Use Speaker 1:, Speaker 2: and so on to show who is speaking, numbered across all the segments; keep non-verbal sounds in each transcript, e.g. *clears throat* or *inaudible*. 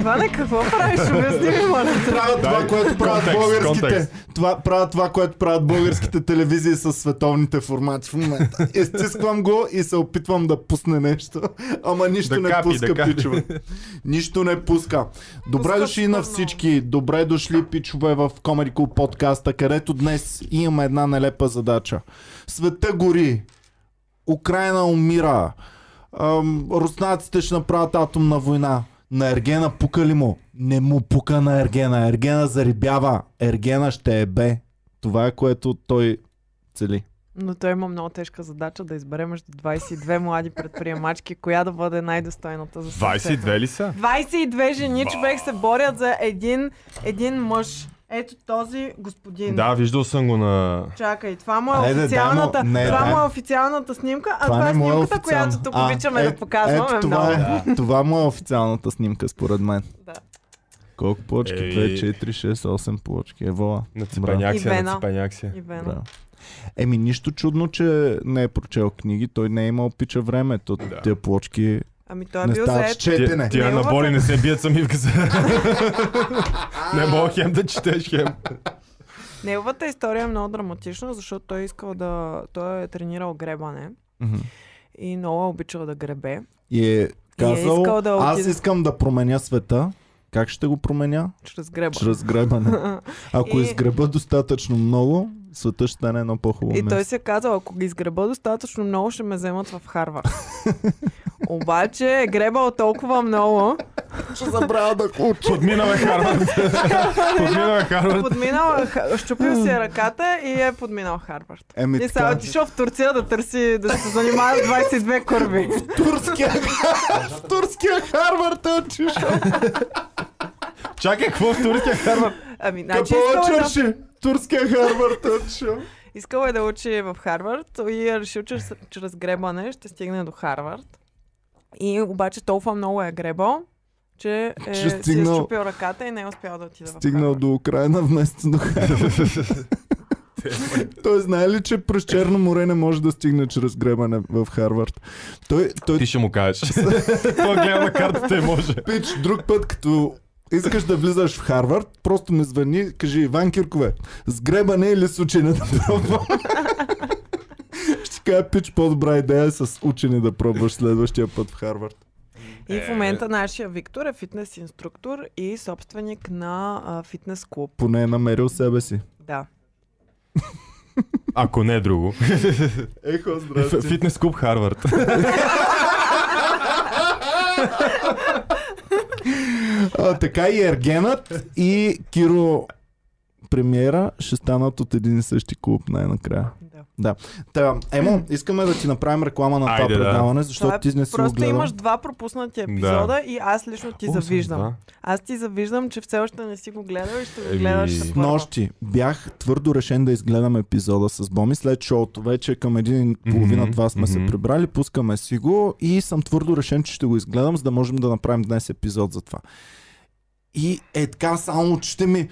Speaker 1: Иване, какво правиш? Обясни ми, моля те.
Speaker 2: правят това,
Speaker 3: Дай
Speaker 2: което правят
Speaker 3: контекст,
Speaker 2: българските.
Speaker 3: контекст.
Speaker 2: Това, правят това, което правят българските телевизии с световните формати в момента. Изтисквам го и се опитвам да пусне нещо. Ама нищо
Speaker 3: Да
Speaker 2: не
Speaker 3: капи,
Speaker 2: пуска,
Speaker 3: да капи.
Speaker 2: пичове. Нищо не пуска. Добре
Speaker 1: Пуска
Speaker 2: дошли на
Speaker 1: сигурно.
Speaker 2: всички. Добре дошли, пичове, в Comedy Club подкаста, където днес имаме една нелепа задача. Света гори. Украина умира. Ам, руснаците ще направят атомна война. На Ергена пука ли му? Не му пука на Ергена. Ергена зарибява. Ергена ще е бе. Това е което той цели.
Speaker 1: Но той има много тежка задача да избере между 22 млади предприемачки, коя да бъде най-достойната за съвсем.
Speaker 3: 22 ли са?
Speaker 1: 22 жени човек се борят за един, един мъж. Ето този господин.
Speaker 3: Да, виждал съм го на...
Speaker 1: Чакай, това му е
Speaker 2: Айде, дай му-
Speaker 1: официалната,
Speaker 2: не,
Speaker 1: това
Speaker 2: дай
Speaker 1: му е
Speaker 2: му.
Speaker 1: официалната снимка, а
Speaker 2: Това
Speaker 1: това,
Speaker 2: не
Speaker 1: е
Speaker 2: му е
Speaker 1: снимката,
Speaker 2: официално.
Speaker 1: която тук
Speaker 2: А,
Speaker 1: обичаме
Speaker 2: е-
Speaker 1: да показваме
Speaker 2: ето
Speaker 1: много.
Speaker 2: това, е, това му е официалната снимка според мен.
Speaker 1: Да.
Speaker 2: Колко плочки?
Speaker 3: Ей.
Speaker 2: 2, 4, 6, 8 плочки. Евола.
Speaker 3: На
Speaker 2: Браво.
Speaker 3: цепаняк се,
Speaker 1: Ивена.
Speaker 3: на цепаняк се.
Speaker 1: Ивена.
Speaker 2: Браво. Еми, нищо чудно, че не е прочел книги. Той не е имал пича време. То,
Speaker 3: Да.
Speaker 2: Тия плочки
Speaker 1: Ами той е
Speaker 2: не
Speaker 1: бил
Speaker 2: стават с
Speaker 1: заед.
Speaker 2: четене.
Speaker 3: Тия, тия
Speaker 1: Неговата-
Speaker 3: набори не се бият сами
Speaker 1: *laughs*
Speaker 3: в газа. не мога хем да четеш хем.
Speaker 1: Неговата история е много драматична, защото той е искал да... Той е тренирал гребане
Speaker 2: Мгм.
Speaker 1: и много е обичал да гребе.
Speaker 2: И е казал,
Speaker 1: искал да
Speaker 2: аз
Speaker 1: отиде.
Speaker 2: искам да променя света. Как ще го променя?
Speaker 1: Чрез греба.
Speaker 2: Чрез гребане.
Speaker 1: *laughs*
Speaker 2: Ако
Speaker 1: И-
Speaker 2: изгреба достатъчно много, света ще стане едно по-хубаво
Speaker 1: И той
Speaker 2: място.
Speaker 1: си е казал, ако ги изгреба достатъчно много, ще ме вземат в
Speaker 2: *laughs*
Speaker 1: Харвард. Обаче е гребал толкова много,
Speaker 2: Ще забравя да уча.
Speaker 3: Подминал е Харвард. Подминал е Харвард.
Speaker 1: подминал, е Ха- щупил си е ръката и е подминал Харвард.
Speaker 2: Еми
Speaker 1: И сега
Speaker 2: така.
Speaker 1: отишъл в Турция да търси, да се занимава с 22 курви.
Speaker 2: Турския, в *laughs* турския Харвард е отишъл.
Speaker 3: Чакай, какво в турския Харвард?
Speaker 1: Ами, значи
Speaker 2: Капала
Speaker 1: искал, е да,
Speaker 2: чърши. Турския Харвард е отишъл.
Speaker 1: искал е да учи в Харвард и е решил, че с- чрез гребане ще стигне до Харвард. И обаче толкова много е гребал, че е,
Speaker 2: Че
Speaker 1: си е
Speaker 2: стигнал-
Speaker 1: щупил ръката и не е успял да отиде в
Speaker 2: Стигнал
Speaker 1: Харвард.
Speaker 2: до Украина вместо до Харвард. Той знае ли, че през Черно море не може да стигне чрез гребане в Харвард? Той, той
Speaker 3: Ти ще му кажеш. *laughs* Той гледа на картата и може.
Speaker 2: Пич, друг път, като искаш да влизаш в Харвард, просто ми звъни, кажи Иван Киркове, с гребане или с учене да пробвам. Ще кажа, пич, по-добра идея е с учене да пробваш следващия път в Харвард.
Speaker 1: И в момента нашия Виктор е фитнес инструктор и собственик на а, фитнес клуб.
Speaker 2: Поне е намерил себе си.
Speaker 1: Да.
Speaker 3: Ако не е друго.
Speaker 2: Ехо,
Speaker 3: Ф-
Speaker 2: здрасти.
Speaker 3: Фитнес клуб Харвард.
Speaker 2: А, така и Ергенът и Киро премиера ще станат от един и същи клуб най-накрая.
Speaker 1: да.
Speaker 2: Та, Емо, искаме да ти направим реклама на това
Speaker 3: Айде, да.
Speaker 2: предаване, защото
Speaker 1: Това е
Speaker 2: ти не си го
Speaker 1: Просто
Speaker 2: гледал.
Speaker 1: имаш два пропуснати епизода и аз лично ти
Speaker 3: О, съм
Speaker 1: завиждам.
Speaker 3: два.
Speaker 1: Аз ти завиждам, че все още не си го гледал и ще го
Speaker 3: Еми,
Speaker 1: гледаш на
Speaker 3: с
Speaker 2: С
Speaker 1: първа.
Speaker 2: нощи бях твърдо решен да изгледам епизода с Боми след шоуто. Вече е към един и половина
Speaker 3: Мгм,
Speaker 2: два сме се
Speaker 3: мгм.
Speaker 2: прибрали, пускаме си го и съм твърдо решен, че ще го изгледам, за да можем да направим днес епизод за това. И е така, само очите ми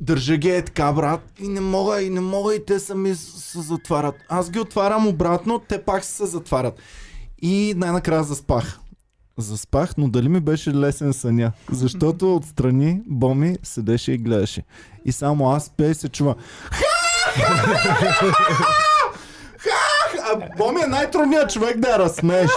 Speaker 2: държа ги е така, брат, и не мога, и не мога, и те сами с- се затварят. Аз ги отварям обратно, те пак се затварят. И най-накрая заспах. Заспах, но дали ми беше лесен съня? Защото отстрани Боми седеше и гледаше. И само аз пея и се чува. Ха-ха-ха! А Боми е най-трудният човек да я разсмееш.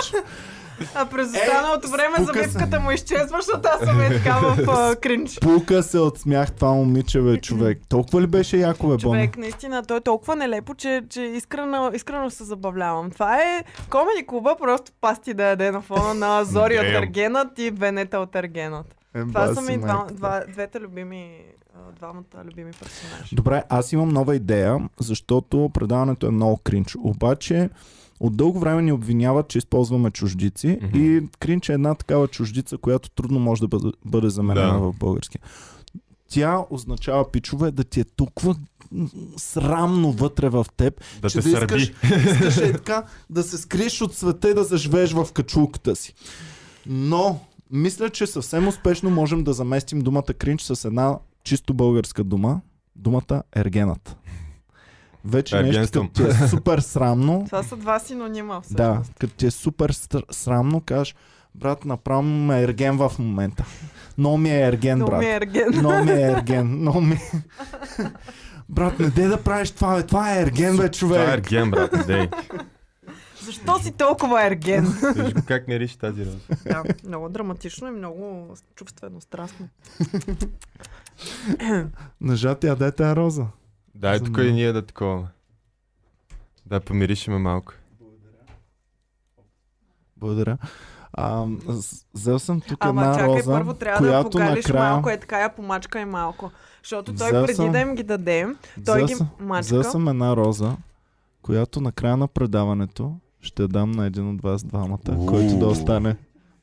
Speaker 1: А през останалото време
Speaker 2: Е, спука
Speaker 1: завивката му изчезва, защото аз съм е така в а, кринч.
Speaker 2: Пука се от смях това момиче, бе, човек. Толкова ли беше яко, бе, Боми?
Speaker 1: Човек, наистина, той е толкова нелепо, че, че искрено, искрено се забавлявам. Това е комеди клуба, просто пасти да яде на фона на Зори от
Speaker 3: Damn.
Speaker 1: Аргенът и Венета от Аргенът.
Speaker 2: Е,
Speaker 1: Това са
Speaker 2: баси,
Speaker 1: ми два,
Speaker 2: майка.
Speaker 1: два, двете любими, а, двамата любими персонажи.
Speaker 2: Добре, аз имам нова идея, защото предаването е много кринч. Обаче от дълго време ни обвиняват, че използваме чуждици mm-hmm.
Speaker 3: Мгм.
Speaker 2: и кринч е една такава чуждица, която трудно може да бъде, бъде заменена
Speaker 3: Да.
Speaker 2: в български. Тя означава, пичове, да ти е толкова м, срамно вътре в теб,
Speaker 3: Да
Speaker 2: че да
Speaker 3: те
Speaker 2: искаш,
Speaker 3: *laughs* сърби.
Speaker 2: искаш е така, да се скриеш от света и да заживееш в качулката си. Но, мисля, че съвсем успешно можем да заместим думата кринч с една чисто българска дума. Думата ергенът. Вече нещо
Speaker 3: Ергенствам.
Speaker 2: като ти е супер срамно.
Speaker 1: *laughs* Това са два синонима всъщност.
Speaker 2: да, като ти е супер стр- срамно, кажеш Брат, направо ме ерген в момента. Но ми е ерген,
Speaker 1: Много
Speaker 2: брат.
Speaker 1: ми е ерген.
Speaker 2: Но ми е ерген. Но ми...
Speaker 1: *laughs*
Speaker 2: Брат, не де да правиш това, бе. Това е ерген, бе,
Speaker 3: Това е
Speaker 2: човек.
Speaker 3: ерген, брат. Дей.
Speaker 1: Защо си толкова ерген?
Speaker 2: *laughs*
Speaker 3: Виж го как мириш тази роза.
Speaker 1: да, много драматично и много чувствено, страстно.
Speaker 2: Нажати, а дай тая роза.
Speaker 3: Дай
Speaker 2: За
Speaker 3: тук
Speaker 2: мен.
Speaker 3: и ние да таковаме. Да, помиришеме малко.
Speaker 2: Благодаря. А, с- взел съм тук
Speaker 1: Ама
Speaker 2: една
Speaker 1: чакай,
Speaker 2: роза,
Speaker 1: първо трябва да я
Speaker 2: която
Speaker 1: покалиш
Speaker 2: накрая...
Speaker 1: малко, е така я помачкай малко. Защото той
Speaker 2: Взел
Speaker 1: преди
Speaker 2: съм-
Speaker 1: да им ги даде, той
Speaker 2: Взел
Speaker 1: ги
Speaker 2: съм-
Speaker 1: мачка.
Speaker 2: Взел съм една роза, която на края на предаването ще я дам на един от вас двамата,
Speaker 3: Уу.
Speaker 2: който да остане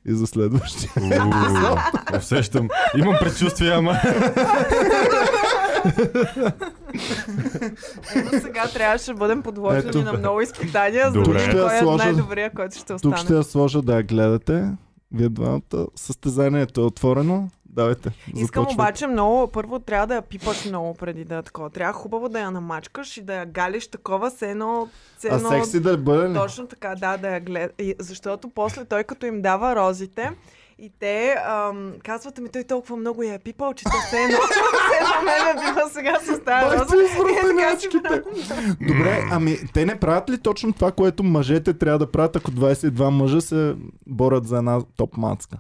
Speaker 2: и за следващия.
Speaker 3: Уу, Усещам. Имам предчувствие, ама.
Speaker 1: Ето сега трябваше да бъдем подложени
Speaker 2: Ето.
Speaker 1: на много изпитания, за да
Speaker 3: Добре.
Speaker 1: видим
Speaker 2: Тук ще я
Speaker 1: кой е
Speaker 2: сложа-
Speaker 1: най-добрия, който ще остане.
Speaker 2: Тук ще я сложа да я гледате. Вие двамата. Състезанието е отворено. Давайте.
Speaker 1: Искам
Speaker 2: започвайте.
Speaker 1: обаче много, първо трябва да я пипаш много преди да е такова. Трябва хубаво да я намачкаш и да я галиш такова, с едно... С
Speaker 2: А
Speaker 1: едно...
Speaker 2: секси да е. бъде ли?
Speaker 1: Точно така, да, да я гледа. И- Защото после той като им дава розите, и те ам, казват, ми той толкова много я е пипал, че то се едно, *laughs* се едно мен е била сега с тази
Speaker 2: Бах
Speaker 1: роза.
Speaker 2: ти
Speaker 1: И е така си
Speaker 2: извратеначките! Добре, ами те не правят ли точно това, което мъжете трябва да правят, ако 22 мъжа се борят за една топ мацка?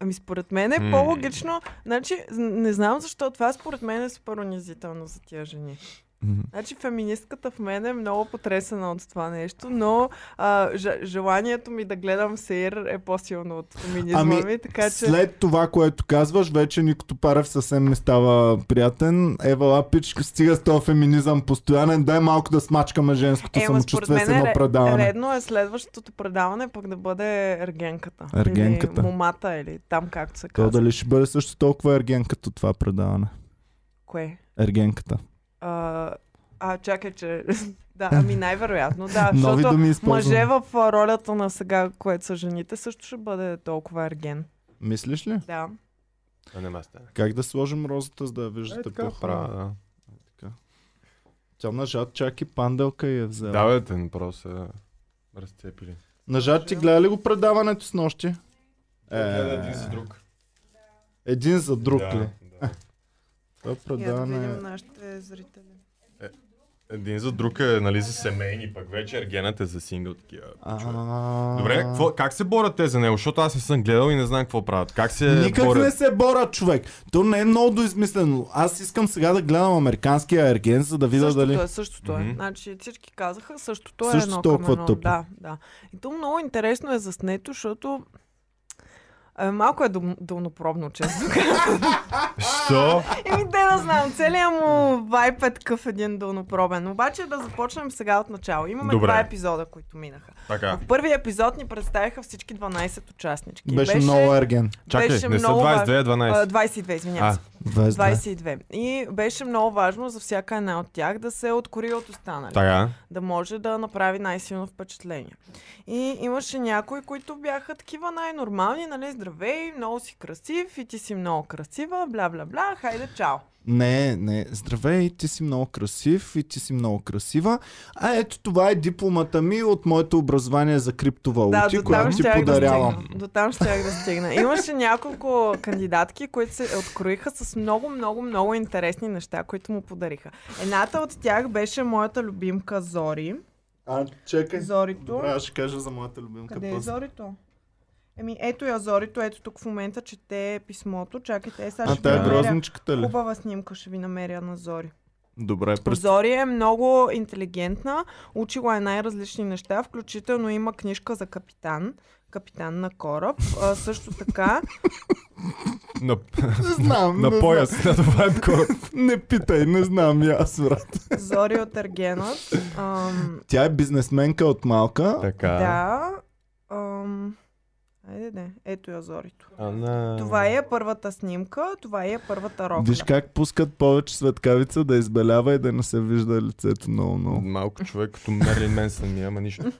Speaker 1: Ами според мен е
Speaker 3: М.
Speaker 1: по-логично. Значи, з- не знам защо това според мен е супер унизително за тия жени.
Speaker 2: Мгм.
Speaker 1: Значи феминистката в мен е много потресена от това нещо, но а, ж- желанието ми да гледам Сеир е по-силно от феминизма
Speaker 2: Ами,
Speaker 1: ми, така че...
Speaker 2: След това, което казваш, вече Никото Парев съвсем не става приятен. Ева пичка, стига с този феминизъм постоянен. Дай малко да смачкаме женското
Speaker 1: Ема,
Speaker 2: самочувствие с едно
Speaker 1: ре-
Speaker 2: предаване.
Speaker 1: редно е следващото предаване пък да бъде ергенката.
Speaker 2: Ергенката.
Speaker 1: Или момата, или там както се
Speaker 2: То
Speaker 1: казва.
Speaker 2: дали ще бъде също толкова ерген като това предаване?
Speaker 1: Кое?
Speaker 2: Ергенката.
Speaker 1: А, а, чакай, че... *laughs* да, ами най-вероятно, да.
Speaker 2: Нови
Speaker 1: защото
Speaker 2: думи използвам.
Speaker 1: мъже в а, ролята на сега, което са жените, също ще бъде толкова ерген.
Speaker 2: Мислиш ли?
Speaker 1: Да.
Speaker 3: А не ма стане.
Speaker 2: Как да сложим розата, за да я
Speaker 3: Е,
Speaker 2: виждате
Speaker 3: така
Speaker 2: по-хора?
Speaker 3: права, да.
Speaker 2: Тя нажат чак и панделка и е взела.
Speaker 3: Да, бе, те направо са разцепили.
Speaker 2: Нажат ти гледа ли го предаването с нощи? Е,
Speaker 3: друг.
Speaker 2: един за друг ли?
Speaker 3: Да.
Speaker 2: Това
Speaker 1: Я да
Speaker 2: предаване... е-
Speaker 1: видим нашите зрители.
Speaker 3: Един за друг е, нали, за семейни, пък вече ергенът е за сингъл такива. човек.
Speaker 2: А...
Speaker 3: Добре, какво, как се борят те за него? Защото аз не съм гледал и не знам какво правят. Как се
Speaker 2: Никак
Speaker 3: е борят?
Speaker 2: не се боря, човек. То не е много доизмислено. Аз искам сега да гледам американския ерген, за да видя
Speaker 1: същото
Speaker 2: дали...
Speaker 1: е, същото е.
Speaker 3: Мгм.
Speaker 1: Значи всички казаха, същото е
Speaker 2: Също
Speaker 1: едно
Speaker 2: толкова
Speaker 1: към едно.
Speaker 2: тъпо.
Speaker 1: Да, да. И то много интересно е заснето, защото е, малко е дум- дълнопробно, честно *laughs*
Speaker 3: Що?
Speaker 1: Еми, те да знам, целият му вайп е такъв един дълнопробен. Обаче да започнем сега от начало. Имаме
Speaker 3: Добре.
Speaker 1: два епизода, които минаха.
Speaker 3: Така.
Speaker 1: В първия епизод ни представиха всички 12 участнички.
Speaker 2: Беше, много ерген.
Speaker 3: Чакай,
Speaker 1: беше
Speaker 3: не са
Speaker 1: много
Speaker 3: 22, а 12.
Speaker 1: а, 22, извинявам
Speaker 3: А,
Speaker 1: се.
Speaker 2: 22.
Speaker 1: 22. И беше много важно за всяка една от тях да се откори от останалите
Speaker 3: така.
Speaker 1: да може да направи най-силно впечатление. И имаше някои, които бяха такива най-нормални, нали, здравей, много си красив и ти си много красива, бла-бла-бла, хайде, чао.
Speaker 2: Не, не. Здравей, ти си много красив и ти си много красива. А ето това е дипломата ми от моето образование за
Speaker 1: Да,
Speaker 2: криптовалути,
Speaker 1: до там
Speaker 2: която ти
Speaker 1: щях да
Speaker 2: подарявам.
Speaker 1: стигна. До там ще да стигна. Имаше няколко кандидатки, които се откроиха с много, много, много интересни неща, които му подариха. Едната от тях беше моята любимка Зори.
Speaker 2: А, чакай.
Speaker 1: Зорито.
Speaker 2: Добре, аз ще кажа за моята любимка
Speaker 1: Къде е
Speaker 2: пъс.
Speaker 1: Зорито? Еми, ето я Зорито, ето тук в момента чете писмото. Чакайте, е, сега
Speaker 2: А
Speaker 1: ще ви
Speaker 2: тая
Speaker 3: Да.
Speaker 1: намеря.
Speaker 2: грозничката ли?
Speaker 1: Хубава снимка ще ви намеря на Зори.
Speaker 2: Добре, през...
Speaker 1: Зори е много интелигентна, учила е най-различни неща, включително има книжка за капитан, капитан на кораб. А, също така
Speaker 3: На,
Speaker 2: Не знам. не
Speaker 3: на
Speaker 2: знам. *laughs*
Speaker 3: пояс, на това е такова.
Speaker 2: Не питай, не знам и аз, брат.
Speaker 1: Зори от Ергенът. Ам,
Speaker 2: Тя е бизнесменка от малка.
Speaker 3: Така.
Speaker 1: да. Ам, айде, да. Ето я Зорито.
Speaker 3: Ана...
Speaker 1: Това е първата снимка, това е първата рокля.
Speaker 2: Виж как пускат повече светкавица да избелява и да не се вижда лицето много много.
Speaker 3: Малко човек като Мерлин Менсън ми, ама нищо.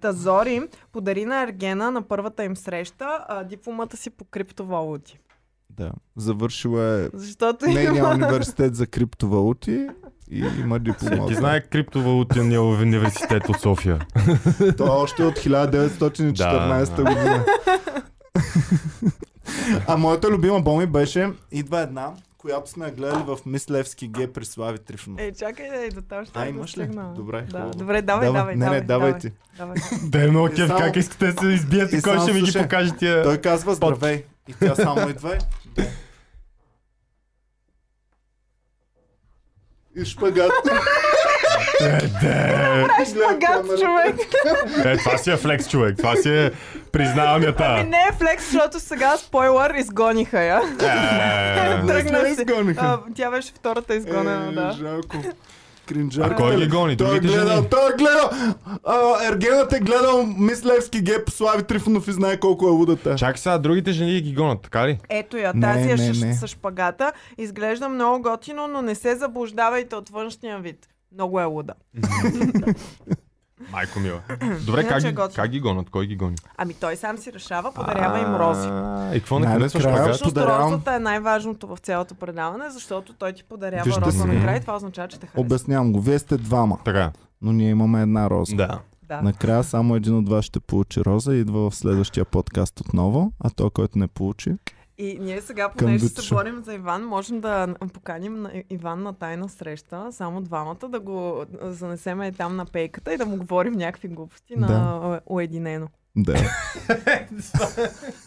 Speaker 1: Та Зори подари на Ергена на първата им среща а, дипломата си по криптовалути.
Speaker 2: Да. Завършила е
Speaker 1: Защото
Speaker 2: нейния
Speaker 1: има...
Speaker 2: университет за криптовалути И има диплома.
Speaker 3: Всеки знае криптовалутния университет от София.
Speaker 2: То е още от 1914
Speaker 3: Да.
Speaker 2: година. а моята любима боми беше идва една, която сме я гледали в Мислевски Ге при Слави
Speaker 1: *laughs*
Speaker 2: Трифонов.
Speaker 1: Е, чакай да и до там ще
Speaker 2: А,
Speaker 1: да
Speaker 2: имаш ли?
Speaker 1: стигна.
Speaker 2: Добре,
Speaker 1: да.
Speaker 2: хубаво.
Speaker 1: Добре, давай,
Speaker 2: Давай.
Speaker 1: давай,
Speaker 2: Не, не,
Speaker 1: давай,
Speaker 2: давай ти. *laughs*
Speaker 1: давай.
Speaker 3: Да е много
Speaker 2: И
Speaker 3: кеф,
Speaker 2: само-
Speaker 3: как искате да се избият
Speaker 2: И
Speaker 3: и кой
Speaker 2: само
Speaker 3: ще ми ги
Speaker 2: слушай.
Speaker 3: покаже тия...
Speaker 2: Той казва здравей и тя само идва. и-
Speaker 1: *laughs*
Speaker 2: И шпагат.
Speaker 1: Шпагат, човек.
Speaker 2: *laughs*
Speaker 3: Е, това си е флекс, човек. Това си е... Признавам я
Speaker 1: Ами
Speaker 3: та.
Speaker 1: не е флекс, защото сега, спойлър, изгониха
Speaker 2: *laughs*
Speaker 1: я.
Speaker 3: Е,
Speaker 1: Тръгна си.
Speaker 2: изгониха.
Speaker 1: А, Тя беше втората изгонена,
Speaker 2: Е,
Speaker 1: да.
Speaker 2: Жалко. Кринжа.
Speaker 3: А кой ги гони?
Speaker 2: Той е
Speaker 3: Другите
Speaker 2: гледал,
Speaker 3: жени?
Speaker 2: той е гледал. А, Ергенът е гледал Мислевски геп Слави Трифонов и знае колко е лудата.
Speaker 3: Чакай сега, другите жени ги гонят, така *laughs* ли?
Speaker 1: Ето я,
Speaker 2: Не,
Speaker 1: тази е
Speaker 2: не,
Speaker 1: шиш-
Speaker 2: не.
Speaker 1: с шпагата. Изглежда много готино, но не се заблуждавайте от външния вид. Много е луда.
Speaker 3: Майко мила. Добре, как
Speaker 1: Иначе е
Speaker 3: ги,
Speaker 1: готино.
Speaker 3: как ги гонят? Кой ги гони?
Speaker 1: Ами той сам си решава, подарява им рози.
Speaker 3: А, И какво не
Speaker 2: Най-накрая-
Speaker 3: харесваш пак?
Speaker 2: Аз
Speaker 1: Всъщност
Speaker 2: подарявам-
Speaker 1: розата е най-важното в цялото предаване, защото той ти подарява
Speaker 2: Вижте
Speaker 1: роза
Speaker 2: си.
Speaker 1: накрая и това означава, че те харесва.
Speaker 2: Обяснявам го. Вие сте двама,
Speaker 3: Така,
Speaker 2: но ние имаме една роза.
Speaker 3: да.
Speaker 1: Да.
Speaker 2: Накрая само един от вас ще получи роза и идва в следващия подкаст отново, а той, който не получи,
Speaker 1: И ние сега, понеже се
Speaker 2: Душа.
Speaker 1: борим за Иван, можем да поканим на Иван на тайна среща, само двамата, да го а, занесеме и там на пейката и да му говорим някакви глупости на а, уединено.
Speaker 2: да.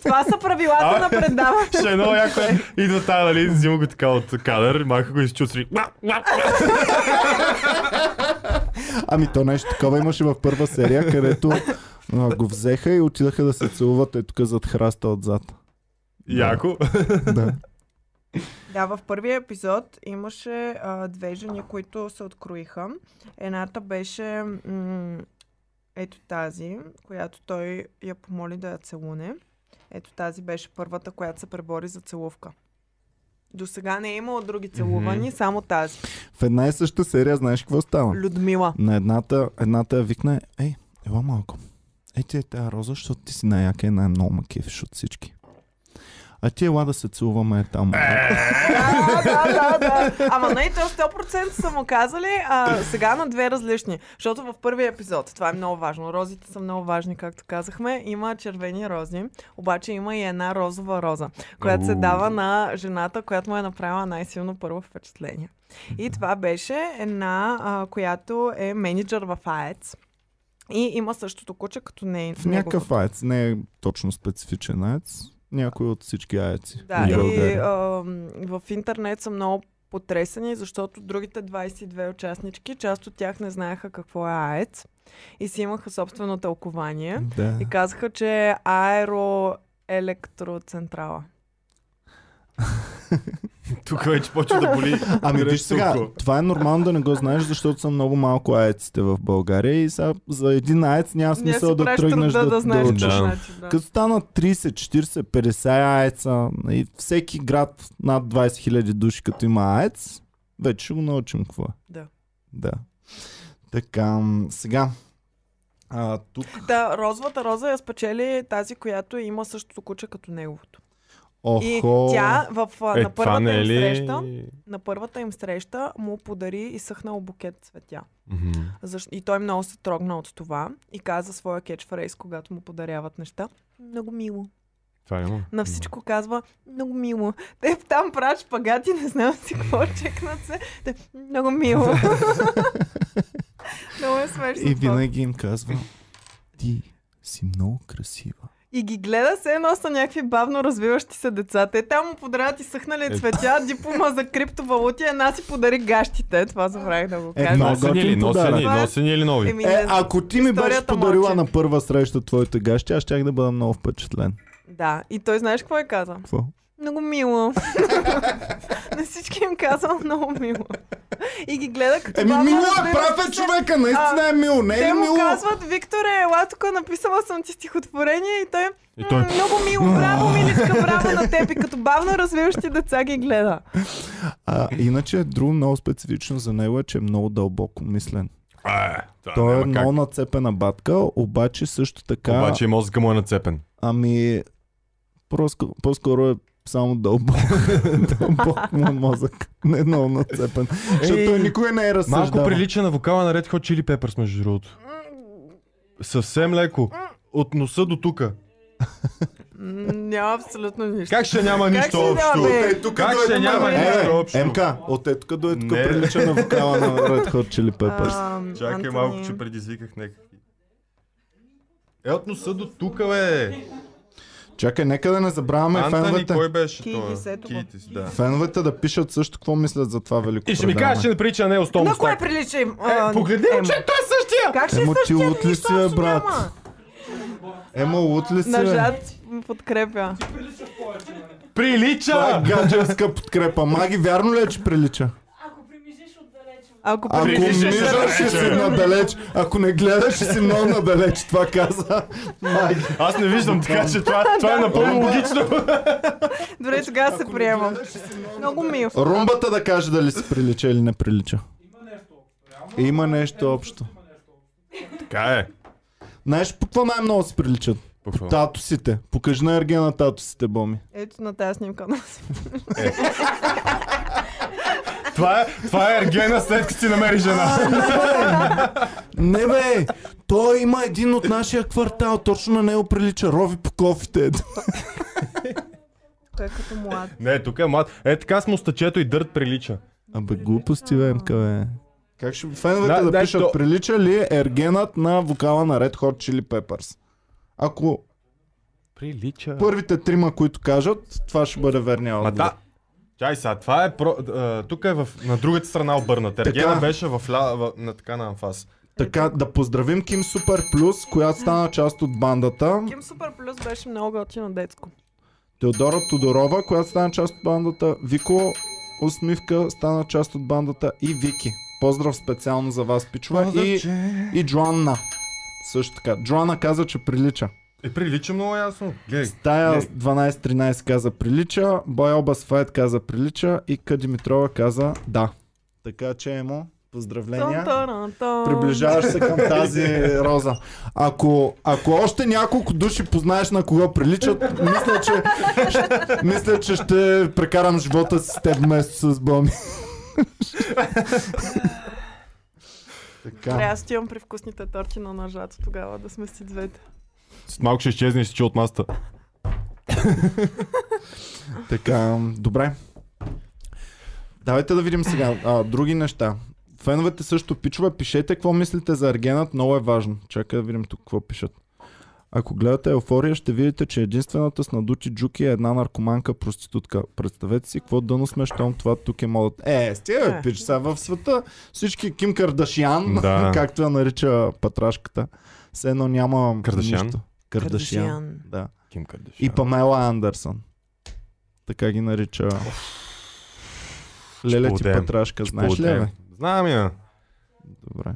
Speaker 1: Това са правилата
Speaker 3: А,
Speaker 1: на предаването.
Speaker 3: Ще е много яко. е. Идва тая, нали, взима го така от кадър, маха го изчусри.
Speaker 2: Ами то нещо такова имаше в първа серия, където а, го взеха и отидаха да се целуват е тук зад храста отзад.
Speaker 4: *laughs*
Speaker 3: Яко.
Speaker 2: Да.
Speaker 1: Да, в първия епизод имаше а, две жени, които се откроиха. Едната беше м- ето тази, която той я помоли да я целуне. Ето тази беше първата, която се пребори за целувка. До сега не е имало други целувани, mm-hmm. само тази.
Speaker 2: В една и съща серия знаеш какво става?
Speaker 1: Людмила.
Speaker 2: На едната, едната я викна, ей, ела малко. Ей ти е тая роза, защото ти си най-яка и най-много макефиш от всички. А ти ела да се целуваме е там.
Speaker 1: Да, да, да, да. Ама не, то 100% са му казали, а сега на две различни. Защото в първия епизод, това е много важно, розите са много важни, както казахме, има червени рози, обаче има и една розова роза, която се
Speaker 3: Уу.
Speaker 1: дава на жената, която му е направила най-силно първо впечатление. И това беше една, а, която е менеджер в АЕЦ. И има същото куче като ней.
Speaker 2: В някакъв аец, не е точно специфичен аец, някой от всички аеци.
Speaker 1: Да,
Speaker 2: в
Speaker 1: и
Speaker 2: България.
Speaker 1: ам, в интернет са много потресени, защото другите 22 участнички, част от тях не знаеха какво е АЕЦ и си имаха собствено тълкование
Speaker 2: Да.
Speaker 1: и казаха, че е аероелектроцентрала.
Speaker 3: Тук вече почва да боли.
Speaker 2: *laughs* Ами виж
Speaker 3: Грешно
Speaker 2: сега,
Speaker 3: око.
Speaker 2: това е нормално да не го знаеш, защото са много малко аеците в България и сега за един аец
Speaker 1: Ние
Speaker 2: няма смисъл да
Speaker 1: правиш
Speaker 2: тръгнеш
Speaker 1: труда
Speaker 2: да,
Speaker 1: да знаеш
Speaker 2: учиш.
Speaker 1: какво
Speaker 3: Да.
Speaker 1: значи, да.
Speaker 2: Като станат 30, 40, 50 аеца и всеки град над 20 000 души като има аец, вече ще го научим какво е.
Speaker 1: Да.
Speaker 2: Да. Така, м, сега. А, тук,
Speaker 1: Та, розовата роза я спечели тази, която има същото куче като неговото.
Speaker 2: охо,
Speaker 1: И тя в, а,
Speaker 3: Е,
Speaker 1: на
Speaker 3: това
Speaker 1: първата
Speaker 3: не е
Speaker 1: им
Speaker 3: ли...
Speaker 1: среща на първата им среща му подари изсъхнал букет цветя.
Speaker 3: Мгм.
Speaker 1: Защ... И той много се трогна от това и каза своя кетчфрейз, когато му подаряват неща. Много мило.
Speaker 3: Това не мога.
Speaker 1: На всичко казва много мило. Те там правят шпагати, не знам си какво, чекнат се. Те, много
Speaker 2: *laughs*
Speaker 1: мило. много е смешно.
Speaker 2: и
Speaker 1: това.
Speaker 2: винаги им казва, ти си много красива.
Speaker 1: и ги гледа се едно са някакви бавно развиващи се деца. Те там му подаряват и съхнали
Speaker 3: Е.
Speaker 1: цветя, диплома за криптовалути, една си подари гащите. Това забравих да го
Speaker 2: Е,
Speaker 1: кажа.
Speaker 2: много
Speaker 3: Носени ли?
Speaker 2: готин подарък.
Speaker 3: Носени, носени или нови?
Speaker 1: е- Еми, не
Speaker 2: Е,
Speaker 1: знам.
Speaker 2: ако ти ми беше
Speaker 1: Историята
Speaker 2: подарила
Speaker 1: мълчи.
Speaker 2: на първа среща твоите гащи, аз щях да бъда много впечатлен.
Speaker 1: Да, и той знаеш какво е казал?
Speaker 2: Какво?
Speaker 1: Много мило. *laughs* На всички им казвам много мило. И ги гледа като
Speaker 2: Еми,
Speaker 1: баба,
Speaker 2: мило е,
Speaker 1: разбира
Speaker 2: прав
Speaker 1: се.
Speaker 2: е човека, наистина е мило, не
Speaker 1: Те
Speaker 2: е
Speaker 1: му
Speaker 2: мило.
Speaker 1: казват, Викторе, ела тук, написала съм ти стихотворение и той, е,
Speaker 3: И
Speaker 1: «М,
Speaker 2: е
Speaker 3: той-
Speaker 1: много мило,
Speaker 2: *laughs*
Speaker 1: браво, миличка, браво на теб и като бавно развиващи деца ги гледа.
Speaker 2: А, иначе, друго много специфично за него е, че е много дълбоко мислен.
Speaker 3: А, това
Speaker 2: Той е
Speaker 3: няма как.
Speaker 2: много нацепена батка, обаче също така,
Speaker 3: Обаче мозъка му е нацепен.
Speaker 2: ами, просто- по-скоро е Само дълбок, *laughs* дълбок му е мозък. Не едно нацепен. Защото той никога не е разсъждал.
Speaker 4: Малко прилича на вокала на Red Hot Chili Peppers, между другото. Съвсем леко. От носа до тука.
Speaker 1: М, Няма абсолютно нищо.
Speaker 4: Как ще няма
Speaker 1: Как
Speaker 4: нищо
Speaker 1: ще
Speaker 4: общо?
Speaker 1: няма, бе?
Speaker 2: Е, тук
Speaker 4: Как ще няма
Speaker 1: Е,
Speaker 2: Е,
Speaker 4: нищо общо?
Speaker 2: МК, от е тук до е тук
Speaker 4: Не.
Speaker 2: прилича на вокала на Red Hot Chili Peppers.
Speaker 1: Ам,
Speaker 4: Чакай
Speaker 1: Антони,
Speaker 4: малко, че предизвиках някакви. Е, от носа до тука, бе!
Speaker 2: Чакай, нека да не забравяме
Speaker 4: Антони,
Speaker 2: феновете.
Speaker 4: кой беше
Speaker 1: Кийдис,
Speaker 4: той?
Speaker 1: ето го.
Speaker 4: Кийдис, да.
Speaker 2: Феновете да пишат също какво мислят за това велико
Speaker 4: И ще ми кажеш, че не прилича на Нео Стомс.
Speaker 1: На кое прилича им? А,
Speaker 4: Погледни,
Speaker 1: Емо.
Speaker 4: че той е същия!
Speaker 1: Как ще е
Speaker 2: Емо, Е, ти
Speaker 1: същия?
Speaker 2: лут ли
Speaker 1: Нищо
Speaker 2: си, бе,
Speaker 1: общо
Speaker 2: брат?
Speaker 1: няма.
Speaker 2: Ема, лут ли си? бе?
Speaker 1: Нажат ме подкрепя.
Speaker 2: Това е
Speaker 4: Прилича!
Speaker 2: гаджетска подкрепа. Маги, вярно ли е, че прилича?
Speaker 5: Ако примижиш отдалече,
Speaker 1: Ако
Speaker 2: Ако
Speaker 1: прилича,
Speaker 4: Прилича,
Speaker 2: мижаш, ще си надалеч. Ако не гледаш, ще си много надалеч. Това каза Маги.
Speaker 4: Аз не виждам, така че това, това е напълно логично.
Speaker 1: дори тогава се приемам. Много мил.
Speaker 2: Румбата да каже дали си прилича или не прилича. Има нещо общо.
Speaker 4: Така е.
Speaker 2: Знаеш по какво най-много се приличат?
Speaker 4: Пухо.
Speaker 2: Татусите. Покажи на Ергена татусите, Боми.
Speaker 1: Ето на тази снимка.
Speaker 4: Това е, това е ергена след като си намери жена.
Speaker 2: Не бе! Той има един от нашия квартал. Точно на него прилича. Рови по кофите.
Speaker 1: Той е като млад.
Speaker 4: Не, тук е млад. Е така с мустачето и дърт прилича.
Speaker 2: Абе глупости, бе, МК, бе. Как ще... Феновете
Speaker 4: Да,
Speaker 2: да,
Speaker 4: да,
Speaker 2: пишат,
Speaker 4: то-
Speaker 2: прилича ли е ергенът на вокала на Red Hot Chili Peppers? Ако
Speaker 4: Прилича.
Speaker 2: първите трима, които кажат, това ще бъде верния
Speaker 4: Ма
Speaker 2: отговор.
Speaker 4: да. Чай сега, това е про... а, тук е в... на другата страна обърната. Ергена
Speaker 2: Така.
Speaker 4: беше в ля... в... на така на анфас.
Speaker 2: Така, да поздравим Ким Супер Плюс, която стана част от бандата.
Speaker 1: Ким Супер Плюс беше много готино детско.
Speaker 2: Теодора Тодорова, която стана част от бандата. Вико Усмивка стана част от бандата. И Вики. Поздрав специално за вас, пичува. И, и Джоанна. Също така. Джоанна каза, че прилича.
Speaker 4: Е, прилича много ясно. Гледай.
Speaker 2: С Тая с 12-13 каза прилича, Бойоба Сфайт каза прилича и Къди Митрова каза да. Така че, Емо, поздравления.
Speaker 1: Тън-тън-тън.
Speaker 2: Приближаваш се към тази роза. Ако, ако още няколко души познаеш на кого приличат, мисля, че, мисля, че ще прекарам живота си с теб вместо с Боми. така.
Speaker 1: Трябва да стивам при вкусните торти на ножата тогава, да сме си двете.
Speaker 4: Малко ще изчезнеш че от маста.
Speaker 2: Така, добре. Давайте да видим сега а, други неща. Феновете също пичове, пишете какво мислите за Аргенът, много е важно. Чакай да видим тук какво пишат. Ако гледате Еуфория, ще видите, че единствената с надути джуки е една наркоманка проститутка. Представете си какво дъно сме, щом това тук е модът. Е, стига бе,
Speaker 1: Е.
Speaker 2: пич, сега в света всички Ким Кардашиан,
Speaker 4: Да.
Speaker 2: *laughs* както я нарича патрашката, все едно няма
Speaker 4: Кардашиан?
Speaker 2: нищо. Кардашиан. Кардашиан. Да.
Speaker 4: Ким Кардаш.
Speaker 2: И Памела Андерсън. Така ги нарича. Леле ти
Speaker 4: Чпулдем.
Speaker 2: Патрашка, знаеш ли? Бе?
Speaker 4: Знам я.
Speaker 2: Добре.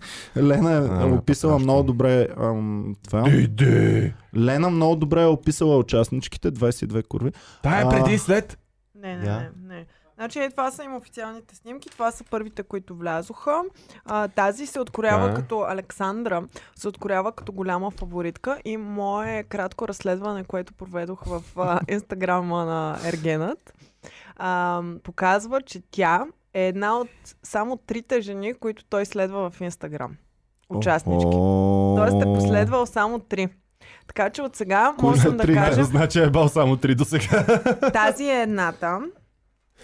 Speaker 2: *laughs* Лена е
Speaker 4: А,
Speaker 2: а, описала
Speaker 4: Патрашка.
Speaker 2: много добре ам, това.
Speaker 4: Иде.
Speaker 2: Лена много добре е описала участничките, 22 курви.
Speaker 4: Та е
Speaker 2: А.
Speaker 4: преди и след.
Speaker 1: Не, не,
Speaker 2: Я.
Speaker 1: не, не. Значи е, това са им официалните снимки, това са първите, които влязоха. А, тази се откорява
Speaker 4: Да.
Speaker 1: като Александра, се откорява като голяма фаворитка и мое кратко разследване, което проведох в а, инстаграма на Ергенът, а, показва, че тя е една от само трите жени, които той следва в инстаграм. Участнички. Тоест е последвал само три. Така че от сега
Speaker 2: Кои са
Speaker 1: можем да
Speaker 2: трите?
Speaker 1: кажем,
Speaker 4: Значи е бал само 3 до сега.
Speaker 1: тази е едната.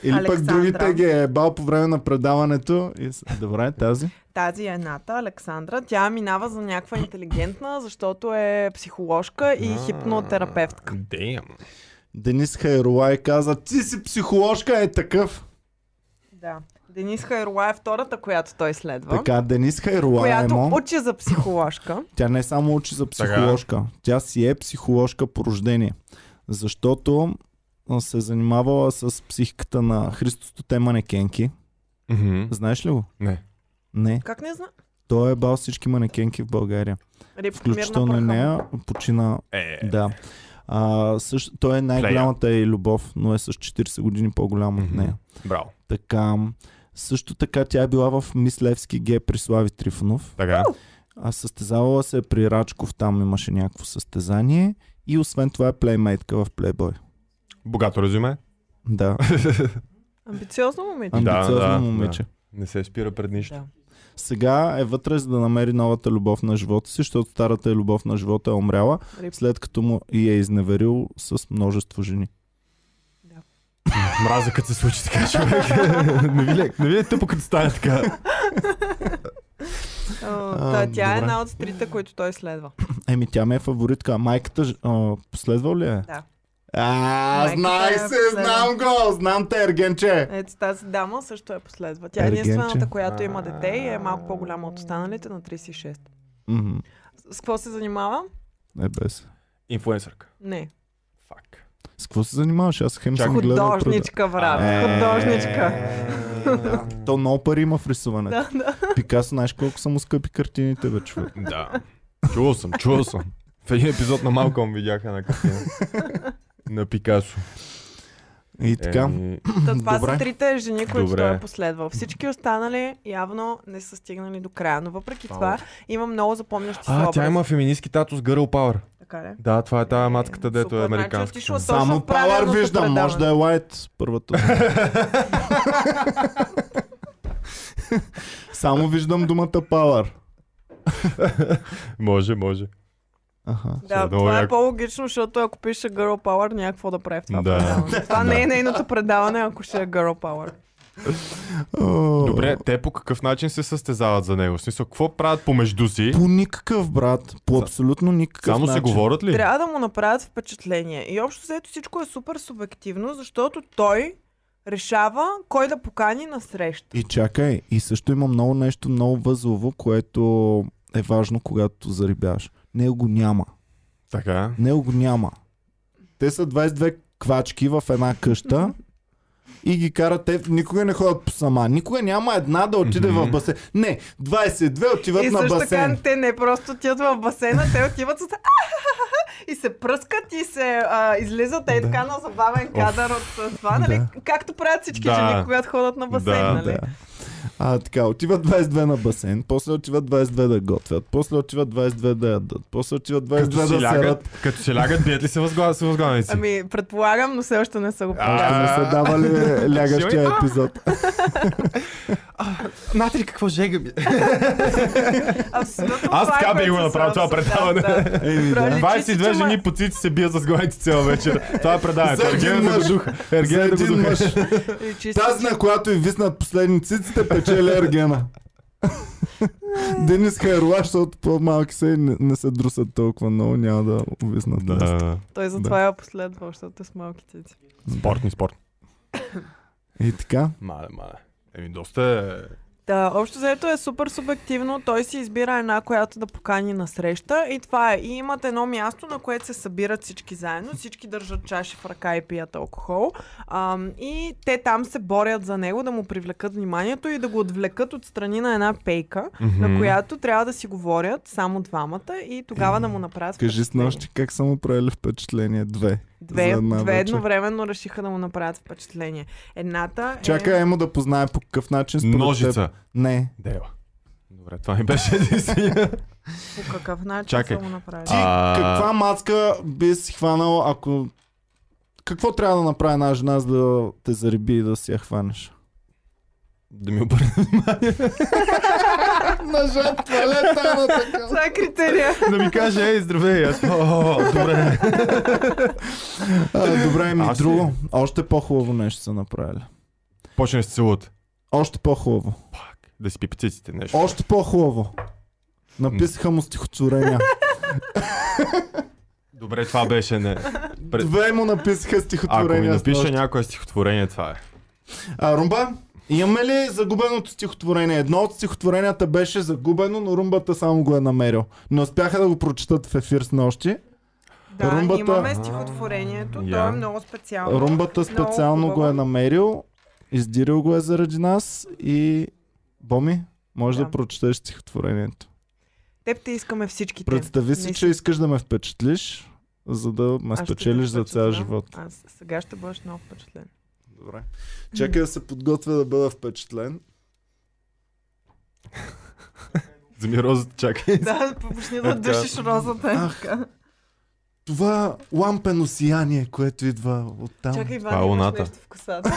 Speaker 2: Или пък
Speaker 1: Александра.
Speaker 2: другите ги е бал по време на предаването. И... с- Добре, тази.
Speaker 1: Тази е едната, Александра. Тя минава за някаква интелигентна, защото е психоложка и хипнотерапевтка.
Speaker 4: Дейм.
Speaker 2: Денис Хайролай каза, ти си психоложка, е такъв.
Speaker 1: Да. Денис Хайрула е втората, която той следва.
Speaker 2: Така, Денис Хайролай е
Speaker 1: която
Speaker 2: мо.
Speaker 1: учи за психоложка.
Speaker 2: Тя не само учи за психоложка, тя си е психоложка по рождение. Защото а, се е занимавала с психиката на Христосто те манекенки. Знаеш ли го?
Speaker 4: Не.
Speaker 2: Не.
Speaker 1: Как не знам?
Speaker 2: Той е бал всички манекенки в България.
Speaker 1: Рип,
Speaker 2: Включително и
Speaker 1: мирна
Speaker 2: нея почина.
Speaker 4: Е.
Speaker 2: Да. А, също, той е най-голямата и любов, но е с 40 години по-голям от
Speaker 4: Мгм.
Speaker 2: нея.
Speaker 4: Браво.
Speaker 2: Така. Също така тя е била в Мислевски Г при Слави Трифонов.
Speaker 4: Така.
Speaker 2: А състезавала се при е Рачков, там имаше някакво състезание. И освен това е плеймейтка в Playboy.
Speaker 4: Богато резюме. *laughs*
Speaker 2: Да.
Speaker 1: Амбициозно момиче.
Speaker 4: Ам-
Speaker 2: Амбициозно
Speaker 4: да, да.
Speaker 2: момиче.
Speaker 4: Не се спира пред нищо.
Speaker 1: Да.
Speaker 2: Сега е вътре, за да намери новата любов на живота си, защото старата любов на живота е умряла,
Speaker 1: Рип.
Speaker 2: след като му и е изневерил с множество жени.
Speaker 4: Мраза като се случи така, човек. не ви ли, не ви ли е тъпо като стане така?
Speaker 1: А,
Speaker 2: А,
Speaker 1: та, тя е
Speaker 2: добре.
Speaker 1: една от трите, които той следва.
Speaker 2: *laughs* Еми, тя ми е фаворитка. А майката ж- а, последва ли е?
Speaker 1: Да.
Speaker 2: А,
Speaker 1: Майката
Speaker 2: знай
Speaker 1: е
Speaker 2: се,
Speaker 1: последва.
Speaker 2: знам го, знам те, Ергенче.
Speaker 1: Ето тази дама също е последва. Тя е
Speaker 2: Ергенче.
Speaker 1: единствената, която има дете и е малко по-голяма от останалите на 36.
Speaker 2: Мгм.
Speaker 1: С какво се занимава?
Speaker 2: Е, без.
Speaker 4: Инфуенсърка.
Speaker 1: Не.
Speaker 4: Фак.
Speaker 2: С какво се занимаваш? Аз хем
Speaker 4: Чакай.
Speaker 2: съм гледал. пред-
Speaker 1: Художничка, брат.
Speaker 2: Е,
Speaker 1: Художничка.
Speaker 2: Да. То много пари има в рисуването.
Speaker 1: Да, да.
Speaker 2: Пикасо, знаеш колко са му скъпи картините, бе, човек.
Speaker 4: Да. Чувал съм, чувал съм. В един епизод на Малком видяха
Speaker 1: *laughs*
Speaker 4: на картина. На Пикасо. Е,
Speaker 2: И така.
Speaker 4: Еми,
Speaker 1: Та, това
Speaker 2: Добре.
Speaker 1: са трите жени, които
Speaker 4: Добре.
Speaker 1: той е последвал. Всички останали явно не са стигнали до края, но въпреки
Speaker 4: Пау.
Speaker 1: това има много запомнящи се
Speaker 4: А,
Speaker 1: образи.
Speaker 4: тя има феминистки татус Girl Power.
Speaker 1: Така ли?
Speaker 4: Да, това е тая
Speaker 1: Е,
Speaker 4: мацката, дето е
Speaker 1: супер, значи
Speaker 4: американска.
Speaker 1: отишла точно
Speaker 2: Само
Speaker 1: в правилното
Speaker 2: Power виждам, може
Speaker 1: предаване.
Speaker 2: да е Light първата. Само виждам думата Power.
Speaker 4: *laughs* Може, може.
Speaker 2: Аха.
Speaker 4: Ще е
Speaker 1: Да,
Speaker 4: много
Speaker 1: това е
Speaker 4: яко.
Speaker 1: по-логично, защото ако пише Girl Power, няма какво да прави в това
Speaker 4: Да. *laughs*
Speaker 1: предаване. Това не е нейното предаване, ако ще е Girl Power.
Speaker 2: О,
Speaker 4: Добре, те по какъв начин се състезават за него? В смисъл, какво правят помежду си?
Speaker 2: По никакъв, брат. По абсолютно никакъв
Speaker 4: Само се
Speaker 2: начин.
Speaker 4: говорят ли?
Speaker 1: Трябва да му направят впечатление. И общо взето всичко е супер субективно, защото той решава кой да покани на среща.
Speaker 2: И чакай, и също има много нещо, много възлово, което е важно, когато зарибяваш. Него го няма.
Speaker 4: Така.
Speaker 2: Него го няма. Те са 22 квачки в една къща и ги карат. Те никога не ходят по сама. Никога няма една да отиде
Speaker 4: Мгм.
Speaker 2: в басейн. Не, 22 отиват
Speaker 1: И
Speaker 2: на
Speaker 1: също
Speaker 2: басейн.
Speaker 1: така те не просто отиват в басейна, те отиват с... *laughs* и се пръскат и се а, излизат е така на забавен кадър от а, това, нали? Както правят всички
Speaker 4: Да.
Speaker 1: жени, когато ходят на басейн,
Speaker 4: Да,
Speaker 1: нали?
Speaker 2: Да. А, така, отиват 22 на басейн, после отиват 22 да готвят, после отиват 22 да ядат, после отиват 22
Speaker 4: Като си
Speaker 2: Е, да серат.
Speaker 4: лягат, като си лягат, бият ли се възглавя- с възглавници?
Speaker 1: Ами, предполагам, но все още не са го
Speaker 4: А,
Speaker 1: правили.
Speaker 2: Ще не са давали лягащия
Speaker 4: Силни-
Speaker 2: епизод.
Speaker 4: Знаете ли какво жега ми?
Speaker 1: Абсолютно.
Speaker 4: Аз
Speaker 1: това е,
Speaker 4: така би
Speaker 1: което
Speaker 4: го
Speaker 1: се
Speaker 4: направил това
Speaker 1: случва,
Speaker 4: предаване.
Speaker 1: да, да.
Speaker 2: Еми, да.
Speaker 1: Проличи, че
Speaker 4: 22
Speaker 1: ма-
Speaker 4: жени по цици се бият с главите цяла вечер. Това е предаването.
Speaker 2: За един
Speaker 4: Ергена да го
Speaker 2: мъж.
Speaker 4: духа. Ергена да
Speaker 2: За
Speaker 4: го
Speaker 2: един
Speaker 4: духа.
Speaker 2: мъж.
Speaker 1: Проличи си,
Speaker 2: Тази, на която и виснат последни циците, печели Ергена. Денис Хайрула, защото по-малки са и не, не се друсат толкова много, няма да увиснат. Да.
Speaker 4: Да.
Speaker 1: Той затова я последва, защото е с малките си.
Speaker 4: Спортни, спортни.
Speaker 2: И така.
Speaker 4: Мале, мале. Еми, доста е...
Speaker 1: Да, общо заето е супер субективно. Той си избира една, която да покани на среща. И това е. И имат едно място, на което се събират всички заедно. Всички държат чаши в ръка и пият алкохол. Ам, и те там се борят за него, да му привлекат вниманието и да го отвлекат от страни на една пейка, на която трябва да си говорят само двамата и тогава да му направят
Speaker 2: Кажи с
Speaker 1: впечатление.
Speaker 2: нощи как са му правили впечатление. Две. за
Speaker 1: Две,
Speaker 2: една
Speaker 1: две
Speaker 2: вечер.
Speaker 1: едновременно решиха да му направят впечатление. Едната е...
Speaker 2: Чакай Емо да познае по какъв начин според Теб.
Speaker 4: Ножица.
Speaker 2: Не.
Speaker 4: Дева. Добре, това ми беше *laughs* единствения.
Speaker 1: По какъв начин
Speaker 4: Чакай.
Speaker 1: са му направили?
Speaker 2: Ти
Speaker 4: А.
Speaker 2: каква мацка би си хванал, ако... Какво трябва да направи една жена, за да те зариби и да си я хванеш?
Speaker 4: Да ми обърне внимание.
Speaker 2: На жертва лета на така.
Speaker 1: Това е критерия.
Speaker 4: Да ми каже, ей, здравей. Аз, о, о, добре.
Speaker 2: А, добре, ми
Speaker 4: Аз ли?
Speaker 2: друго. Още по-хубаво нещо са направили.
Speaker 4: Почне с целут.
Speaker 2: Още по-хубаво.
Speaker 4: Пак. Да си пипи циците, нещо.
Speaker 2: Още по-хубаво. Написаха му стихотворения.
Speaker 4: Добре, това беше *laughs* не. *laughs* Пред-
Speaker 2: Две му
Speaker 4: Ако
Speaker 2: написаха
Speaker 4: ми
Speaker 2: стихотворения.
Speaker 4: напише
Speaker 2: снощи.
Speaker 4: някое стихотворение, това е.
Speaker 2: А, Румба, имаме ли загубеното стихотворение? Едно от стихотворенията беше загубено, но Румбата само го е намерил. Не успяха да го прочитат в ефир с нощи.
Speaker 1: Да,
Speaker 2: Румбата.
Speaker 1: имаме стихотворението. То
Speaker 4: Я.
Speaker 1: е много специално.
Speaker 2: Румбата
Speaker 1: Много
Speaker 2: специално го е
Speaker 1: хубаво.
Speaker 2: намерил, издирил го е заради нас и... Боми, може да,
Speaker 1: Да. Е,
Speaker 2: прочетеш стихотворението.
Speaker 1: Теб те искаме всичките.
Speaker 2: Представи си,
Speaker 1: Не
Speaker 2: че искаш да ме впечатлиш, за да ме
Speaker 1: Аз ще те
Speaker 2: спечелиш за цял
Speaker 1: впечатля.
Speaker 2: живот.
Speaker 1: Аз сега ще бъдеш много впечатлен.
Speaker 2: Добре. Чакай да се подготвя да бъда впечатлен.
Speaker 4: Замирозата чакай.
Speaker 1: да, почни да
Speaker 4: Така.
Speaker 1: дъшиш розата. е така.
Speaker 2: това лампено сияние, което идва от там.
Speaker 1: Чакай,
Speaker 4: Това е
Speaker 1: Иван, имаш
Speaker 4: луната.
Speaker 1: нещо в косата. *laughs*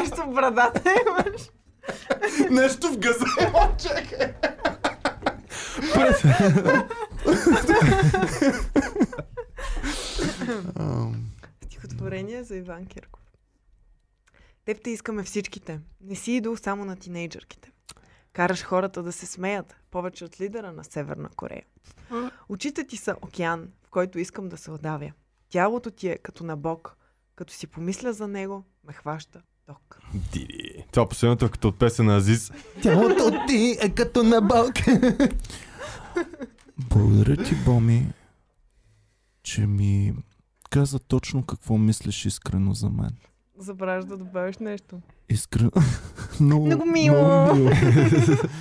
Speaker 1: нещо в брадата имаш.
Speaker 2: *laughs* Нещо в газа. Ам,
Speaker 1: Стихотворение за Иван Кирков. Теб те искаме всичките. Не си идол само на тинейджърките. Караш хората да се смеят повече от лидера на Северна Корея. Очите ти са океан, в който искам да се отдавя. Тялото ти е като на Бог. Като си помисля за него, ме хваща ток.
Speaker 4: Диди. Това последното е като от песен на Азиз.
Speaker 2: Тялото ти е като на балк. *laughs* Благодаря ти, Боми, че ми каза точно какво мислиш искрено за мен.
Speaker 1: Забравяш да добавиш нещо.
Speaker 2: Искрено... *laughs* Много,
Speaker 1: Много мило.
Speaker 2: много мило.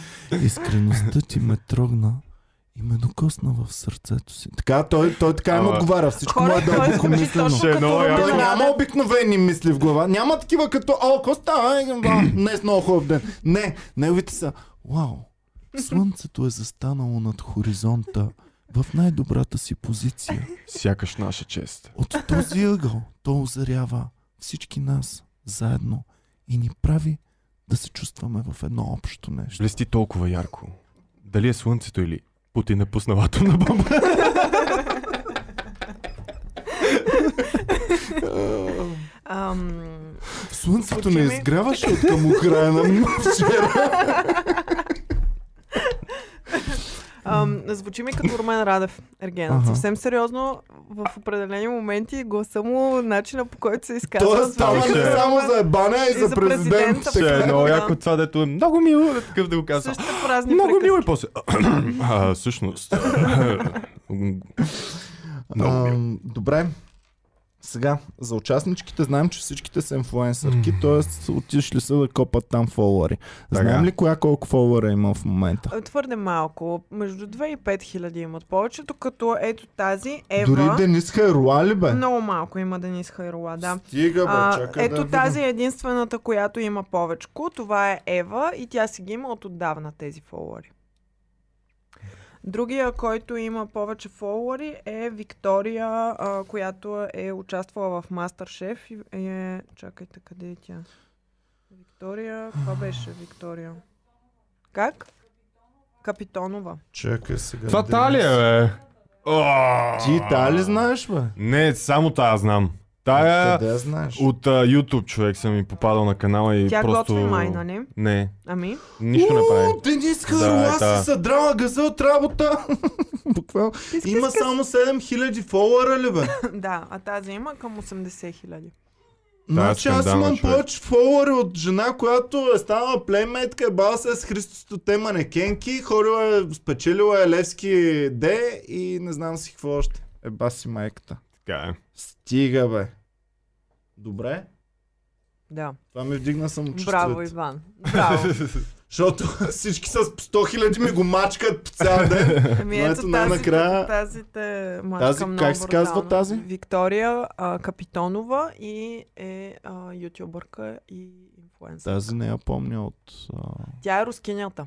Speaker 2: *laughs* Искреността ти ме трогна и ме докосна в сърцето си. Така, той, той така им
Speaker 4: Ама-
Speaker 2: отговаря. Всичко му е
Speaker 1: Хората, той звучи
Speaker 2: дълбокомислено.
Speaker 1: точно като
Speaker 4: Ще е много яко.
Speaker 2: Той
Speaker 1: Романа.
Speaker 2: няма обикновени мисли в глава. Няма такива като, о, какво става? Е, ба, Днес много хубав ден. Не, неговите са, вау, слънцето е застанало над хоризонта в най-добрата си позиция.
Speaker 4: Сякаш наша чест.
Speaker 2: От този ъгъл то озарява всички нас заедно и ни прави да се чувстваме в едно общо нещо.
Speaker 4: Блести толкова ярко. Дали е слънцето или Путин е пуснал атомна *laughs* бомба?
Speaker 1: Ам...
Speaker 2: Слънцето
Speaker 1: Звучи
Speaker 2: не
Speaker 1: ми-
Speaker 2: изгряваше от към
Speaker 1: *laughs*
Speaker 2: Украина вчера.
Speaker 1: Ам, звучи ми като Румен Радев, Ергенът.
Speaker 2: Аха.
Speaker 1: Съвсем сериозно, в определени моменти гласа му, начина по който се изказва.
Speaker 2: Той става
Speaker 1: звучи
Speaker 2: не
Speaker 1: като
Speaker 4: Ще-
Speaker 2: само
Speaker 1: Румен
Speaker 2: за ебане, а и за президент.
Speaker 1: президента.
Speaker 4: Ще е много
Speaker 1: Да.
Speaker 4: яко това, дето е много мило, е такъв да го казва.
Speaker 1: Същите празни
Speaker 4: Много мило и
Speaker 1: приказки.
Speaker 4: после. *clears throat* А, *laughs* всъщност. Много мило.
Speaker 2: Ам, Добре. Сега, за участничките знаем, че всичките са инфлуенсърки, т.е. отишли са да копат там фолуари.
Speaker 4: Така.
Speaker 2: Знаем ли коя колко фолуара има в момента?
Speaker 1: А, Е, Твърде малко. Между 2 и 5 хиляди имат повечето, като ето тази Ева.
Speaker 2: Дори Денис Хайруа ли бе?
Speaker 1: Много малко има Денис Хайрула, да.
Speaker 2: Стига бе,
Speaker 1: А,
Speaker 2: чакай да
Speaker 1: ето
Speaker 2: видим.
Speaker 1: тази е единствената, която има повечко. Това е Ева и тя си ги има от отдавна тези фолуари. Другия, който има повече фолуари е Виктория, а, която е участвала в Мастершеф. и Е... Чакайте, къде е тя? Виктория, каква беше Виктория? Как? Капитонова.
Speaker 2: Чакай сега.
Speaker 4: Това
Speaker 2: Денис.
Speaker 4: Талия, бе.
Speaker 2: Ти Тали знаеш бе?
Speaker 4: Не, само тая знам. Тая
Speaker 2: Къде я знаеш?
Speaker 4: е от а, YouTube човек съм ми попадал на канала и
Speaker 1: Тя
Speaker 4: просто...
Speaker 1: готви май, нали?
Speaker 4: Не,
Speaker 1: Ами?
Speaker 4: нищо не прави.
Speaker 2: О, Денис
Speaker 4: Да,
Speaker 2: Хайруа
Speaker 4: е та.
Speaker 2: си съдрала газа от работа.
Speaker 4: *laughs*
Speaker 2: Буквално. Има само 7000 фолуара ли бе?
Speaker 1: *laughs* да, а тази има към 80 хиляди.
Speaker 4: Да,
Speaker 2: Значи аз
Speaker 4: скандална,
Speaker 2: имам
Speaker 4: човек.
Speaker 2: повече фолуари от жена, която е станала плеймейтка, е бала се с Христостите манекенки, хорила е спечелила е Левски Д и не знам си какво още. Еба си майката.
Speaker 4: Така е.
Speaker 2: Стига бе. Добре.
Speaker 1: Да.
Speaker 2: Това ми вдигна самочувствието.
Speaker 1: Браво, Иван.
Speaker 2: *laughs*
Speaker 1: Браво.
Speaker 2: Защото всички с 100 хиляди ми го мачкат по цял ден.
Speaker 1: Ами
Speaker 2: Но
Speaker 1: ето
Speaker 2: ето
Speaker 1: тази,
Speaker 2: най-накрая-
Speaker 1: тази те мачка
Speaker 2: Тази,
Speaker 1: много
Speaker 2: как се казва
Speaker 1: брутално.
Speaker 2: тази?
Speaker 1: Виктория а, Капитонова и е а, ютубърка и инфлуенсър.
Speaker 2: *laughs* Тази не я помня от... а,
Speaker 1: Тя е рускинята.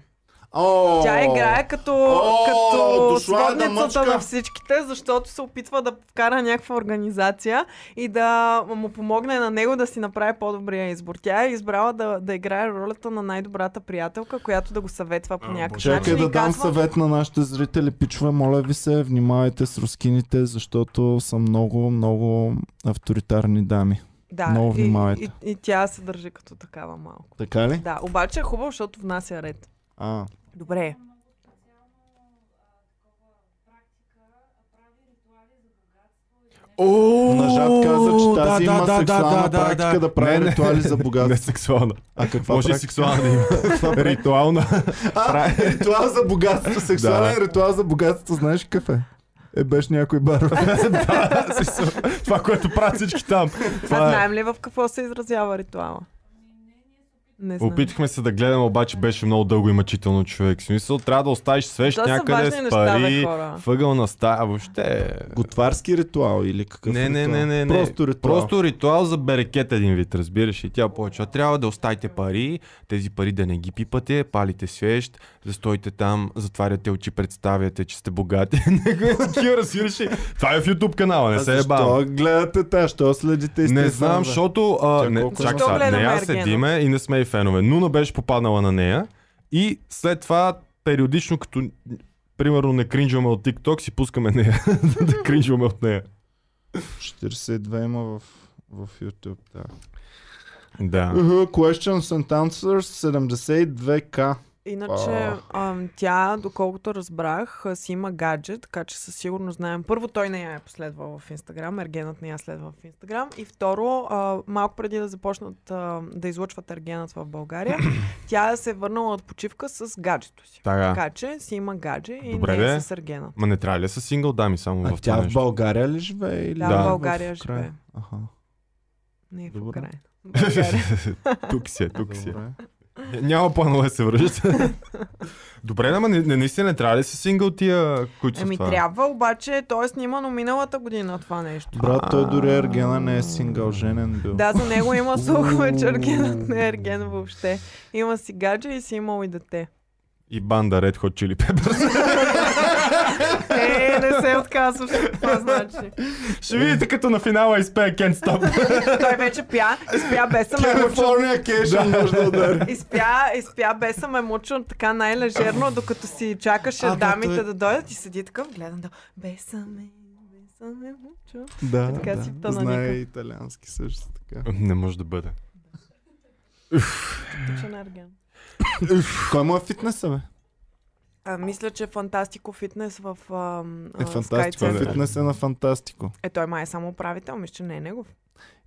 Speaker 2: О,
Speaker 4: е
Speaker 1: Тя играе като,
Speaker 2: О,
Speaker 1: като
Speaker 2: дошла да
Speaker 1: сводницата
Speaker 2: мъчка.
Speaker 1: на всичките, защото се опитва да вкара някаква организация и да му помогне на него да си направи по-добрия избор. Тя е избрала да, да играе ролята на най-добрата приятелка, която да го съветва по
Speaker 4: А,
Speaker 1: някакъв
Speaker 4: Боже.
Speaker 1: начин.
Speaker 2: Чакай
Speaker 1: и
Speaker 2: да дам
Speaker 1: казва,
Speaker 2: съвет на нашите зрители. Пичове, моля ви се, внимавайте с рускините, защото са много, много авторитарни дами.
Speaker 1: Да,
Speaker 2: Много
Speaker 1: и,
Speaker 2: внимавайте.
Speaker 1: и, и тя се държи като такава малко.
Speaker 2: Така ли?
Speaker 1: Да, обаче е хубаво, защото внася ред.
Speaker 2: А,
Speaker 1: Добре.
Speaker 4: *laughs* О,
Speaker 2: Нажат каза, че тази
Speaker 4: да, да,
Speaker 2: има
Speaker 4: да,
Speaker 2: сексуална
Speaker 4: да, да,
Speaker 2: практика да прави ритуали за
Speaker 4: *laughs*
Speaker 2: богатство.
Speaker 4: Не сексуална.
Speaker 2: а каква
Speaker 4: Може и
Speaker 2: практика?
Speaker 4: сексуална да има. Ритуална.
Speaker 2: *laughs*
Speaker 4: *laughs*
Speaker 2: А, ритуал за богатство, сексуален ритуал за богатство, знаеш какъв е? Е, беше някой бар.
Speaker 4: Да, в смисъл, Това, което правят всички там.
Speaker 1: А
Speaker 4: Това е.
Speaker 1: знаем ли в какво се изразява ритуала? Не знам.
Speaker 4: Опитахме се да гледаме, обаче беше много дълго и мъчително човек. В смисъл, трябва да оставиш свещ
Speaker 1: То са
Speaker 4: някъде
Speaker 1: важни
Speaker 4: с
Speaker 1: неща, бе,
Speaker 4: пари,
Speaker 1: хора.
Speaker 4: въгъл на стая, въобще...
Speaker 2: Готварски ритуал или какъв е
Speaker 4: Не, не,
Speaker 2: ритуал?
Speaker 4: не, не, не.
Speaker 2: Просто ритуал.
Speaker 4: Просто ритуал за берекет един вид, разбираш. И тя повече. А Трябва да оставите пари, тези пари да не ги пипате, палите свещ, да стоите там, затваряте очи, представяте, че сте богати. *laughs* Някакви такива, разбираш. ли? Това е в YouTube канала, не
Speaker 2: А
Speaker 4: се е
Speaker 2: защо гледате тази? Що следите
Speaker 4: Не
Speaker 2: Стефан,
Speaker 4: знам,
Speaker 2: бе?
Speaker 4: защото... А,
Speaker 2: Тя
Speaker 4: не,
Speaker 2: колко
Speaker 4: чак
Speaker 1: защо
Speaker 4: сега,
Speaker 1: гледаме
Speaker 4: нея
Speaker 1: Ергена?
Speaker 4: седиме и не сме и фенове. Нуна беше попаднала на нея и след това периодично, като примерно не кринжваме от TikTok, си пускаме нея. *laughs* да кринжваме от нея.
Speaker 2: 42 има в, в YouTube, да.
Speaker 4: Да.
Speaker 2: Uh-huh, questions and answers 72k.
Speaker 1: Иначе
Speaker 2: Ох.
Speaker 1: ам, тя, доколкото разбрах, а, си има гаджет, така че със сигурност знаем. Първо, той не я е последвал в Инстаграм, Ергенът не я следва в Инстаграм. И второ, а, малко преди да започнат а, да излъчват Ергенът в
Speaker 4: *coughs*
Speaker 1: България, тя се е върнала от почивка с гаджето си.
Speaker 4: Така.
Speaker 1: Така че си има гадже и
Speaker 4: Добре,
Speaker 1: не е
Speaker 4: бе.
Speaker 1: с Ергена.
Speaker 4: Ма не трябва ли да са сингъл дами само
Speaker 2: А
Speaker 4: в
Speaker 2: тя
Speaker 4: това
Speaker 2: в
Speaker 4: нещо?
Speaker 2: България ли живее? Или
Speaker 1: Да,
Speaker 4: Да.
Speaker 1: в България
Speaker 2: в
Speaker 1: живее.
Speaker 2: края? Аха.
Speaker 1: Не е в
Speaker 2: Добре. *laughs*
Speaker 1: Украина. България.
Speaker 4: *laughs* тук си е, тук си е.
Speaker 2: Добре.
Speaker 4: Няма планове да се връщат.
Speaker 2: *laughs*
Speaker 4: Добре, ама не, не, наистина не трябва ли да са сингъл тия, които са
Speaker 1: Еми
Speaker 4: това?
Speaker 1: Ами трябва, обаче той е снимано миналата година това нещо.
Speaker 2: Брат, той дори Ергена не е сингъл, женен бил.
Speaker 1: Да, за него има слухове, че Ергенът не е Ерген въобще. Има си гадже и си имал и
Speaker 2: *laughs*
Speaker 1: дете.
Speaker 4: И банда Red Hot Chili Peppers. *laughs*
Speaker 1: Е, не се отказваш от това, значи.
Speaker 4: Ще видите като на финала е изпее Can't Stop.
Speaker 1: Той вече пя, изпя без самемучо.
Speaker 2: Калифорния кешен може да удари.
Speaker 1: Изпя, изпя без самемучо, така най-лежерно, докато си чакаше
Speaker 2: А, да,
Speaker 1: дамите
Speaker 2: той-
Speaker 1: да дойдат и седи такъв, гледам да... Без саме, без самемучо.
Speaker 2: Да,
Speaker 1: Така
Speaker 2: да.
Speaker 1: си тъна
Speaker 2: Знае
Speaker 1: Ника.
Speaker 2: и италиански също така.
Speaker 4: не може да бъде.
Speaker 1: Тичен Ерген.
Speaker 2: Кой му е фитнеса, бе?
Speaker 1: А, мисля, че Фантастико фитнес в ам, а,
Speaker 2: Е,
Speaker 1: Sky
Speaker 2: фантастико.
Speaker 1: Center.
Speaker 2: Фитнес е на фантастико.
Speaker 1: Е, той май е само управител, мисля, че не е негов.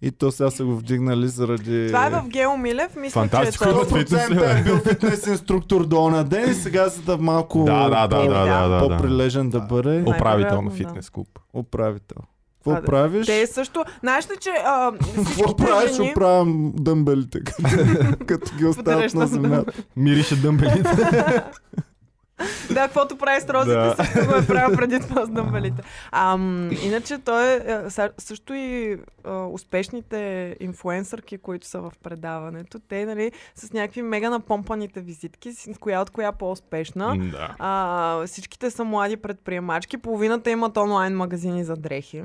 Speaker 2: И то сега са го вдигнали заради...
Speaker 1: Това е в Гео Милев, мисля,
Speaker 4: Фантастико
Speaker 1: че е
Speaker 4: има
Speaker 1: този.
Speaker 2: 100% е бил фитнес инструктор до она ден и сега за да малко
Speaker 4: Да, да, да,
Speaker 2: по-
Speaker 4: да, да, да, да.
Speaker 2: по-прилежен да бъде
Speaker 4: Управител на
Speaker 1: да.
Speaker 4: фитнес клуб.
Speaker 2: управител.
Speaker 1: А,
Speaker 2: Какво
Speaker 1: да.
Speaker 2: правиш?
Speaker 1: Те също... Знаеш ли, че а,
Speaker 2: Какво
Speaker 1: всичките
Speaker 2: правиш?
Speaker 1: жени...
Speaker 2: Оправям дъмбелите, *laughs* като- като ги оставят на
Speaker 1: Подреждам
Speaker 2: земята.
Speaker 4: Мирише дъмбелите.
Speaker 1: Да, каквото прави с розите,
Speaker 4: Да.
Speaker 1: също го е правил преди това с дъмбелите. Ам, иначе той е а, са- също и а, успешните инфуенсърки, които са в предаването. Те, нали, с някакви мега напомпаните визитки, с коя от коя е по-успешна.
Speaker 4: *laughs* Да.
Speaker 1: А, всичките са млади предприемачки. Половината имат онлайн магазини за дрехи,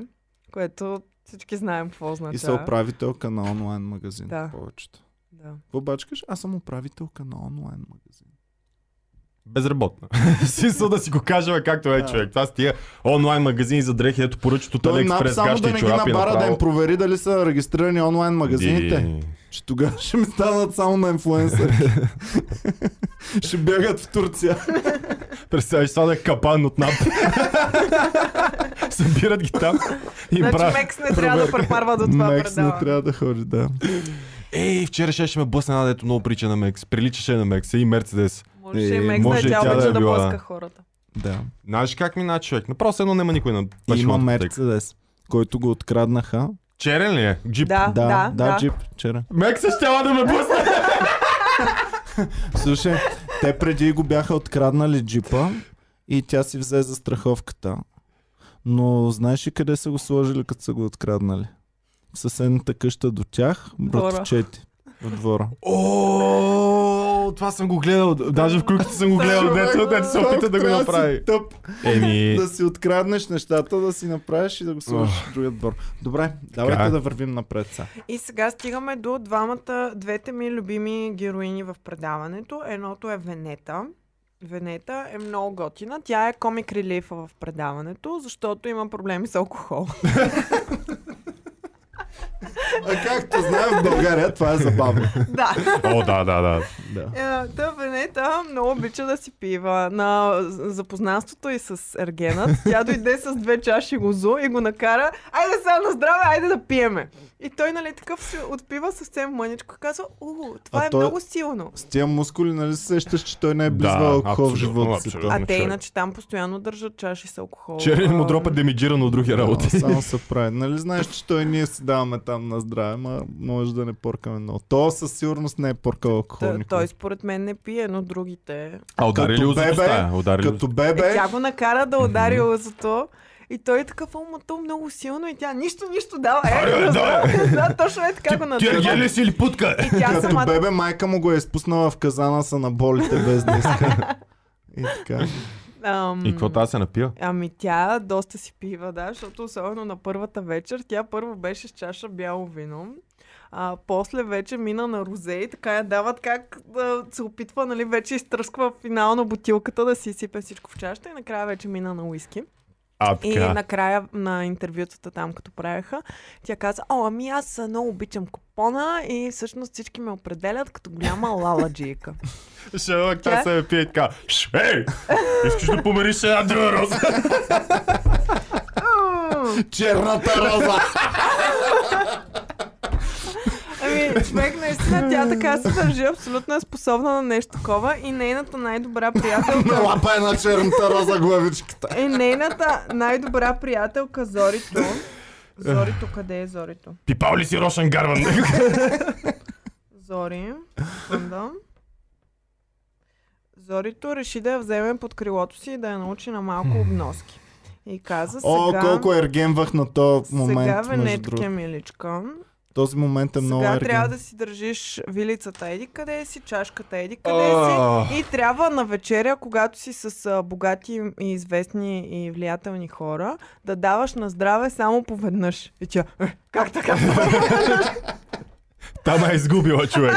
Speaker 1: което всички знаем какво означава.
Speaker 2: И са управителка на онлайн магазин.
Speaker 1: Да.
Speaker 2: Повечето.
Speaker 1: Да.
Speaker 2: Какво обаче кажеш? Аз съм управителка на онлайн магазин.
Speaker 4: Безработна. *laughs* Смисъл да си го кажем както е
Speaker 2: Да.
Speaker 4: човек. Това с тия онлайн магазини за дрехи, ето поръчат от
Speaker 2: Той нап
Speaker 4: Алиекспрес,
Speaker 2: само да
Speaker 4: гащи и
Speaker 2: не ги
Speaker 4: чорапи
Speaker 2: набара да им
Speaker 4: направо.
Speaker 2: провери дали са регистрирани онлайн магазините.
Speaker 4: Ди.
Speaker 2: Че тогава ще ми станат само на *laughs* инфлуенсър. ще бягат в Турция.
Speaker 4: Представиш това да е капан от нап. Събират ги там и им
Speaker 1: Значи
Speaker 4: правят.
Speaker 1: Мекс не трябва да препарва до това
Speaker 2: Мекс не
Speaker 1: предаване.
Speaker 2: трябва да ходи, да.
Speaker 4: Ей, вчера ще ме блъсна една, дето много прича на Мекс. Приличаше на Мекс и Мерцедес.
Speaker 1: Може и
Speaker 4: Е,
Speaker 1: Мекс да
Speaker 4: може
Speaker 1: е
Speaker 4: и
Speaker 1: тя
Speaker 4: тя да
Speaker 1: обича
Speaker 4: е
Speaker 1: да
Speaker 4: била.
Speaker 1: блъска хората.
Speaker 2: да.
Speaker 4: Знаеш как мина човек? Направо едно няма никой на
Speaker 2: И Има
Speaker 4: пешеходната пътека.
Speaker 2: Мерцедес, който го откраднаха.
Speaker 4: Черен ли е? Джип.
Speaker 1: Да, да,
Speaker 2: да,
Speaker 1: да.
Speaker 2: джип, вчера.
Speaker 4: Мекса ще е да ме блъсне.
Speaker 2: Слушай, те преди го бяха откраднали джипа и тя си взе за страховката. Но знаеш ли къде са го сложили, като са го откраднали? В съседната къща до тях,
Speaker 1: Двора.
Speaker 2: братовчети. В двора.
Speaker 4: О, това съм го гледал. Даже в клюките съм го гледал. Дето, дето се опита да го
Speaker 2: Трябва си
Speaker 4: направи.
Speaker 2: Тъп,
Speaker 4: Еми,
Speaker 2: *laughs* да си откраднеш нещата, да си направиш и да го сложиш в другия двор. Добре, давайте
Speaker 4: Така.
Speaker 2: да вървим напред сега.
Speaker 1: И сега стигаме до двамата, двете ми любими героини в предаването. Едното е Венета. Венета е много готина. Тя е комик релифа в предаването, защото има проблеми с алкохол.
Speaker 2: А както знаем в България, това е забавно.
Speaker 1: *laughs* да.
Speaker 4: о, да, да, да.
Speaker 2: Да.
Speaker 1: Е, Та Венета много обича да си пива. На запознанството и с Ергенът, тя дойде с две чаши гозо и го накара, айде сега на здраве, айде да пиеме. И той, нали, такъв се отпива съвсем мъничко и казва, у, това
Speaker 2: А
Speaker 1: е
Speaker 2: той-
Speaker 1: много силно.
Speaker 2: С тия мускули, нали се сещаш, че той не е близвал
Speaker 4: Да,
Speaker 2: алкохол в
Speaker 4: абсолютно,
Speaker 2: живота си.
Speaker 4: абсолютно.
Speaker 1: А
Speaker 4: на
Speaker 1: те
Speaker 4: човек.
Speaker 1: иначе там постоянно държат чаши с алкохол.
Speaker 4: Черен
Speaker 1: А,
Speaker 4: му дропа демиджиран от други
Speaker 2: Да,
Speaker 4: работи.
Speaker 2: Само се прави. Нали знаеш, че той ние си даваме там на здраве, ма може да не поркаме много. То със сигурност не е поркал алкохол.
Speaker 1: Та-
Speaker 2: никога.
Speaker 1: Той според мен не пие, но другите.
Speaker 4: А удари ли
Speaker 2: Като
Speaker 4: узата
Speaker 2: бебе,
Speaker 4: стая? Удари ли
Speaker 2: Като
Speaker 1: Е,
Speaker 2: бебе,
Speaker 1: тя го накара да удари лозото. И той е такъв, ама то много силно и тя нищо, нищо дава. Е, да, да, точно е така го натърва.
Speaker 4: си или путка?
Speaker 1: И тя
Speaker 2: като
Speaker 1: самата
Speaker 2: бебе майка му го е спуснала в казана са на болите без да *laughs* иска. И така.
Speaker 1: Ам,
Speaker 4: И какво аз се напия?
Speaker 1: Ами тя доста си пива, да, защото особено на първата вечер, тя първо беше с чаша бяло вино. А, после вече мина на розе и така я дават как да се опитва, нали, вече изтръсква финално бутилката да си сипе всичко в чашата и накрая вече мина на уиски.
Speaker 4: А,
Speaker 1: И
Speaker 4: така.
Speaker 1: накрая на интервютата там, като правеха, тя каза, о, ами аз много обичам купона и всъщност всички ме определят като голяма лаладжийка.
Speaker 4: Шелък,
Speaker 1: тя Тя-
Speaker 4: се пие така. Ей! Искаш да помириш една друга *laughs* роза?
Speaker 2: Черната роза!
Speaker 1: Ами, човек наистина, тя така се държи, абсолютно е способна на нещо такова и нейната най-добра
Speaker 2: На
Speaker 1: приятелка
Speaker 2: лапа е на черната роза главичката.
Speaker 1: и нейната най-добра приятелка Зорито. Зорито, къде е Зорито?
Speaker 4: Пипал ли си Рошан *laughs* Гарван?
Speaker 1: Зори, секунда. Зорито реши да я вземе под крилото си и да я научи на малко обноски. И каза сега...
Speaker 2: О, колко ергенвах на този
Speaker 1: сега
Speaker 2: момент, между
Speaker 1: Венетке,
Speaker 2: другото.
Speaker 1: миличка,
Speaker 2: Този момент е много
Speaker 1: сега трябва
Speaker 2: ерген.
Speaker 1: да си държиш вилицата еди къде си, чашката еди къде си, И трябва на вечеря, когато си с а, богати и известни и влиятелни хора, да даваш на здраве само поведнъж. И тя, «Е, как така? *laughs*
Speaker 4: Там е изгубила човек.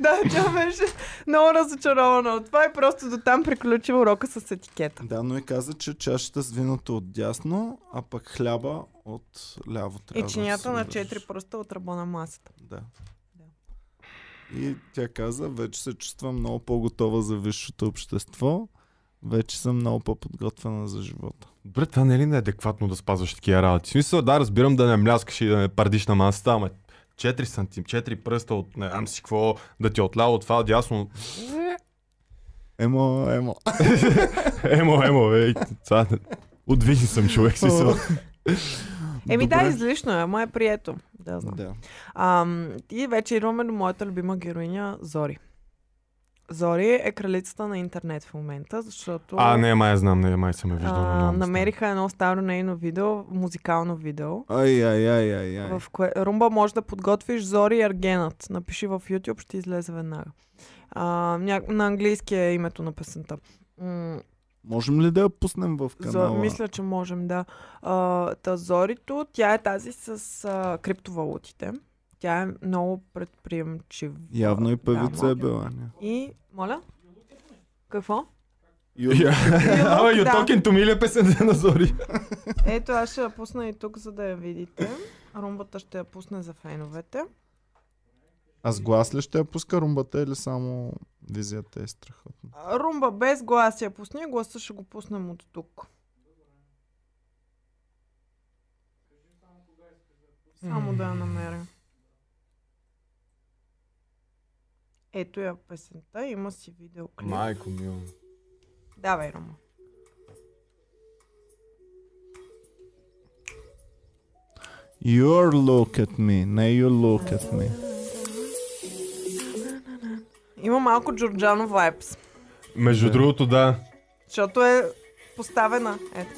Speaker 1: да, тя беше много разочарована от това и просто до там приключи урока с етикета.
Speaker 2: Да, но и каза, че чашата с виното е от дясно, а пък хляба от ляво трябва
Speaker 1: И
Speaker 2: да се
Speaker 1: чинията на
Speaker 2: държиш.
Speaker 1: четири пръста от ръба на масата.
Speaker 2: Да. И тя каза, вече се чувствам много по-готова за висшето общество. Вече съм много по-подготвена за живота.
Speaker 4: Добре, това не е ли неадекватно да спазваш такива работи? В смисъл, да, разбирам да не мляскаш и да не пардиш на масата, ама 4 сантим, 4 пръста от не знам си какво, да ти отляво, от това, от дясно.
Speaker 2: Емо, емо.
Speaker 4: *laughs* Емо, емо, ей, това... Отвижен съм човек, в смисъл.
Speaker 1: Еми да,
Speaker 2: Добре.
Speaker 1: излишно е, ама е прието. Да, знам.
Speaker 2: Да.
Speaker 1: Ам, и вече идваме до моята любима героиня Зори. Зори е кралицата на интернет в момента, защото...
Speaker 4: А, не, май я знам, не, май съм я виждал. но
Speaker 1: А,
Speaker 4: много не знам. *laughs*
Speaker 1: намериха едно старо нейно видео, музикално видео,
Speaker 2: Ай, ай, ай, ай,
Speaker 4: Е.
Speaker 2: ай.
Speaker 1: в кое Румба може да подготвиш Зори и Аргенът. Напиши в YouTube, ще излезе веднага. А, ня... На английски е името на песента. М-
Speaker 2: Можем ли да я пуснем в
Speaker 1: Зо...
Speaker 2: канала?
Speaker 1: Мисля, че можем, да. А, та Зорито, тя е тази с а, криптовалутите. Тя е много предприемчива.
Speaker 2: Явно и певица
Speaker 1: дама.
Speaker 2: е била. ня.
Speaker 1: И, моля?
Speaker 2: *laughs*
Speaker 1: Какво?
Speaker 2: Ю-
Speaker 4: *laughs* Ама, you
Speaker 1: да.
Speaker 4: talking to me ли е песента на Зори?
Speaker 1: Ето, аз ще я пусна и тук, за да я видите. Румбата ще я пусне за феновете.
Speaker 2: А с глас ли ще я пуска румбата или само визията е страхотна?
Speaker 1: Румба без глас я пусни, гласа ще го пуснем от тук. Само да я намеря. Ето я песента, има си видеоклип.
Speaker 4: Майко мило.
Speaker 1: Давай, Рума.
Speaker 2: Your look at me, не you look at me.
Speaker 1: Има малко Джорджано вайбс,
Speaker 4: Между другото, да.
Speaker 1: защото е поставена. е. Ето.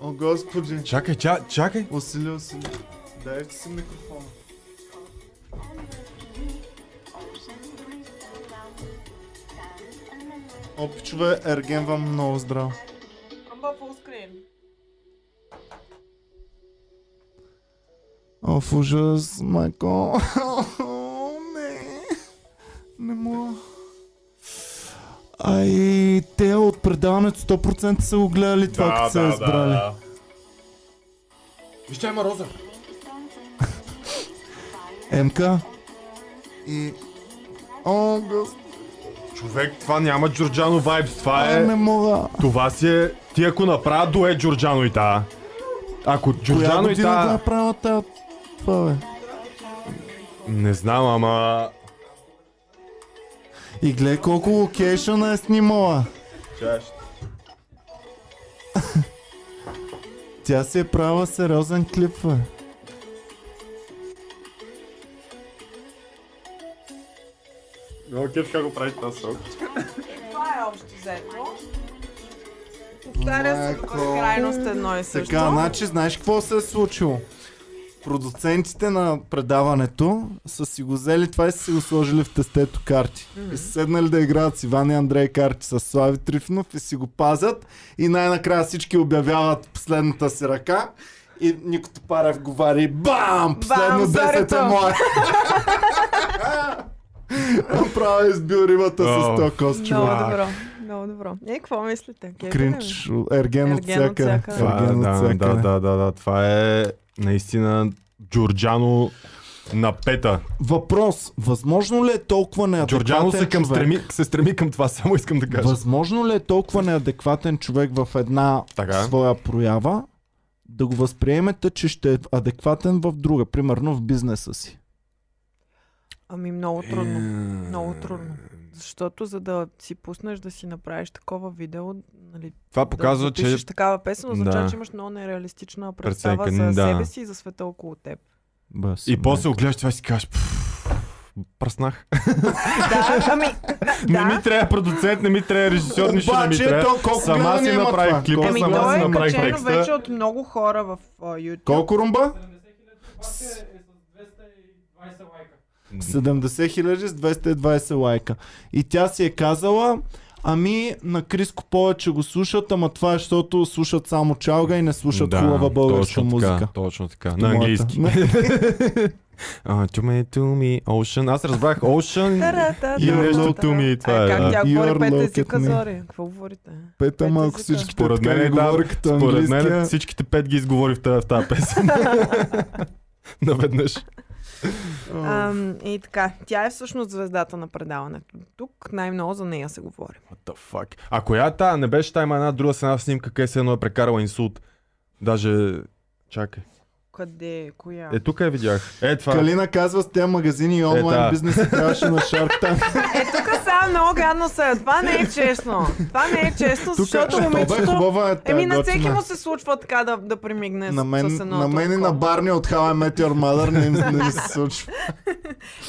Speaker 2: О, господи.
Speaker 4: Чакай, ча, чакай.
Speaker 2: Усили, усили. Дайте си микрофона. Опичове, ерген вам много здраво.
Speaker 1: Румба фулскрин.
Speaker 2: О, в ужас, майко. *laughs* О, не. Не мога. Ай, те от предаването 100% са го гледали това, като са избрали.
Speaker 4: Виж, тя има роза.
Speaker 2: Емка. И... О, господи.
Speaker 4: Човек, това няма Джорджано вайбс. Това
Speaker 2: Ай,
Speaker 4: е...
Speaker 2: не мога.
Speaker 4: Това си е... Ти ако направя дуе Джорджано и та. Ако
Speaker 2: Коя
Speaker 4: Джорджано и
Speaker 2: година да
Speaker 4: та...
Speaker 2: направя тази... Това, бе.
Speaker 4: Не знам, ама...
Speaker 2: И гледай колко локейшън е снимала.
Speaker 4: Чаш.
Speaker 2: Тя си е правила сериозен клип. бе.
Speaker 6: Много кеф как го правиш тази сок.
Speaker 1: Това е общо взето. Повтаря се до
Speaker 2: Майко.
Speaker 1: безкрайност едно и също.
Speaker 2: Така, значи, знаеш какво се е случило? Продуцентите на предаването са си го взели това и са си го сложили в тестето карти. И са седнали да играят с Иван и Андрей карти с Слави Трифнов и си го пазят. И най-накрая всички обявяват последната си ръка. И Никото Парев говори БАМ! Последно
Speaker 1: Бам,
Speaker 2: 10 е
Speaker 1: зарито! *laughs*
Speaker 2: мое! Направя е избил рибата с
Speaker 4: О,
Speaker 2: този кост,
Speaker 1: Много
Speaker 2: чувак.
Speaker 1: добро. Много добро. Е, какво мислите? Кефи ли ви?
Speaker 2: Кринч, ерген от
Speaker 1: Ерген от
Speaker 2: всякъде.
Speaker 1: всякъде.
Speaker 4: Това,
Speaker 2: Ерген
Speaker 4: е-
Speaker 2: от
Speaker 4: да, да,
Speaker 2: всякъде.
Speaker 4: да, да, да, това е наистина Джорджано на пета.
Speaker 2: Въпрос. Възможно ли е толкова неадекватен
Speaker 4: Джорджано се, към
Speaker 2: човек?
Speaker 4: стреми, се стреми към това, само искам да кажа.
Speaker 2: Възможно ли е толкова неадекватен човек в една
Speaker 4: Така.
Speaker 2: своя проява, да го възприемете, че ще е адекватен в друга, примерно в бизнеса си?
Speaker 1: Ами
Speaker 4: Е,
Speaker 1: много трудно. Много трудно. Защото за да си пуснеш да си направиш такова видео, нали,
Speaker 4: Това показва,
Speaker 1: да запишеш
Speaker 4: че...
Speaker 1: такава песен, означава,
Speaker 4: Да.
Speaker 1: че имаш много нереалистична представа
Speaker 4: Преценка,
Speaker 1: за
Speaker 4: да.
Speaker 1: себе си и за света около теб.
Speaker 2: Бас,
Speaker 4: И после огледаш това и си кажеш... «Пф, Пръснах.
Speaker 1: Да, ами,
Speaker 4: Не
Speaker 1: да.
Speaker 4: ми трябва продуцент, не ми трябва режисьор, нищо не ми
Speaker 2: Обаче,
Speaker 4: трябва.
Speaker 2: то колко
Speaker 4: Сама
Speaker 2: гледания
Speaker 4: си
Speaker 2: има това?
Speaker 4: направих клипа,
Speaker 2: Колко
Speaker 1: Ами
Speaker 4: сама
Speaker 1: то
Speaker 4: си
Speaker 1: е
Speaker 4: направих
Speaker 1: качено вече
Speaker 4: текста.
Speaker 1: от много хора в а, YouTube.
Speaker 2: Колко румба?
Speaker 7: 20 лайка.
Speaker 2: 70 хиляди с 220 лайка. И тя си е казала, ами на Криско повече го слушат, ама това е защото слушат само чалга и не слушат
Speaker 4: Да,
Speaker 2: хубава българска
Speaker 4: точно
Speaker 2: музика.
Speaker 4: Така, точно така.
Speaker 2: Моята.
Speaker 4: На английски. *laughs* А, to me, to me, ocean. Аз разбрах ocean и
Speaker 1: Та-ра-та-та-та-та.
Speaker 4: нещо to me. Това
Speaker 1: Ай,
Speaker 4: е,
Speaker 1: как
Speaker 4: да.
Speaker 1: тя
Speaker 2: You
Speaker 1: говори
Speaker 2: are
Speaker 1: пет
Speaker 2: look at
Speaker 1: езика,
Speaker 2: me.
Speaker 1: Зори? Какво говорите?
Speaker 2: Пета
Speaker 1: Пет
Speaker 2: малко
Speaker 1: езика.
Speaker 2: всички
Speaker 4: Според мен, е, да,
Speaker 2: говорката
Speaker 4: според
Speaker 2: английския.
Speaker 4: мен всичките пет ги изговори в тази, в
Speaker 1: *laughs*
Speaker 4: тази песен. Наведнъж.
Speaker 1: Ам, и така, тя е всъщност звездата на предаването. Тук най-много за нея се говори.
Speaker 4: What the fuck? А коя е та? Не беше та има една друга с една снимка, къде се едно е прекарала инсулт. Даже... Чакай.
Speaker 1: Къде? Коя?
Speaker 4: Е, тук я видях. Е, това.
Speaker 2: Калина казва с тези магазини и онлайн
Speaker 4: Е, да.
Speaker 2: бизнеса трябваше на Shark Tank.
Speaker 1: Тук сега много гадно са. Това не е честно. Това не е честно, защото
Speaker 2: Що бе,
Speaker 1: момичето...
Speaker 2: хубава е тая
Speaker 1: Еми на
Speaker 2: готина.
Speaker 1: всеки му се случва така да, да премигне с-
Speaker 2: на мен,
Speaker 1: Е, с едно
Speaker 2: на мен и
Speaker 1: толкова.
Speaker 2: на Барни от How I Met Your Mother не, им- не ни се случва.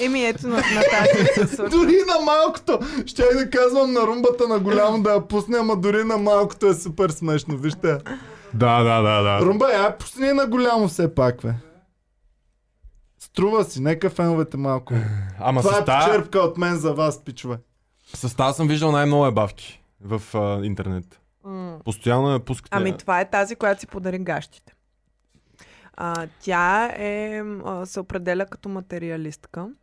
Speaker 1: Еми ето на, на тази се
Speaker 2: *laughs*
Speaker 1: случва.
Speaker 2: Дори на малкото. Ще да казвам на румбата на голямо да я пусне, ама дори на малкото е супер смешно. Вижте. я.
Speaker 4: Да, да, да, да.
Speaker 2: Румба, я пусни на голямо все пак, бе. Струва си, нека феновете малко.
Speaker 4: Ама
Speaker 2: Това
Speaker 4: с
Speaker 2: е
Speaker 4: тая,
Speaker 2: почерпка от мен за вас, пичове.
Speaker 4: с тая съм виждал най-много ебавки в а, интернет.
Speaker 1: М.
Speaker 4: Постоянно я пускате.
Speaker 1: Ами това е тази, която си подари гащите. А, тя е, м, а, се определя като материалистка.
Speaker 2: *laughs*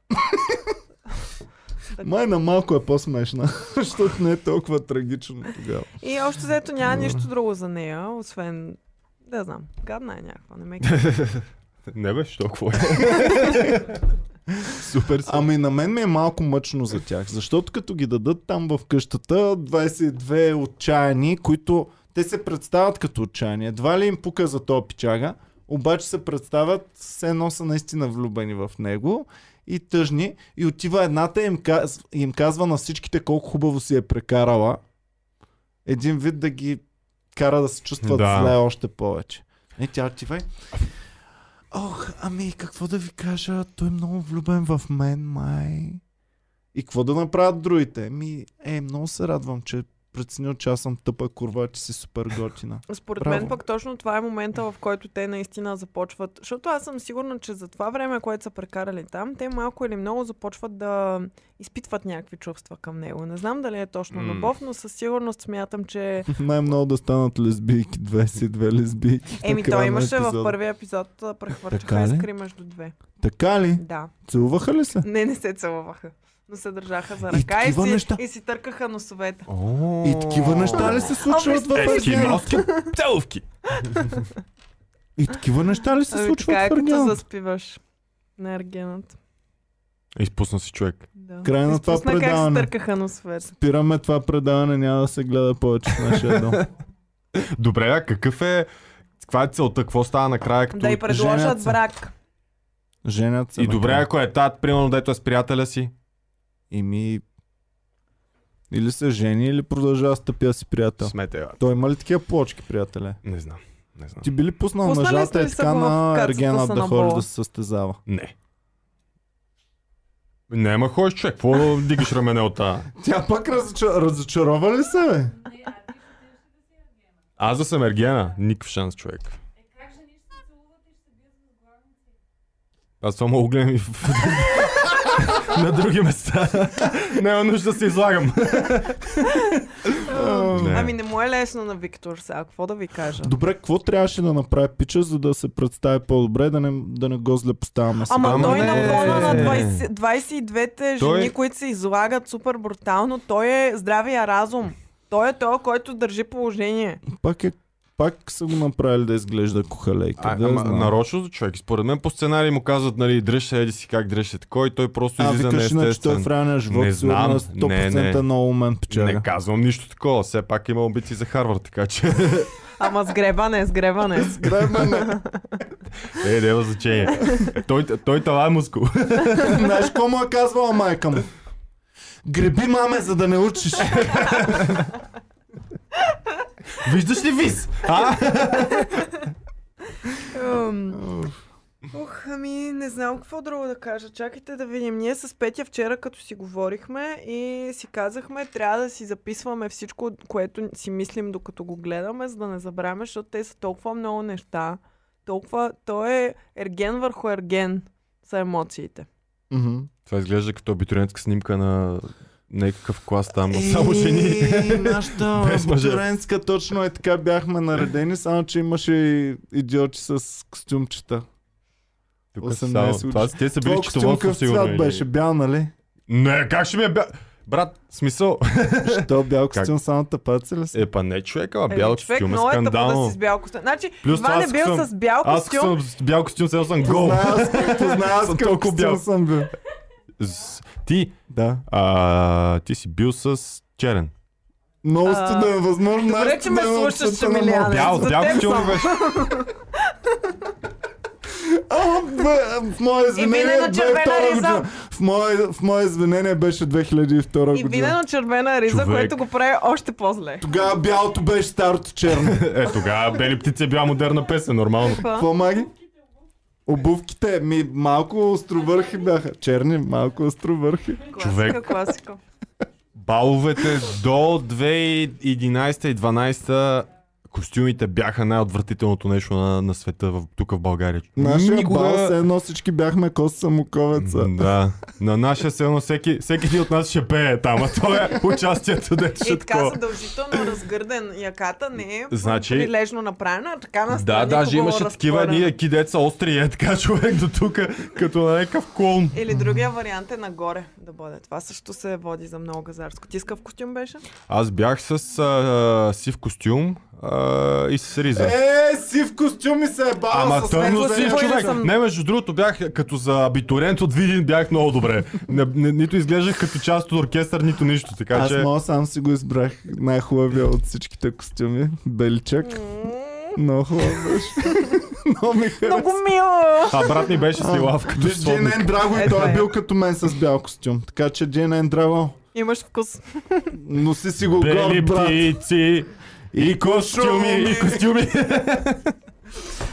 Speaker 2: Май на малко е по-смешна, *laughs* защото не е толкова трагично тогава.
Speaker 1: И общо взето няма нищо друго за нея, освен... Да знам, гадна е някаква, не
Speaker 2: *laughs*
Speaker 1: ме кефи.
Speaker 4: Не бе, що какво е? Супер си.
Speaker 2: Ами на мен ми е малко мъчно за тях, защото като ги дадат там в къщата 22 отчаяни, които те се представят като отчаяни. Едва ли им пука за то пичага, обаче се представят все едно са наистина влюбени в него и тъжни. И отива едната и им, каз... им казва на всичките колко хубаво си е прекарала. Един вид да ги кара да се чувстват да.
Speaker 4: Да.
Speaker 2: зле още повече. И тя отива и Ох, ами какво да ви кажа, той е много влюбен в мен, май. И какво да направят другите? Ми, е, много се радвам, че преценил, че аз съм тъпа курва, че си супер готина.
Speaker 1: Според
Speaker 2: Браво.
Speaker 1: мен пък точно това е момента, в който те наистина започват. Защото аз съм сигурна, че за това време, което са прекарали там, те малко или много започват да изпитват някакви чувства към него. Не знам дали е точно
Speaker 4: М.
Speaker 1: любов, но със сигурност смятам,
Speaker 2: *laughs*
Speaker 1: че
Speaker 2: Най-много да станат лесбийки, 22 лесбийки.
Speaker 1: Еми,
Speaker 2: до края
Speaker 1: той
Speaker 2: на
Speaker 1: имаше в
Speaker 2: епизода.
Speaker 1: първия епизод, а, прехвърчаха
Speaker 2: Така ли?
Speaker 1: искри между две.
Speaker 2: Така ли?
Speaker 1: Да.
Speaker 2: Целуваха ли се?
Speaker 1: Не, не се целуваха. Но се държаха за
Speaker 2: И
Speaker 1: ръка и,
Speaker 2: такива
Speaker 1: си,
Speaker 2: неща.
Speaker 1: и си търкаха носовете.
Speaker 2: *laughs* И такива неща ли се
Speaker 1: Ами,
Speaker 2: случват в Аргена?
Speaker 4: Ескимоски целувки.
Speaker 2: И такива неща ли се
Speaker 1: Ами,
Speaker 2: случват
Speaker 1: така е,
Speaker 2: в
Speaker 1: като
Speaker 2: Аргена?
Speaker 1: заспиваш на ергената.
Speaker 4: Изпусна си човек.
Speaker 1: Да.
Speaker 2: Край на
Speaker 1: Изпусна
Speaker 2: това
Speaker 1: как се
Speaker 2: предаване.
Speaker 1: търкаха носовете.
Speaker 2: Спираме това предаване, няма да се гледа повече в нашия дом.
Speaker 4: Добре, а какъв е... Каква е целта? Какво става накрая? Като...
Speaker 1: Да и
Speaker 2: женят
Speaker 1: предложат
Speaker 2: се.
Speaker 1: брак.
Speaker 2: *laughs* Женят се.
Speaker 4: И добре,
Speaker 2: накрая.
Speaker 4: ако е тат, примерно, дето е с приятеля си.
Speaker 2: Ими... Или се жени, или продължава с тъпия си приятел.
Speaker 4: Смете, я.
Speaker 2: Той има ли такива плочки, приятеле?
Speaker 4: Не знам. Не знам.
Speaker 2: Ти би ли пуснал
Speaker 1: Пуснали
Speaker 2: мъжата
Speaker 1: сме
Speaker 2: е
Speaker 1: ли са
Speaker 2: така
Speaker 1: го в
Speaker 2: на
Speaker 1: кацата
Speaker 2: Ергена
Speaker 1: са
Speaker 2: да
Speaker 1: на
Speaker 2: ходи
Speaker 1: бола?
Speaker 2: да се състезава?
Speaker 4: Не. Не, ма ходиш човек, какво дигаш рамене от тази?
Speaker 2: Тя пак разоча- разочарова ли се, бе?
Speaker 4: Аз да съм Ергена, никакъв шанс човек. Аз това мога да гледам и в... *laughs* на други места. Няма нужда да се
Speaker 2: Е,
Speaker 4: излагам. Не.
Speaker 1: Ами не му е лесно на Виктор сега, какво да ви кажа?
Speaker 2: Добре, какво трябваше да направи пича, за да се представи по-добре, да не, да не го злепоставяме сега?
Speaker 1: Ама
Speaker 4: Ама
Speaker 1: той
Speaker 4: не.
Speaker 1: на фона
Speaker 2: Е,
Speaker 1: на 20, 22-те
Speaker 4: Той-
Speaker 1: жени, които се излагат супер брутално, той е здравия разум. Той е той, който държи положение.
Speaker 2: Пак, е, пак са го направили да изглежда кухалейка.
Speaker 4: А,
Speaker 2: да
Speaker 4: ама,
Speaker 2: знам.
Speaker 4: нарочно човек, според мен по сценарий му казват, нали, дръж се, еди си как дръж се такой, и той просто
Speaker 2: а
Speaker 4: излиза
Speaker 2: викаш, иначе той е
Speaker 4: неестествен.
Speaker 2: в реалния живот
Speaker 4: Не
Speaker 2: сигурно
Speaker 4: знам.
Speaker 2: е
Speaker 4: Не,
Speaker 2: 100%
Speaker 4: не.
Speaker 2: на умен печага.
Speaker 4: Не казвам нищо такова, все пак има амбиции за Харвард, така че *laughs*
Speaker 1: Ама сгребане, сгребане.
Speaker 2: Гребене.
Speaker 4: е, няма значение. Той, той това е мускул.
Speaker 2: Знаеш, какво му е казвала майка му? Греби, маме, за да не учиш.
Speaker 4: Виждаш ли виз? А?
Speaker 1: Ам, Ух, ами не знам какво друго да кажа. Чакайте да видим. Ние с Петя вчера като си говорихме и си казахме, трябва да си записваме всичко, което си мислим докато го гледаме, за да не забравяме, защото те са толкова много неща. Толкова... Той е ерген върху ерген са емоциите.
Speaker 2: Мгм.
Speaker 4: Това изглежда като абитуриентска снимка на някакъв клас там, само жени.
Speaker 2: Е, *laughs* Нашата
Speaker 4: Без мъже.
Speaker 2: абитуриентска точно е така бяхме наредени, само че имаше и идиоти с костюмчета.
Speaker 4: Тук са
Speaker 2: 18
Speaker 4: само- Това, те са били
Speaker 2: Твой
Speaker 4: в
Speaker 2: костюм
Speaker 4: счетоводство
Speaker 2: къв
Speaker 4: сигурно.
Speaker 2: цвят
Speaker 4: или-
Speaker 2: беше?
Speaker 4: *laughs*
Speaker 2: Бял, нали?
Speaker 4: Не, как ще ми е бя... Брат, смисъл.
Speaker 2: Що бял костюм, само тъпаци ли си?
Speaker 4: Е, па не човек, а
Speaker 1: Еми,
Speaker 4: бял
Speaker 1: човек,
Speaker 4: костюм е
Speaker 1: много е тъпо да
Speaker 4: скандално.
Speaker 1: си с бял костюм. Значи,
Speaker 4: Плюс
Speaker 1: Плюс
Speaker 4: това
Speaker 1: Иван е
Speaker 4: аз
Speaker 1: бил
Speaker 4: съм-
Speaker 1: с бял
Speaker 4: Аз
Speaker 1: костюм.
Speaker 4: съм с бял костюм, сега съм гол.
Speaker 2: Познава
Speaker 4: *laughs*
Speaker 2: аз
Speaker 4: Съм
Speaker 2: какъв
Speaker 4: толкова бял.
Speaker 2: костюм съм бил.
Speaker 4: С- Ти,
Speaker 2: Да.
Speaker 4: а, ти си бил с черен.
Speaker 2: Много
Speaker 1: А,
Speaker 2: студен, възможно.
Speaker 1: Добре, че ме
Speaker 2: най-студен от
Speaker 1: слушаш,
Speaker 2: света на мода.
Speaker 1: Емилиане.
Speaker 4: Бял,
Speaker 1: за
Speaker 4: бял
Speaker 1: теб
Speaker 4: костюм ли
Speaker 1: съм.
Speaker 4: беше?
Speaker 2: А, бе, в мое извинение
Speaker 1: винено червена
Speaker 2: 2002
Speaker 1: риза.
Speaker 2: година. В мое- В мое извинение беше 2002
Speaker 1: И
Speaker 2: година.
Speaker 1: винено червена риза,
Speaker 4: Човек.
Speaker 1: което го прави още по-зле.
Speaker 2: Тогава бялото беше
Speaker 1: *laughs*
Speaker 2: старото черно.
Speaker 4: Е, тогава Бели птица е била модерна песен, нормално.
Speaker 2: Какво маги? Обувките, ми малко островърхи бяха. Черни, малко островърхи.
Speaker 4: Човек.
Speaker 1: Класика, класика.
Speaker 4: Баловете до 2011 и 12 костюмите бяха най-отвратителното нещо на, на света в, тук в България.
Speaker 2: Нашия Никога... бал се едно всички бяхме коса самоковеца.
Speaker 4: Да. На нашия селно всеки, всеки един от нас ще пее там, а то е участието да ще
Speaker 1: И така
Speaker 4: такова.
Speaker 1: задължително разгърден яката не е
Speaker 4: Значи-
Speaker 1: прилежно направена, а така на
Speaker 4: Да, даже имаше такива едни яки деца остри, е така човек до тук, като на някакъв клоун.
Speaker 1: Или другия вариант е нагоре да бъде. Това също се води за много газарско. Ти с какъв костюм беше?
Speaker 4: Аз бях с а, сив костюм а, и с риза.
Speaker 2: Е, сив костюм и се е бал
Speaker 4: Ама
Speaker 2: с
Speaker 4: тъмно
Speaker 2: него,
Speaker 4: си
Speaker 1: да не
Speaker 4: човек.
Speaker 1: съм-
Speaker 4: Не, между другото бях като за абитуриент от Видин бях много добре. Не, не, нито изглеждах като част от оркестър, нито нищо. Така
Speaker 2: Аз
Speaker 4: че
Speaker 2: мога сам си го избрах най-хубавия от всичките костюми. Беличък. Много хубав беше. *laughs* Много ми хареса.
Speaker 1: Много мило!
Speaker 4: а брат ми беше с лав като
Speaker 2: Виж,
Speaker 4: сводник.
Speaker 2: Джейн Драго и
Speaker 1: Е,
Speaker 2: той
Speaker 1: това
Speaker 2: е
Speaker 1: е.
Speaker 2: бил като мен с бял костюм. Така че Джейн Драго,
Speaker 1: Имаш вкус.
Speaker 2: носи си го
Speaker 4: Бели
Speaker 2: горд, брат.
Speaker 4: птици и костюми, и костюми.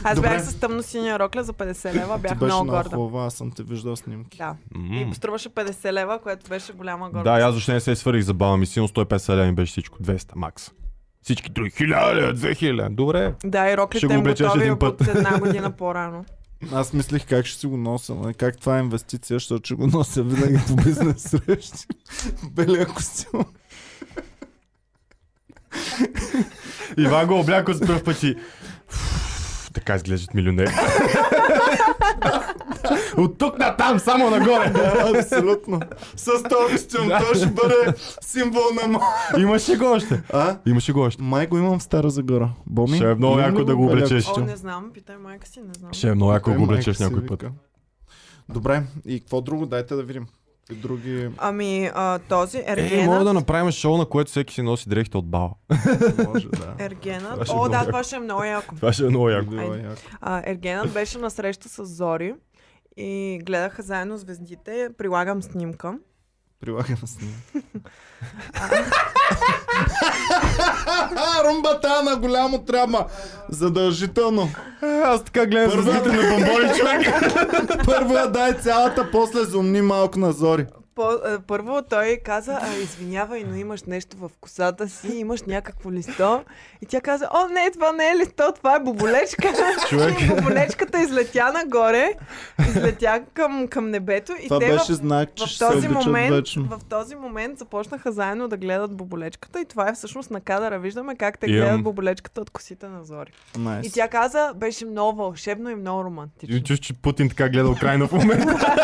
Speaker 1: Аз
Speaker 2: Добре.
Speaker 1: бях с тъмно-синя рокля за 50 лева,
Speaker 2: Ти
Speaker 1: бях
Speaker 2: беше
Speaker 1: много
Speaker 2: много
Speaker 1: горда.
Speaker 2: хубава, аз съм те виждал снимки.
Speaker 1: Да.
Speaker 4: М.
Speaker 1: И струваше 50 лева, което беше голяма гордост.
Speaker 4: Да, и аз защо не се свърих за баба ми, силно 150 лева ми беше всичко, 200 макс. Всички други, 1000 лева, 2000, добре.
Speaker 1: Да, и
Speaker 4: Ще
Speaker 1: роклите
Speaker 4: го
Speaker 1: им
Speaker 4: облечеш
Speaker 1: готови
Speaker 4: един път.
Speaker 1: от една
Speaker 4: *laughs*
Speaker 1: година по-рано.
Speaker 2: Аз мислих как ще си го нося, нали? как това е инвестиция, защото ще го нося винаги по бизнес срещи. *laughs* Белия костюм.
Speaker 4: Иван го обляко с пръв пъти. Фу, Така изглеждат милионери. От тук на там, само нагоре.
Speaker 2: Да, абсолютно. С този костюм,
Speaker 4: Да.
Speaker 2: той ще бъде символ на мо.
Speaker 4: Имаше го още.
Speaker 2: А?
Speaker 4: Имаше го още.
Speaker 2: Май го имам в Стара Загора. Боми?
Speaker 4: Ще е много
Speaker 2: имам ли
Speaker 4: яко да го
Speaker 2: белия
Speaker 4: облечеш.
Speaker 1: О,
Speaker 2: костюм?
Speaker 1: не знам, питай майка си, не знам.
Speaker 4: Ще е много ако
Speaker 2: Той
Speaker 4: го
Speaker 2: майка
Speaker 4: облечеш
Speaker 2: си
Speaker 4: някой път.
Speaker 2: вика. Добре, и какво друго? Дайте да видим. И други...
Speaker 1: Ами, а, този
Speaker 4: Е,
Speaker 1: Ергена.
Speaker 4: мога да направим шоу, на което всеки си носи дрехите от
Speaker 3: *laughs*
Speaker 4: бала.
Speaker 2: Може, да.
Speaker 1: Ергена.
Speaker 4: Това ще е
Speaker 1: О,
Speaker 4: много
Speaker 1: да,
Speaker 4: яко.
Speaker 1: това ще е много яко.
Speaker 4: Това ще е много
Speaker 2: Би
Speaker 4: яко.
Speaker 2: било
Speaker 1: Айде.
Speaker 2: яко.
Speaker 1: А, Ергенът беше на среща с Зори и гледаха заедно звездите. Прилагам снимка.
Speaker 2: Прилагам с него. А, *laughs* румбата на голямо трябва. Задължително.
Speaker 4: Е,
Speaker 3: Аз така гледам
Speaker 2: Първа-
Speaker 3: звездите на бомбони човек.
Speaker 2: Е, *laughs* Първо я дай цялата, после зумни малко на зори.
Speaker 1: По, а, първо той каза, а, извинявай, но имаш нещо в косата си, имаш някакво листо. И тя каза, о, не, това не е листо, това е
Speaker 2: *laughs*
Speaker 1: боболечка.
Speaker 3: Човек.
Speaker 1: И боболечката излетя нагоре, излетя към, към небето и
Speaker 2: Това
Speaker 1: те
Speaker 2: беше
Speaker 1: в,
Speaker 2: знак, че
Speaker 1: в,
Speaker 2: ще се
Speaker 1: този
Speaker 2: обичат
Speaker 1: момент,
Speaker 2: вечно.
Speaker 1: в този момент започнаха заедно да гледат боболечката и това е всъщност на кадъра. Виждаме как те
Speaker 4: Имам.
Speaker 1: гледат боболечката от косите на зори. И
Speaker 2: Nice.
Speaker 1: тя каза, беше много вълшебно и много романтично.
Speaker 4: И чуш, че Путин така гледа Украина в *laughs* момента.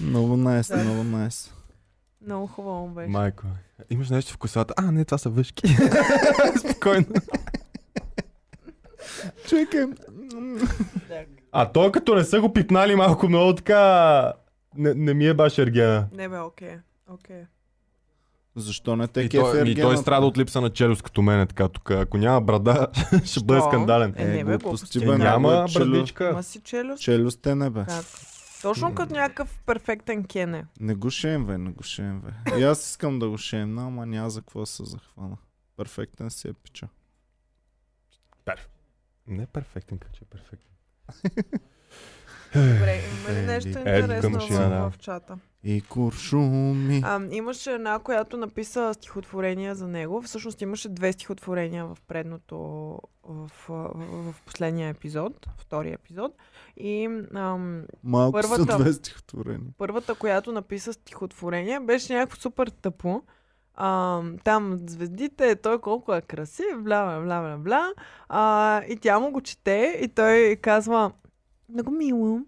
Speaker 2: Много найс, много найс.
Speaker 1: Много хубаво му беше.
Speaker 4: Майко, имаш нещо в косата. А, не, това са въшки. *laughs* Спокойно.
Speaker 2: Чекай.
Speaker 3: А то като не са го пипнали малко много така... Не, не ми е баш ергена.
Speaker 1: Не бе, окей. Окей.
Speaker 2: Защо не те е
Speaker 4: И
Speaker 2: кефи
Speaker 4: той, и той
Speaker 2: ергената?
Speaker 4: страда от липса на челюст като мен е така тук. Ако няма брада, *laughs* ще бъде
Speaker 1: Що?
Speaker 4: скандален.
Speaker 1: Е, не бе,
Speaker 2: глупости,
Speaker 1: глупости,
Speaker 2: бе,
Speaker 1: да.
Speaker 2: много е
Speaker 3: Няма
Speaker 2: челю-
Speaker 3: брадичка.
Speaker 1: Ма си челюст.
Speaker 2: Челюст е не бе.
Speaker 1: Как? Точно като някакъв перфектен кене.
Speaker 2: Не го шеем, бе, не го шеем, бе. И аз искам да го шеем, но ама няма за какво да се захвана. Перфектен си е пича.
Speaker 4: Не е перфектен, като че е перфектен.
Speaker 1: Добре, има ли нещо
Speaker 4: Е, към
Speaker 1: интересно
Speaker 4: шина, да.
Speaker 1: в чата?
Speaker 2: И куршуми.
Speaker 1: А, имаше една, която написа стихотворения за него. Всъщност имаше две стихотворения в предното, в, в, в последния епизод, втория епизод. И ам,
Speaker 2: Малко
Speaker 1: първата-
Speaker 2: са две стихотворения.
Speaker 1: първата, която написа стихотворение, беше някакво супер тъпо. А, там звездите, той колко е красив, бла, бла, бла, бла, бла. А, и тя му го чете и той казва, много мило.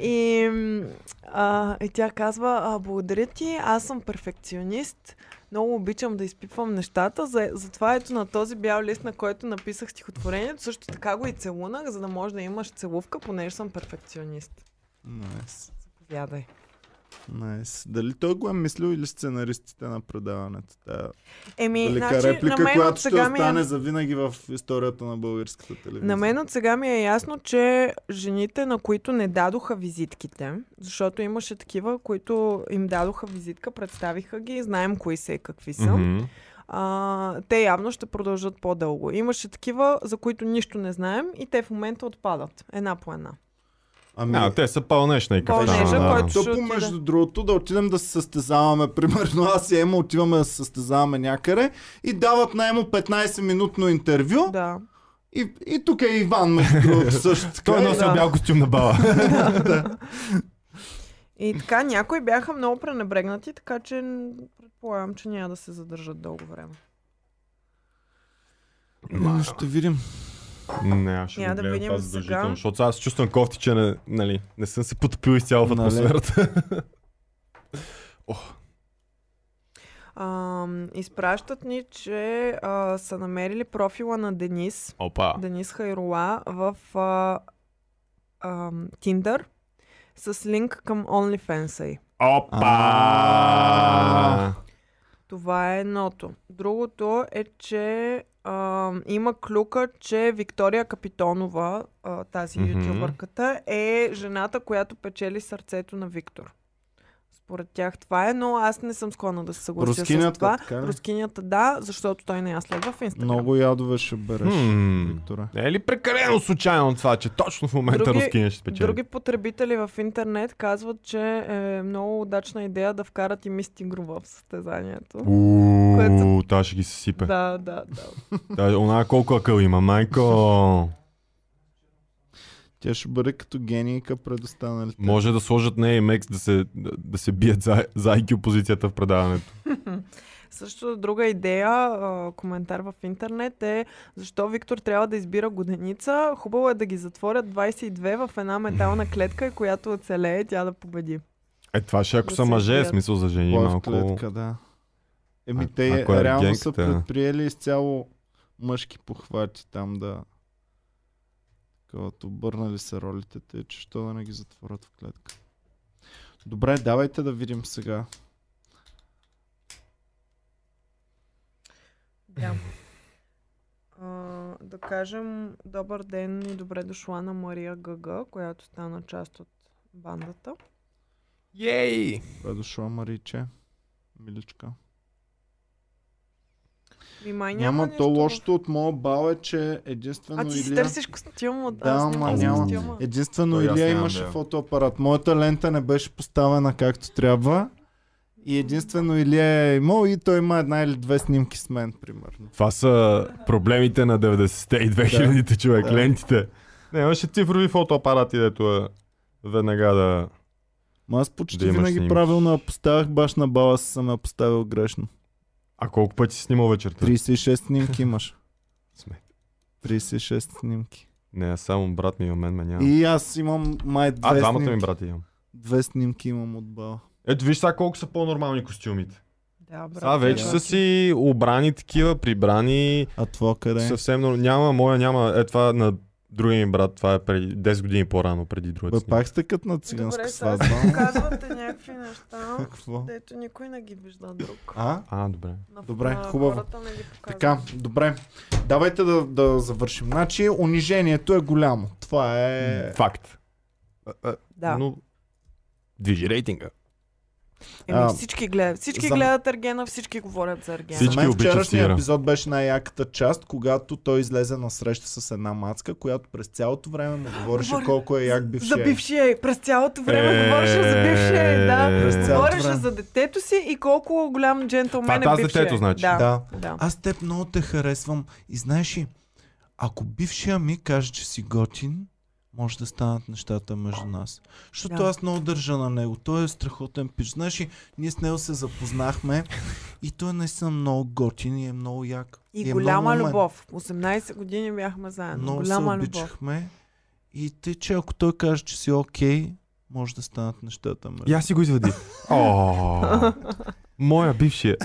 Speaker 1: и, м, а, и тя казва, а, благодаря ти, аз съм перфекционист. Много обичам да изпипвам нещата, за, затова ето на този бял лист, на който написах стихотворението, също така го и целунах, за да може да имаш целувка, понеже съм перфекционист.
Speaker 2: Найс.
Speaker 1: Заповядай.
Speaker 2: Найс. Дали той го е мислил или сценаристите на предаването? Тая
Speaker 1: Еми,
Speaker 2: велика
Speaker 1: значи, на
Speaker 2: Нали, реплика,
Speaker 1: мен от
Speaker 2: която ще
Speaker 1: сега ми
Speaker 2: остане
Speaker 1: е...
Speaker 2: завинаги в историята на българската телевизия.
Speaker 1: На мен от сега ми е ясно, че жените, на които не дадоха визитките, защото имаше такива, които им дадоха визитка, представиха ги, знаем кои са и какви са,
Speaker 4: Мгм.
Speaker 1: а, те явно ще продължат по-дълго. Имаше такива, за които нищо не знаем и те в момента отпадат. Една по една.
Speaker 2: Ами,
Speaker 4: А, те са пълнешна и кафтана,
Speaker 1: Пълнежа,
Speaker 4: да.
Speaker 1: който ще
Speaker 2: Тъпо,
Speaker 1: отида.
Speaker 2: между другото, да отидем да се състезаваме. *laughs* Примерно аз и Ема отиваме да се състезаваме някъде и дават на Емо 15-минутно интервю.
Speaker 1: Да.
Speaker 2: И, и тук е Иван, между
Speaker 4: *laughs*
Speaker 2: другото, също така.
Speaker 4: Той е носил
Speaker 1: Да.
Speaker 4: бял костюм на бала.
Speaker 2: *laughs*
Speaker 1: И така, някои бяха много пренебрегнати, така че м, предполагам, че няма да се задържат дълго време.
Speaker 2: М, Ще видим.
Speaker 4: Не, аз ще
Speaker 1: Няма
Speaker 4: го
Speaker 1: да
Speaker 4: гледам
Speaker 1: видим
Speaker 4: това
Speaker 1: сега.
Speaker 4: задължително, защото сега се чувствам кофти, че не, нали, не съм се потопил изцяло в
Speaker 2: Нали. *laughs*
Speaker 4: атмосферата.
Speaker 1: А, изпращат ни, че а, са намерили профила на Денис,
Speaker 4: Опа.
Speaker 1: Денис Хайрула в а, а, Tinder с линк към OnlyFans. й.
Speaker 4: Опа!
Speaker 1: Това е едното. Другото е, че а, има клюка, че Виктория Капитонова, а, тази
Speaker 4: Мгм.
Speaker 1: mm-hmm. ютубърката, е жената, която печели сърцето на Виктор. Според тях това е, но аз не съм склонна да се съглася с
Speaker 2: Рускинята,
Speaker 1: това.
Speaker 2: така ли?
Speaker 1: Рускинята, да, защото той не я следва в Инстаграм.
Speaker 2: Много ядове ще береш,
Speaker 4: Хм.
Speaker 2: Виктора.
Speaker 4: Не е ли прекалено случайно това, че точно в момента
Speaker 1: Други-
Speaker 4: рускиня ще спечели?
Speaker 1: Други потребители в интернет казват, че е много удачна идея да вкарат и мисти Груба в състезанието.
Speaker 4: Ууу,
Speaker 1: Което-
Speaker 4: това ще ги се сипе.
Speaker 1: Да, да, да.
Speaker 4: Та, Она колко акъл
Speaker 1: *laughs*
Speaker 4: има, майко.
Speaker 2: Тя ще бъде като генийка пред останалите.
Speaker 4: Може да сложат на AMX да се, да, да се бият за, за IQ позицията в предаването.
Speaker 1: Също друга идея, а, коментар в интернет е защо Виктор трябва да избира годеница. Хубаво е да ги затворят 22 в една метална клетка, и която оцелее, тя да победи.
Speaker 4: Е, това ще ако
Speaker 1: Да
Speaker 4: са
Speaker 1: се
Speaker 4: мъже, е
Speaker 1: бият.
Speaker 4: смисъл за жени
Speaker 2: Кой е в
Speaker 4: малко.
Speaker 2: клетка, да. Еми,
Speaker 4: А-
Speaker 2: те
Speaker 4: ако е
Speaker 2: реално са
Speaker 4: генката.
Speaker 2: предприели изцяло мъжки похвати там да... Като обърнали се ролите, те, че що да не ги затворят в клетка. Добре, давайте да видим сега.
Speaker 1: Да. А, да кажем добър ден и добре дошла на Мария Гъга, която стана част от бандата.
Speaker 4: Ей!
Speaker 2: Добре дошла, Мариче. Миличка.
Speaker 1: Ми май Ами няма,
Speaker 2: Няма
Speaker 1: нещо
Speaker 2: то
Speaker 1: лошо.
Speaker 2: лошото от моя бал е, че единствено
Speaker 1: А ти си
Speaker 2: Илия...
Speaker 1: търсиш костюм от
Speaker 2: Да,
Speaker 1: аз
Speaker 2: ама
Speaker 1: нямам
Speaker 2: няма. Е,
Speaker 1: костюма.
Speaker 2: Единствено
Speaker 4: Той аз
Speaker 2: Илия
Speaker 4: нямам
Speaker 2: имаше
Speaker 4: да я.
Speaker 2: фотоапарат. Моята лента не беше поставена както трябва. И единствено Илия е имал и той има една или две снимки с мен, примерно.
Speaker 4: Това са проблемите на 90-те и 2000-те човек,
Speaker 2: Да.
Speaker 4: лентите.
Speaker 3: Не, имаше цифрови фотоапарати, дето е веднага да...
Speaker 2: Ма аз почти
Speaker 3: Да
Speaker 2: да
Speaker 3: имаш
Speaker 2: винаги
Speaker 3: снимки.
Speaker 2: правилно я поставях, баш на бала си съм я поставил грешно.
Speaker 3: А колко пъти си снимал вечерта?
Speaker 2: 36 снимки имаш.
Speaker 4: Сме.
Speaker 2: 36 снимки.
Speaker 4: Не, аз само брат ми и мен ме няма.
Speaker 2: И аз имам май две
Speaker 4: А, двамата
Speaker 2: снимки.
Speaker 4: ми брати имам.
Speaker 2: Две снимки имам от бала.
Speaker 3: Ето виж сега колко са по-нормални костюмите.
Speaker 1: Да, брат,
Speaker 4: Сега вече
Speaker 1: да.
Speaker 4: са си обрани такива, прибрани.
Speaker 2: А това къде е?
Speaker 4: Съвсем нор- няма, моя няма. Е, това на другия ми брат, това е преди 10 години по-рано, преди
Speaker 2: Бе,
Speaker 4: другата снимка.
Speaker 2: пак сте като на циганска
Speaker 1: Добре, сега
Speaker 2: сватба.
Speaker 1: си
Speaker 2: ама.
Speaker 1: показвате някакви неща,
Speaker 2: Какво?
Speaker 1: дето никой не ги вижда друг.
Speaker 2: А?
Speaker 4: А, добре.
Speaker 1: На-
Speaker 2: добре,
Speaker 1: на
Speaker 2: хубаво.
Speaker 1: хората не ги показват.
Speaker 2: Така, добре. Давайте да, да завършим. Значи, унижението е голямо. Това е...
Speaker 4: Факт. А, а,
Speaker 1: Да.
Speaker 4: Но... Движи рейтинга.
Speaker 1: Еми,
Speaker 2: А,
Speaker 1: всички гледат. Всички
Speaker 2: за-
Speaker 1: гледат Аргена, всички говорят за Аргена.
Speaker 2: За
Speaker 4: Всички
Speaker 2: мен
Speaker 4: обичат
Speaker 2: вчерашният
Speaker 4: сира.
Speaker 2: епизод беше най-яката част, когато той излезе на среща с една мацка, която през цялото време му говореше
Speaker 1: Говори-
Speaker 2: колко е як бившия.
Speaker 1: За бившия. ей. През цялото време
Speaker 4: Е,
Speaker 1: говореше за бившия. ей,
Speaker 4: през
Speaker 1: Да.
Speaker 2: цялото
Speaker 1: Говореше
Speaker 2: време.
Speaker 1: за детето си и колко голям джентлмен
Speaker 4: Това
Speaker 1: е
Speaker 4: с
Speaker 1: бившия.
Speaker 4: детето, значи.
Speaker 1: Да.
Speaker 2: Да.
Speaker 1: да.
Speaker 2: Аз теб много те харесвам и знаеш ли, ако бившия ми каже, че си готин, може да станат нещата между нас. Защото
Speaker 1: Да.
Speaker 2: аз много държа на него. Той е страхотен пич. Знаеш ли, ние с него се запознахме и той е наистина много готин и е много як.
Speaker 1: И
Speaker 2: е
Speaker 1: голяма
Speaker 2: много умен.
Speaker 1: любов. 18 години бяхме заедно.
Speaker 2: Много
Speaker 1: голяма
Speaker 2: се
Speaker 1: любов.
Speaker 2: обичахме. И те, че ако той каже, че си окей, може да станат нещата между
Speaker 4: И аз си го извади. О, моя бившия.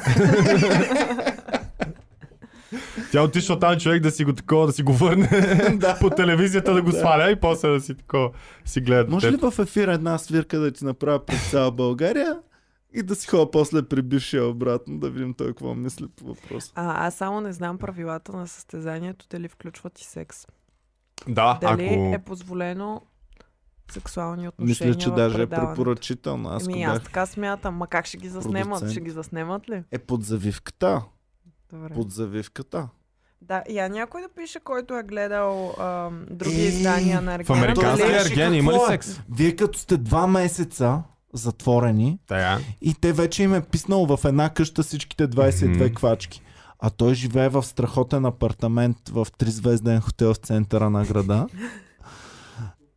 Speaker 4: Тя отишла там човек да си го такова, да си го върне
Speaker 2: Да.
Speaker 4: по телевизията, *laughs* да го
Speaker 2: Да.
Speaker 4: сваля и после да си такова си гледа.
Speaker 2: Може ли
Speaker 4: детето.
Speaker 2: в ефира една свирка да ти направя пред цяла България и да си ходя после при бившия обратно, да видим той какво мисли по въпроса?
Speaker 1: А, аз само не знам правилата на състезанието, дали включват и секс.
Speaker 4: Да,
Speaker 1: Дали
Speaker 4: ако...
Speaker 1: е позволено сексуални отношения
Speaker 2: Мисля, че
Speaker 1: в
Speaker 2: даже е
Speaker 1: предаването.
Speaker 2: препоръчително. Аз,
Speaker 1: Еми,
Speaker 2: Еми,
Speaker 1: Ами аз така смятам. Ма как ще ги заснемат?
Speaker 2: Продуцент.
Speaker 1: Ще ги заснемат ли?
Speaker 2: Е под завивката.
Speaker 1: Добре.
Speaker 2: Под завивката.
Speaker 1: Да, я някой да пише, който е гледал ам, други
Speaker 2: Е,
Speaker 1: издания на
Speaker 4: В
Speaker 1: Аргена.
Speaker 4: американския
Speaker 1: дали-
Speaker 2: Гледаш ли
Speaker 4: ерген има ли
Speaker 2: какво е?
Speaker 4: секс?
Speaker 2: Вие като сте два месеца затворени
Speaker 4: Тая.
Speaker 2: и те вече им е писнал в една къща всичките 22
Speaker 4: Мгм.
Speaker 2: квачки. А той живее в страхотен апартамент в тризвезден хотел в центъра на града.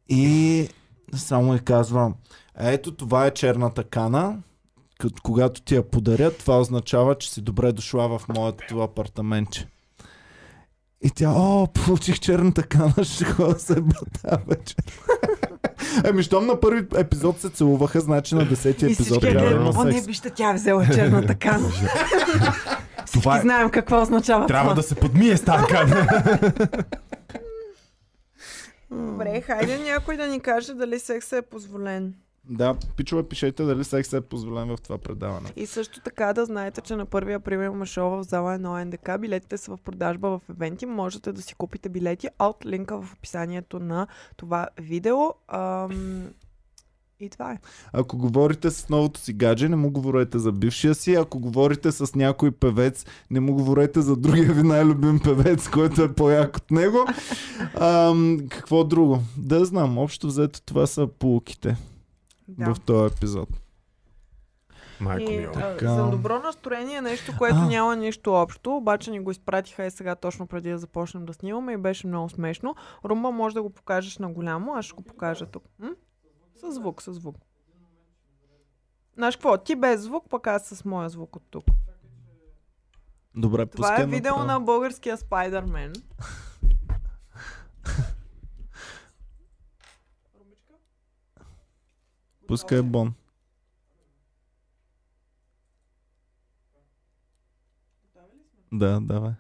Speaker 2: И само и казвам, ето това е черната кана. Кът- Когато ти я подаря, това означава, че си добре дошла в моето апартаментче. И тя, о, получих черната кана, *laughs* ще ходя да се бата вече. *laughs* Еми, щом на първи епизод се целуваха, значи на десети
Speaker 1: И
Speaker 2: епизод
Speaker 1: всички е
Speaker 2: трябва да
Speaker 1: гледали.
Speaker 2: има
Speaker 1: О, не,
Speaker 2: секс.
Speaker 1: вижте, тя е взела
Speaker 2: *laughs*
Speaker 1: черната кана. Всички
Speaker 4: Това е-
Speaker 1: знаем какво означава
Speaker 4: Трябва
Speaker 1: това.
Speaker 4: да се подмие с тази камера.
Speaker 1: Добре, хайде някой да ни каже дали сексът е позволен.
Speaker 2: Да, пичове, пишете дали секс е позволен в това предаване.
Speaker 1: И също така да знаете, че на 1 април има шоу в зала 1 НДК. Билетите са в продажба в евенти. Можете да си купите билети от линка в описанието на това видео. Ам... И това е.
Speaker 2: Ако говорите с новото си гадже, не му говорете за бившия си. Ако говорите с някой певец, не му говорете за другия ви най-любим певец, който е по-як от него. Ам, какво друго? Да знам, общо взето това са полуките
Speaker 1: Да.
Speaker 2: в този епизод.
Speaker 4: Майко
Speaker 1: И,
Speaker 4: ми.
Speaker 1: а,
Speaker 2: Така.
Speaker 1: за добро настроение е нещо, което
Speaker 2: А.
Speaker 1: няма нищо общо, обаче ни го изпратиха и сега точно преди да започнем да снимаме и беше много смешно. Румба може да го покажеш на голямо, аз ще го покажа тук. М? Със звук, със звук. Знаеш какво? Ти без звук, пък аз с моя звук от тук.
Speaker 2: Добре,
Speaker 1: Това е
Speaker 2: пускай
Speaker 1: видео на
Speaker 2: направо.
Speaker 1: българския Спайдермен.
Speaker 2: Пускай бон. Да, давай.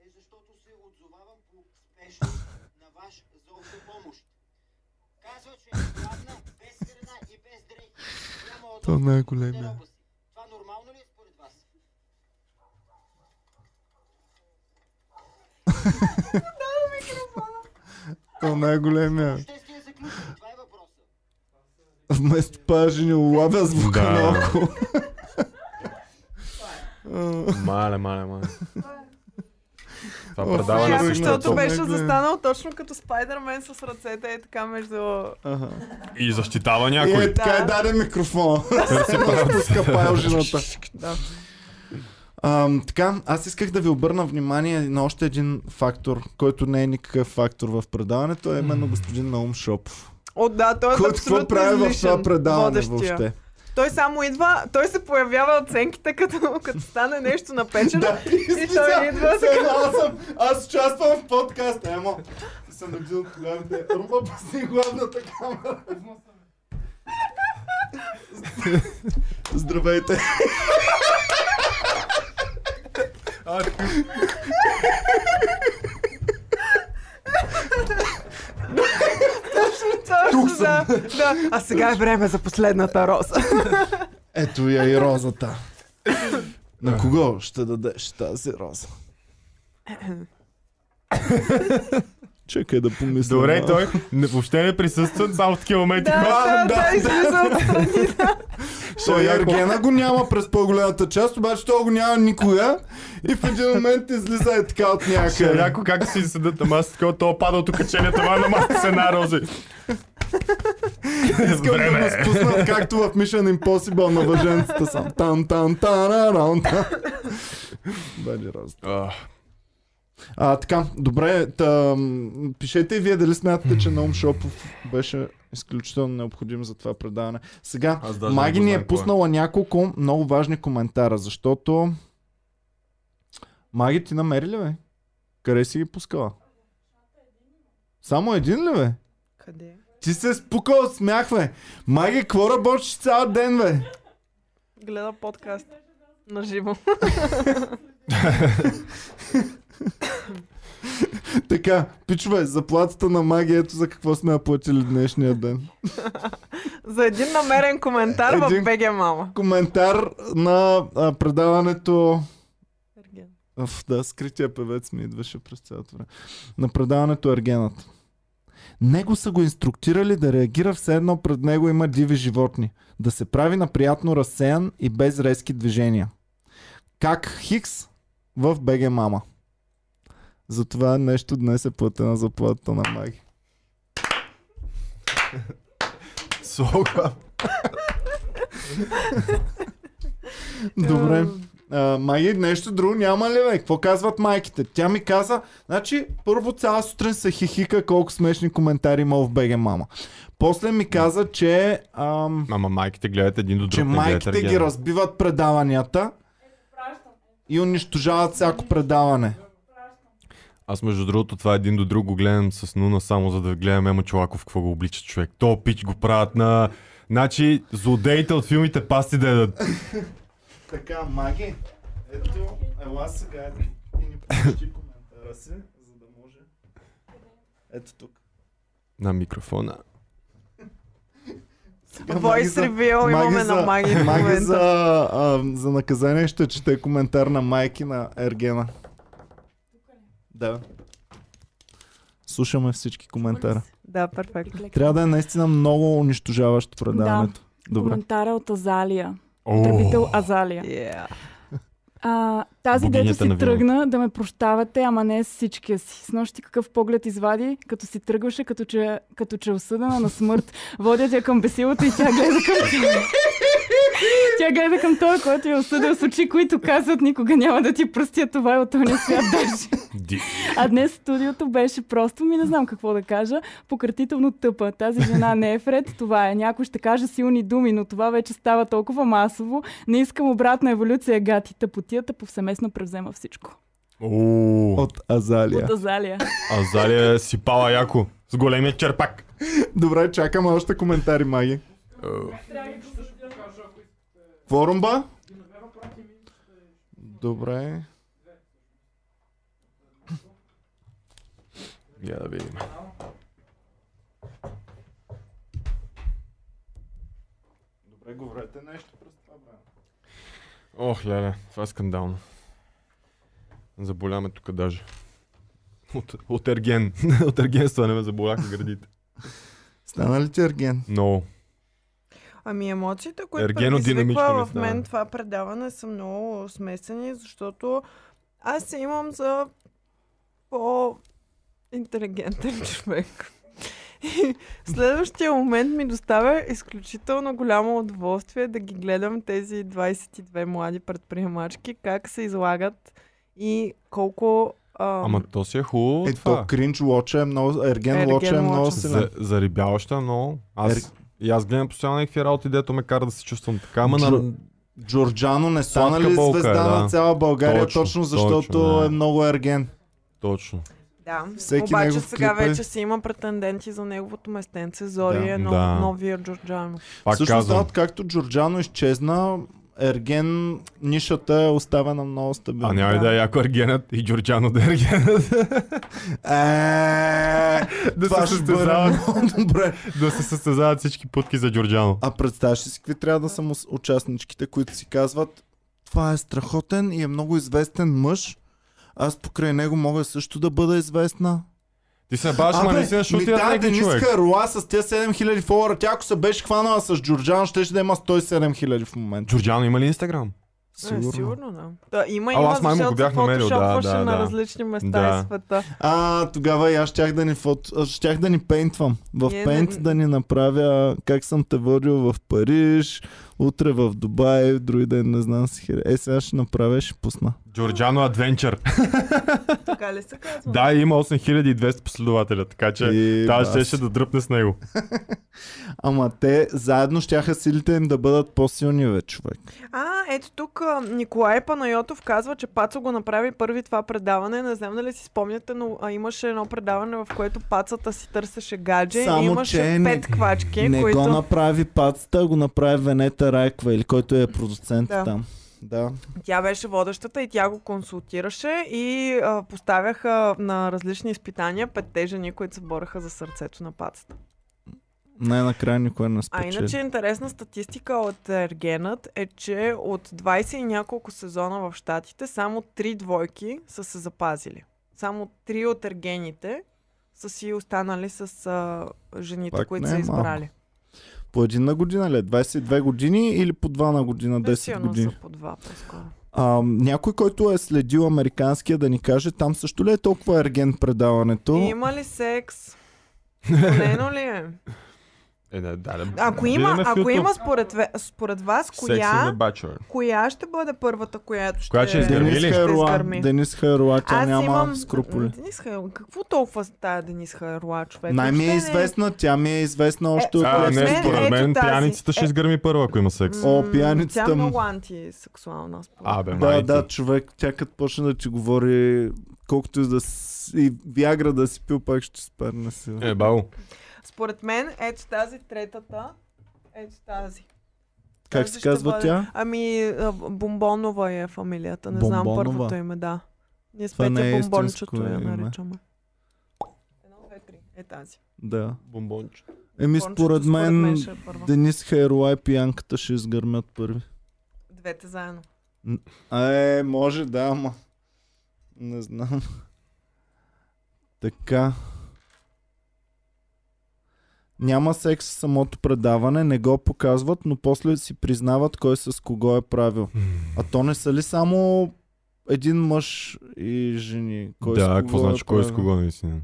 Speaker 8: е защото се отзовавам по спешно на ваш зов за помощ. Казва, че е гладна, без храна и без дрехи. Няма от
Speaker 2: То не е големия.
Speaker 8: гардероба си. Това нормално ли е според вас?
Speaker 2: То не е големия.
Speaker 8: Ще сте я заключили, това е въпроса.
Speaker 2: Вместо пажени улавя звука
Speaker 4: Да.
Speaker 2: наоколо.
Speaker 4: Мале, мале, мале. Това
Speaker 2: Оф,
Speaker 4: предаване
Speaker 1: Сега,
Speaker 2: Давай,
Speaker 4: също е
Speaker 1: защото
Speaker 4: топ.
Speaker 1: беше
Speaker 2: Нагле.
Speaker 1: застанал точно като Спайдермен с ръцете и така между...
Speaker 2: Ага.
Speaker 4: И защитава
Speaker 2: И
Speaker 4: някой.
Speaker 2: е така е
Speaker 1: Да.
Speaker 2: даде микрофона. Пуска пайл жената.
Speaker 1: Да.
Speaker 2: е Ам, така, аз исках да ви обърна внимание на още един фактор, който не е никакъв фактор в предаването, а именно господин Наум Шопов.
Speaker 1: О, да, той е
Speaker 2: Кой какво
Speaker 1: абсолютно
Speaker 2: прави в
Speaker 1: излишен,
Speaker 2: това предаване
Speaker 1: водещия.
Speaker 2: въобще?
Speaker 1: Той само идва, той се появява оценките, като, като стане нещо на печена.
Speaker 2: *laughs*
Speaker 1: и той е идва
Speaker 2: Сега
Speaker 1: така.
Speaker 2: аз съм, аз участвам в подкаста, ема. Съм един от голямите. Руба пусни главната
Speaker 1: *laughs*
Speaker 2: камера. Здравейте.
Speaker 1: Тук съм. Да. А сега е време за последната роза.
Speaker 2: Ето я и розата. На кого ще дадеш тази роза? Чакай да помисля.
Speaker 4: Добре,
Speaker 2: малко.
Speaker 4: той не, въобще не присъства само в такива моменти.
Speaker 1: Да, да, да, излиза
Speaker 2: *laughs*
Speaker 1: отстрани.
Speaker 2: Той Ергена го няма през по-голямата част, обаче той го няма никога. И в един момент излиза е така от
Speaker 4: Ще
Speaker 2: някъде.
Speaker 4: Яко как си седат на масата, такова, то пада от окачение, това е на масата се една рози.
Speaker 2: Искам да го спуснат както в Mission Impossible на въженцата сам. Там, там, там, там, Бали раз. А, така, добре, тъм, пишете и вие дали смятате, че Наум Шопов беше изключително необходим за това предаване. Сега,
Speaker 4: Аз даже не
Speaker 2: Маги
Speaker 4: го
Speaker 2: ни
Speaker 4: знам
Speaker 2: е
Speaker 4: кой е.
Speaker 2: пуснала няколко много важни коментара, защото... Маги, ти намери ли, бе? Къде си ги пускала? Само един ли, бе?
Speaker 1: Къде?
Speaker 2: Ти се спука от смях, бе. Маги, какво работиш цял ден, бе?
Speaker 1: Гледа подкаст. На живо.
Speaker 2: Така, пичове, заплатата на Маги, ето за какво сме я платили днешния ден.
Speaker 1: За един намерен коментар
Speaker 2: Един-
Speaker 1: в БГ Мама.
Speaker 2: Коментар на а, предаването...
Speaker 1: Ерген.
Speaker 2: Оф, да, скрития певец ми идваше през цялото време. На предаването Ергенът. Него са го инструктирали да реагира все едно пред него има диви животни. Да се прави на приятно разсеян и без резки движения. Как Хикс в БГ Мама. Затова нещо днес е платена заплатата на Маги.
Speaker 4: Сока.
Speaker 2: Добре. А, маги, нещо друго няма ли, бе? Какво казват майките? Тя ми каза, значи, първо цяла сутрин се хихика колко смешни коментари има в БГ Мама. После ми каза, че, ам,
Speaker 4: Ама майките гледат един до друг.
Speaker 2: че
Speaker 4: не гледат
Speaker 2: майките ги
Speaker 4: Ергена.
Speaker 2: разбиват предаванията и унищожават всяко предаване.
Speaker 4: Аз между другото това един до друг го гледам с Нуна, само за да гледам Ема Чолаков какво го облича човек. То пич го правят на... Значи, злодеите от филмите пасти да ядат.
Speaker 2: Така, Маги, ето, ела сега и ни прочети коментара си, за да може. Ето тук.
Speaker 4: На микрофона.
Speaker 1: Войс ревил имаме на Маги в
Speaker 2: Маги
Speaker 1: момента.
Speaker 2: за, а, за наказание ще чете коментар на майки на Ергена. Да. Слушаме всички коментара.
Speaker 1: Да, перфектно.
Speaker 2: Трябва да е наистина много унищожаващо предаването. Добре.
Speaker 5: Коментара от Азалия. Потребител
Speaker 4: О,
Speaker 5: Азалия.
Speaker 1: Yeah.
Speaker 5: А, тази
Speaker 4: Богинята
Speaker 5: дето
Speaker 4: на
Speaker 5: си
Speaker 4: виното.
Speaker 5: тръгна да ме прощавате, ама не с всичкия си. С нощи какъв поглед извади, като си тръгваше, като че, като че е осъдена на смърт. Водят я към бесилата и тя гледа
Speaker 2: *laughs*
Speaker 5: към Тя гледа към този, който я е осъдил с очи, които казват никога няма да ти простя това е от този свят даже.
Speaker 4: ди.
Speaker 5: А днес студиото беше просто, ми не знам какво да кажа, пократително тъпа. Тази жена не е вред, това е. Някой ще каже силни думи, но това вече става толкова масово. Не искам обратна еволюция, гати. Тъпотията повсеместно превзема всичко.
Speaker 4: О,
Speaker 2: От Азалия.
Speaker 5: От Азалия.
Speaker 4: Азалия си пала е яко. С големия черпак.
Speaker 2: Добре, чакаме още коментари, Маги. Форумба? Добре.
Speaker 4: Я да видим.
Speaker 2: Добре, говорете нещо през това време.
Speaker 4: Ох, леле, това е скандално. Заболяме тук даже. От, от ерген. *laughs* от ергенства не ме заболяха градите.
Speaker 2: Стана ли ти Ерген?
Speaker 4: Много.
Speaker 1: Ами емоциите, които
Speaker 3: Ергенодинамични
Speaker 1: предизвиква
Speaker 3: ми
Speaker 1: в
Speaker 3: става.
Speaker 1: мен това предаване са много смесени, защото аз се имам за по-интелигентен *laughs* човек. И следващия момент ми доставя изключително голямо удоволствие да ги гледам тези 22 млади предприемачки, как се излагат и колко... ам,
Speaker 4: Ама то си е хубаво.
Speaker 2: Е, то
Speaker 4: това.
Speaker 2: кринч лоча е много, ерген
Speaker 1: Ерген
Speaker 2: лоча е много
Speaker 1: лоча.
Speaker 2: силен.
Speaker 4: За, зарибяваща много. Аз,
Speaker 2: Ер-
Speaker 4: и аз гледам постоянно някакви работи, дето ме кара да се чувствам така. Ама
Speaker 2: Джо-
Speaker 4: на...
Speaker 2: Джорджано не стана
Speaker 4: Сладка
Speaker 2: ли
Speaker 4: болка е,
Speaker 2: звезда
Speaker 4: да.
Speaker 2: на цяла България, точно,
Speaker 4: Точно,
Speaker 2: защото
Speaker 4: точно, да.
Speaker 2: е много ерген.
Speaker 4: Точно.
Speaker 1: Да,
Speaker 2: Всеки
Speaker 1: обаче
Speaker 2: негов
Speaker 1: сега
Speaker 2: клип е-
Speaker 1: вече си има претенденти за неговото местенце. Зори
Speaker 2: Да.
Speaker 1: е нов,
Speaker 4: Да.
Speaker 1: новия Джорджано.
Speaker 4: Пак
Speaker 2: Всъщност,
Speaker 4: казвам.
Speaker 2: от както Джорджано изчезна, ерген нишата е оставена много
Speaker 4: А
Speaker 2: стабилна.
Speaker 4: няма ли да е яко ергенът и Джорджано да е ергенът? *laughs*
Speaker 2: Е,
Speaker 4: да,
Speaker 2: това
Speaker 4: се
Speaker 2: ще бъде
Speaker 4: състезават,
Speaker 2: много добре.
Speaker 4: да се състезават всички путки за Джорджано.
Speaker 2: А представяш ли си какви трябва да са му с- участничките, които си казват това е страхотен и е много известен мъж. Аз покрай него мога също да бъда известна.
Speaker 4: Ти се баш, ма не си
Speaker 2: ми
Speaker 4: нашутират
Speaker 2: тази
Speaker 4: някакви е човек.
Speaker 2: Дениска Руа с тези 7000 фолуара, тя ако се беше хванала с Джорджан, ще да има 107 000 в момента.
Speaker 4: Джорджано има ли Инстаграм?
Speaker 1: Сигурно. Е, сигурно, да. да има,
Speaker 4: Ало,
Speaker 1: има,
Speaker 4: аз май му
Speaker 1: защото
Speaker 4: го бях
Speaker 1: се
Speaker 4: намерил, да,
Speaker 1: фотошопваше
Speaker 4: да,
Speaker 1: на
Speaker 4: да.
Speaker 1: различни места
Speaker 4: Да.
Speaker 1: из света.
Speaker 2: А, тогава и аз щях да ни, фот... а, щях да ни пейнтвам. В
Speaker 1: Е,
Speaker 2: пейнт
Speaker 1: не-
Speaker 2: да ни направя как съм те водил в Париж, утре в Дубай, други ден не знам си хер. Е, сега ще направя, ще пусна.
Speaker 4: Джорджано Адвенчър.
Speaker 1: Така ли се казва?
Speaker 4: Да, има 8200 последователя, така че
Speaker 2: И,
Speaker 4: тази
Speaker 2: бас.
Speaker 4: ще, ще да дръпне с него.
Speaker 2: Ама те заедно щяха силите им да бъдат по-силни вече, човек.
Speaker 1: А, ето тук а, Николай Панайотов казва, че Пацо го направи първи това предаване. Не знам дали си спомняте, но а, имаше едно предаване, в което пацата си търсеше гадже
Speaker 2: Само,
Speaker 1: и имаше
Speaker 2: че не-
Speaker 1: пет квачки,
Speaker 2: не
Speaker 1: които...
Speaker 2: го направи пацата, а го направи Венета Райква, или който е продуцент
Speaker 1: Да.
Speaker 2: там. Да.
Speaker 1: Тя беше водещата и тя го консултираше и а, поставяха на различни изпитания петте жени, които се бореха за сърцето на пацата.
Speaker 2: Най-накрая никой не
Speaker 1: А
Speaker 2: спечели.
Speaker 1: иначе интересна статистика от Ергенът е, че от 20 и няколко сезона в Штатите само три двойки са се запазили. Само три от Ергените са си останали с а, жените,
Speaker 2: Пак
Speaker 1: които
Speaker 2: не е
Speaker 1: са
Speaker 2: малко.
Speaker 1: избрали.
Speaker 2: По един на година ли? е? 22 години или по два на година? 10
Speaker 1: Сигурно
Speaker 2: години.
Speaker 1: са по два по-скоро.
Speaker 2: А, някой, който е следил американския, да ни каже, там също ли е толкова ерген предаването?
Speaker 1: Има ли секс? Лено ли
Speaker 2: *laughs*
Speaker 1: е?
Speaker 4: Е, да, да, да.
Speaker 1: Ако има, ако има според, ве- според вас, коя,
Speaker 4: Bachelor.
Speaker 1: коя ще бъде първата, която ще,
Speaker 4: Която ще изгърми
Speaker 2: Денис
Speaker 4: Гърмили?
Speaker 2: Хайруа.
Speaker 1: изгърми?
Speaker 2: Денис Хайруа, тя
Speaker 1: Аз
Speaker 2: няма
Speaker 1: имам...
Speaker 2: скрупули.
Speaker 1: Денис Хайруа. Какво толкова с тая Денис Хайруа, човек?
Speaker 2: Най ми е
Speaker 1: Въобще не-
Speaker 2: известна, тя ми е известна още
Speaker 1: Е,
Speaker 2: от
Speaker 4: А,
Speaker 1: Според
Speaker 4: не,
Speaker 1: мен,
Speaker 4: според
Speaker 1: ето
Speaker 4: мен
Speaker 1: тази.
Speaker 4: пияницата
Speaker 1: Е.
Speaker 4: ще изгърми първа, ако има секс.
Speaker 2: О,
Speaker 1: М,
Speaker 2: пияницата
Speaker 1: Тя е
Speaker 2: му.
Speaker 1: много антисексуална, според мен.
Speaker 4: Абе,
Speaker 2: Да,
Speaker 4: майки.
Speaker 2: да, човек, тя като почне да ти говори, колкото и да си, и Виагра да си пил, пак ще спадне си.
Speaker 4: Е, бао.
Speaker 1: Според мен, ето тази третата, ето тази.
Speaker 2: как
Speaker 1: Тази
Speaker 2: се
Speaker 1: ще
Speaker 2: казва
Speaker 1: бъде-
Speaker 2: тя?
Speaker 1: Ами, а, Бомбонова е фамилията. Не знам
Speaker 2: Бомбонова?
Speaker 1: първото име, да. Ние с
Speaker 2: Това
Speaker 1: Петя
Speaker 2: не е
Speaker 1: Бомбончето
Speaker 2: истинско
Speaker 1: я
Speaker 2: име.
Speaker 1: наричаме. Едно, две, три. Е тази.
Speaker 2: Да.
Speaker 4: Бомбонче.
Speaker 2: Еми,
Speaker 1: Бомбончето
Speaker 2: Ами, според мен,
Speaker 1: ще е първа.
Speaker 2: Денис Хайруа и пиянката ще изгърмят първи.
Speaker 1: Двете заедно.
Speaker 2: А, Е, може да, ама. Не знам. Така. Няма секс в самото предаване, не го показват, но после си признават кой с кого е правил. А то не са ли само един мъж и жени? Кой с
Speaker 4: Да,
Speaker 2: кого
Speaker 4: какво
Speaker 2: е
Speaker 4: значи кой с
Speaker 2: правил?
Speaker 4: кого наистина?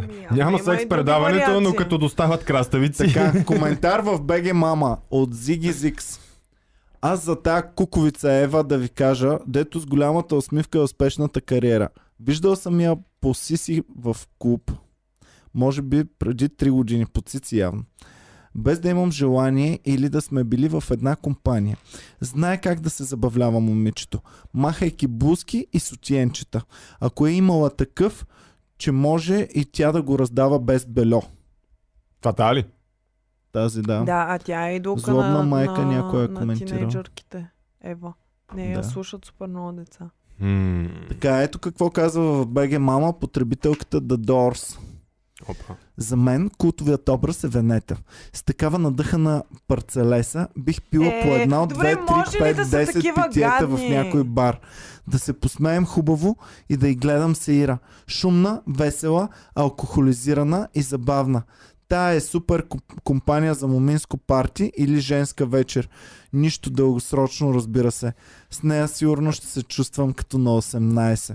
Speaker 1: Ами,
Speaker 4: Няма
Speaker 1: ама има и
Speaker 4: секс
Speaker 1: други
Speaker 4: предаването, но
Speaker 1: вариации.
Speaker 4: като достават *laughs* краставици.
Speaker 2: Така, коментар в БГ Мама от Зиги Зикс. Аз за тая куковица Ева да ви кажа, дето с голямата усмивка е успешната кариера. Виждал съм я по Сиси в клуб. Може би преди 3 години, по Цици явно. Без да имам желание или да сме били в една компания. Знае как да се забавлява момичето, махайки блузки и сотиенчета. Ако е имала такъв, че може и тя да го раздава без бельо.
Speaker 4: Фатали.
Speaker 2: Тази да.
Speaker 1: Да, а тя е идолка
Speaker 2: Злобна
Speaker 1: на,
Speaker 2: майка
Speaker 1: на,
Speaker 2: някой е
Speaker 1: на
Speaker 2: коментирал.
Speaker 1: тинейджърките. Ева. Не я
Speaker 2: Да. слушат
Speaker 1: слушат супер много
Speaker 4: *laughs*
Speaker 1: деца.
Speaker 2: Така, ето какво казва в БГ Мама потребителката The Doors.
Speaker 4: Опа.
Speaker 2: За мен култовият образ е Венета. С такава надъхана парцелеса бих пила
Speaker 1: Е,
Speaker 2: по една от
Speaker 1: добре,
Speaker 2: 2,
Speaker 1: може
Speaker 2: 3,
Speaker 1: ли
Speaker 2: 5,
Speaker 1: да са
Speaker 2: 10
Speaker 1: такива
Speaker 2: питиета в
Speaker 1: гадни?
Speaker 2: някой бар. Да се посмеем хубаво и да й гледам сеира. Шумна, весела, алкохолизирана и забавна. Та е супер ком- компания за моминско парти или женска вечер. Нищо дългосрочно, разбира се. С нея сигурно ще се чувствам като на 18.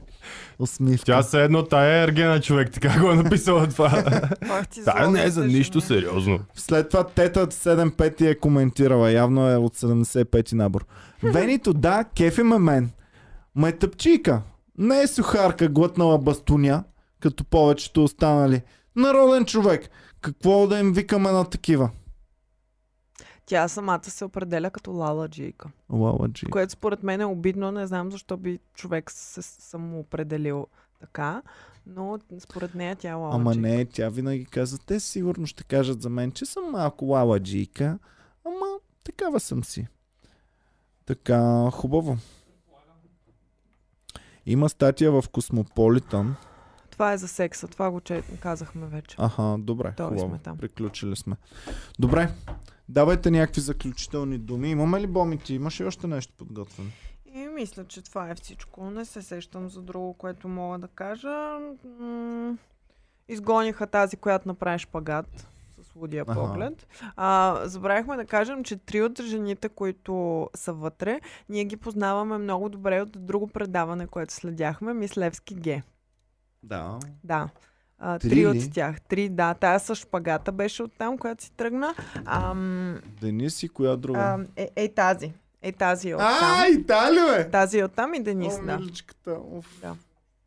Speaker 2: Усмивка.
Speaker 3: Тя се едно тая е ергена човек, така го е написала това.
Speaker 1: Ох, ти
Speaker 4: Тая не е
Speaker 1: злобната
Speaker 4: за нищо
Speaker 1: жена.
Speaker 4: сериозно.
Speaker 2: След това тета 75 е коментирала. Явно е от 75 набор. Венито, да, кефи ме мен. Ма е тъпчийка. Не е сухарка, глътнала бастуня, като повечето останали. Народен човек. Какво да им викаме на такива?
Speaker 1: Тя самата се определя като лала джийка.
Speaker 2: Лаладжи.
Speaker 1: Което според мен е обидно. Не знам защо би човек се самоопределил така. Но според нея тя е лала
Speaker 2: Ама
Speaker 1: джийка.
Speaker 2: не, тя винаги казва, те сигурно ще кажат за мен, че съм малко лаладжийка, ама такава съм си. Така, хубаво. Има статия в Космополитън.
Speaker 1: Това е за секса. Това го че... казахме вече.
Speaker 2: Аха, добре,
Speaker 1: Тоест
Speaker 2: хубаво.
Speaker 1: сме там.
Speaker 2: Приключили сме. Добре, давайте някакви заключителни думи. Имаме ли Боми ти? Имаш ли още нещо подготвено?
Speaker 1: И мисля, че това е всичко. Не се сещам за друго, което мога да кажа. М, Изгониха тази, която направи шпагат с лудия
Speaker 2: Аха.
Speaker 1: поглед. А, забравихме да кажем, че три от жените, които са вътре, ние ги познаваме много добре от друго предаване, което следяхме, Мислевски Ге.
Speaker 2: Да.
Speaker 1: Да. А, три,
Speaker 2: Три
Speaker 1: три
Speaker 2: ли?
Speaker 1: от тях. Три, да. Тая с шпагата беше оттам, която си тръгна. Ам,
Speaker 2: Денис и коя друга?
Speaker 1: а, е, е тази. Е тази е
Speaker 2: А,
Speaker 1: оттам.
Speaker 2: Италия, бе!
Speaker 1: Тази е оттам и Денис,
Speaker 2: О,
Speaker 1: да.
Speaker 2: миличката, уф.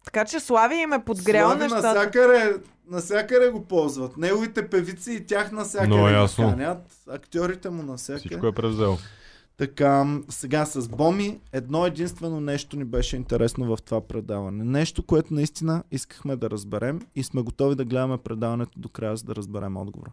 Speaker 1: Така че Слави им е подгрял
Speaker 2: Слави
Speaker 1: нещата.
Speaker 2: Насякъде, насякъде го ползват. Неговите певици и тях насякъде
Speaker 3: Много
Speaker 2: ги
Speaker 3: ясно.
Speaker 2: канят. Актьорите му насякъде.
Speaker 3: Всичко е превзел.
Speaker 2: Така, м, сега с Боми, едно единствено нещо ни беше интересно в това предаване. Нещо, което наистина искахме да разберем и сме готови да гледаме предаването до края, за да разберем отговора.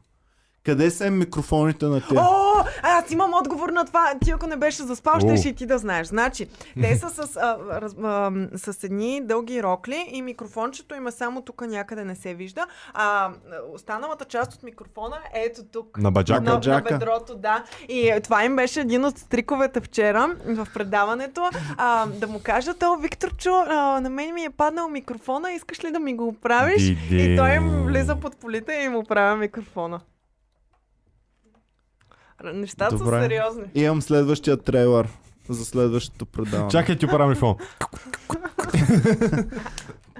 Speaker 2: Къде са им микрофоните на те?
Speaker 1: О, а, аз имам отговор на това. Ти ако не беше заспал,
Speaker 3: О.
Speaker 1: ще ще и ти да знаеш. Значи, те са с, а, раз, а, м, с едни дълги рокли и микрофончето им е само тук някъде не се вижда. А останалата част от микрофона е ето тук.
Speaker 4: На баджака.
Speaker 1: на, на
Speaker 2: Баджака.
Speaker 1: бедрото, да. И е, това им беше един от триковете вчера в предаването. А, да му кажат, о, Викторчо, а, на мен ми е паднал микрофона, искаш ли да ми го оправиш? И той им влиза под полите и им оправя микрофона. Р- Нещата
Speaker 2: Добре.
Speaker 1: са сериозни.
Speaker 2: Имам следващия трейлър за следващото предаване.
Speaker 3: Чакай ти оправям фон.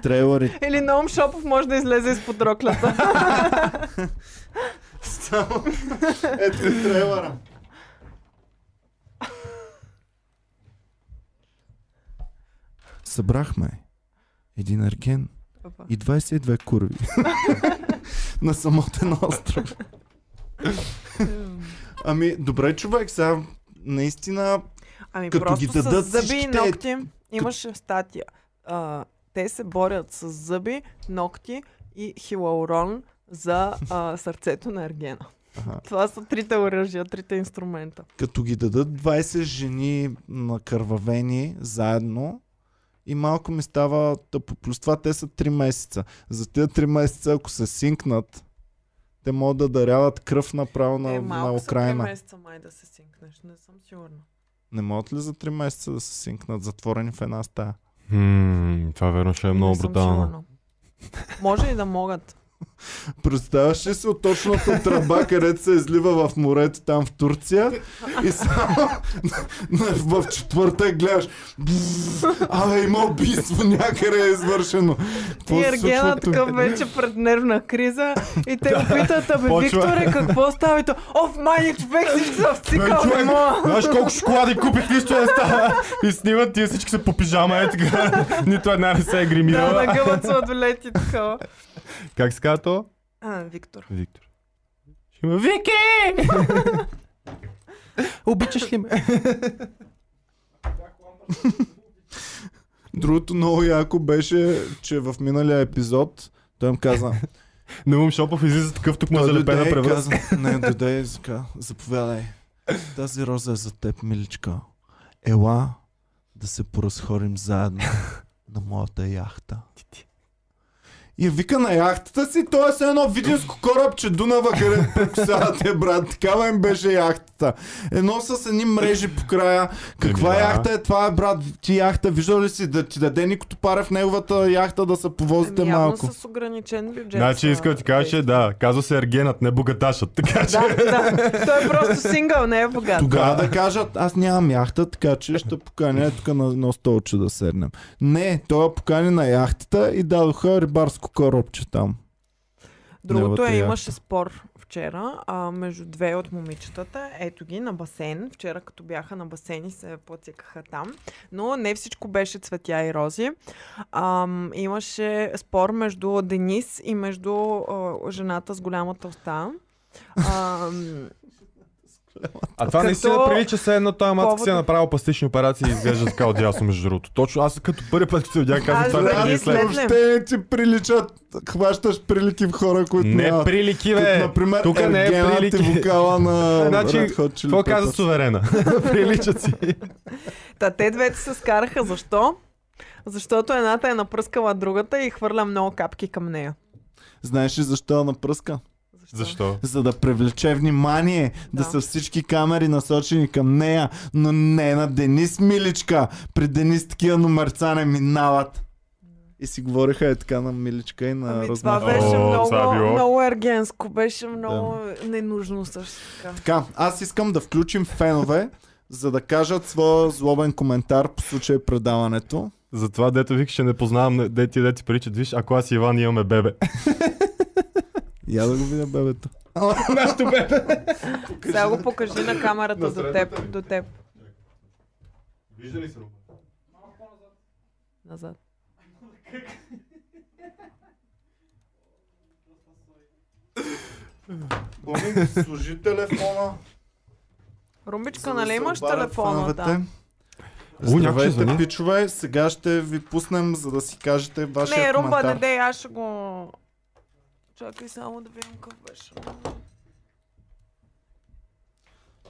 Speaker 2: Трейлъри.
Speaker 1: Или Ноум Шопов може да излезе изпод роклята.
Speaker 2: Само... Ето и трейлъра. Събрахме един арген,
Speaker 1: Опа.
Speaker 2: и
Speaker 1: *laughs*
Speaker 2: 22 курви. на самотен остров. ами, добре, човек, сега наистина
Speaker 1: ами
Speaker 2: Като
Speaker 1: просто
Speaker 2: ги дадат
Speaker 1: с зъби и
Speaker 2: всичките-
Speaker 1: ногти. Имаше статия. А, те се борят с зъби, ногти и хилаурон за а, сърцето на Аргена.
Speaker 2: Аха.
Speaker 1: *laughs* Това са трите оръжия, трите инструмента.
Speaker 2: като ги дадат 20 жени накървавени заедно и малко ми става тъпо. Плюс това те са 3 месеца. За тия 3 месеца, ако се синкнат, те могат да даряват кръв направо на,
Speaker 1: е,
Speaker 2: на
Speaker 1: малко са три
Speaker 2: Украина.
Speaker 1: месеца май да се синкнеш, не съм сигурна.
Speaker 2: Не могат ли за 3 месеца да се синкнат затворени в една стая?
Speaker 4: Хм, това верно ще е много
Speaker 1: Не съм
Speaker 4: брутално.
Speaker 1: сигурна. Може и да
Speaker 2: *laughs*
Speaker 1: могат.
Speaker 2: Представяш ли си от точната тръба, където се излива в морето там в Турция и само в четвъртък гледаш бзз, а има убийство някъде е извършено. Какво
Speaker 1: И
Speaker 2: се случва
Speaker 1: Ергена
Speaker 2: тук?
Speaker 1: такъв вече пред нервна криза и
Speaker 2: *laughs*
Speaker 1: те го питат, абе
Speaker 3: почва.
Speaker 1: Викторе, какво става? И то, оф, майни човек, всички са
Speaker 2: *laughs*
Speaker 1: в цикъл,
Speaker 3: Бе,
Speaker 1: не
Speaker 3: човек,
Speaker 1: мога.
Speaker 3: Знаеш колко шоколади купих, нищо не става. И снимат тия всички са по пижама, е така. Нито една не се е
Speaker 1: Да,
Speaker 3: гримирала.
Speaker 1: на гъбът сладолет и такова.
Speaker 3: Как се казва то?
Speaker 1: А, Виктор.
Speaker 4: Виктор.
Speaker 3: Ще има Вики!
Speaker 4: Обичаш ли ме?
Speaker 2: Другото много яко беше, че в миналия епизод той им каза,
Speaker 3: Наум Шопов излиза такъв тук му
Speaker 2: той
Speaker 3: залепена
Speaker 2: дойде и
Speaker 3: превръзка.
Speaker 2: каза, не, дойде и така, заповядай. Тази роза е за теб, миличка. Ела да се поразходим заедно на моята яхта. И вика на яхтата е си, т.е. едно видинско корабче Дунава, където прекусявате, брат. Такава им беше яхтата. яхта. Едно с едни мрежи по края. Каква
Speaker 4: Еми, да.
Speaker 2: яхта е това, е, брат? Ти яхта, виждал ли си да ти даде Никото паре в неговата яхта да се повозите
Speaker 1: Ами явно
Speaker 2: малко?
Speaker 1: с ограничен бюджет.
Speaker 3: Значи
Speaker 1: са
Speaker 3: иска да ти кажа, че
Speaker 1: тези.
Speaker 3: да, казва се Ергенът, не богаташът. *laughs* Така че...
Speaker 1: Да, да. Той е просто сингъл, не е богат.
Speaker 2: Тогава да кажат, аз нямам яхта, така че
Speaker 3: *laughs*
Speaker 2: ще поканя тук на едно столче да седнем. Не, той я покани на яхтата и дадоха рибарско корабче там.
Speaker 1: Другото
Speaker 2: Неговата
Speaker 1: е,
Speaker 2: яхта.
Speaker 1: имаше спор вчера а, между две от момичетата. Ето ги на басейн. Вчера като бяха на басейни се плацикаха там. Но не всичко беше цветя и рози. А, имаше спор между Денис и между а, жената с голямата уста. А,
Speaker 3: А това
Speaker 1: Като-
Speaker 3: наистина прилича се едно тази мацка
Speaker 1: Повод-
Speaker 3: си е направил пластични операции и изглежда така от дясно между другото. Точно аз като първи път като се видях
Speaker 1: Аз
Speaker 3: казвам това
Speaker 1: преди
Speaker 3: е преди и след.
Speaker 1: след-
Speaker 2: Въобще ти приличат, хващаш прилики в хора, които
Speaker 3: Не е
Speaker 2: нямат.
Speaker 3: прилики, бе!
Speaker 2: Като, например,
Speaker 3: Тук не е
Speaker 2: Ергенът и
Speaker 3: прилики.
Speaker 2: вокала на
Speaker 3: *laughs* Значи,
Speaker 2: Red Hot Chili
Speaker 3: Какво каза
Speaker 2: Peppers.
Speaker 3: *laughs* суверена? Приличат си.
Speaker 1: Та те двете се скараха. Защо? Защото едната е напръскала другата и хвърля много капки към нея.
Speaker 2: Знаеш ли защо е я напръска?
Speaker 3: Защо?
Speaker 2: За да привлече внимание, да.
Speaker 1: Да.
Speaker 2: са всички камери насочени към нея, но не на Денис Миличка. При Денис такива номерца не минават. И си говориха е така на Миличка и на
Speaker 1: Ами, това
Speaker 2: Розмаха.
Speaker 1: беше
Speaker 6: О,
Speaker 1: много,
Speaker 6: това било.
Speaker 1: много ергенско, беше много ненужно също така.
Speaker 2: Така, аз искам да включим фенове, за да кажат своя злобен коментар по случай предаването.
Speaker 3: Затова дето вик ще не познавам не- де ти де ти приличат. Виж, ако аз и Иван имаме бебе.
Speaker 2: Я да го видя бебето.
Speaker 1: Сега го покажи на камерата до теб, до теб.
Speaker 3: Вижда ли се?
Speaker 1: Назад.
Speaker 2: Боми, служи телефона.
Speaker 1: Румбичка,
Speaker 2: за да
Speaker 1: нали
Speaker 2: се
Speaker 1: имаш
Speaker 2: обадят
Speaker 1: телефона? Да.
Speaker 2: феновете.
Speaker 4: О, някой ще
Speaker 2: Здравейте,
Speaker 4: звъни.
Speaker 2: пичове. Сега ще ви пуснем, за да си кажете вашия
Speaker 1: Не, румба, не
Speaker 2: коментар.
Speaker 1: дей, аз ще го... Чакай само да видим какъв беше.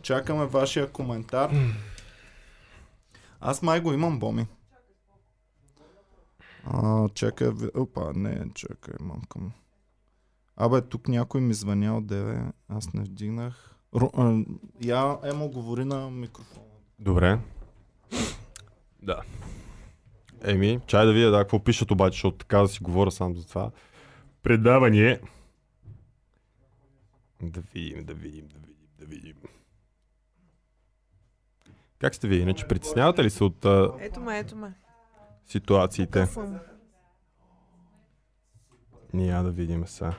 Speaker 2: Чакаме вашия коментар. Аз май го имам, Боми. А, чакай, ви- опа, не, чакай, мамка му. Абе, тук някой ми звъня от деве, аз не вдигнах. Ру, а, я, Емо, говори на микрофона.
Speaker 4: Добре. Да. Еми, чай да видя да, какво пишат обаче, защото така да си говоря сам за това. Предаване. Да видим, да видим, да видим, да видим. Как сте вие? Иначе притеснявате ли се от а,
Speaker 1: Ето ме, ето ме.
Speaker 2: Е.
Speaker 4: ситуациите?
Speaker 1: Съм.
Speaker 4: Ния да видим сега.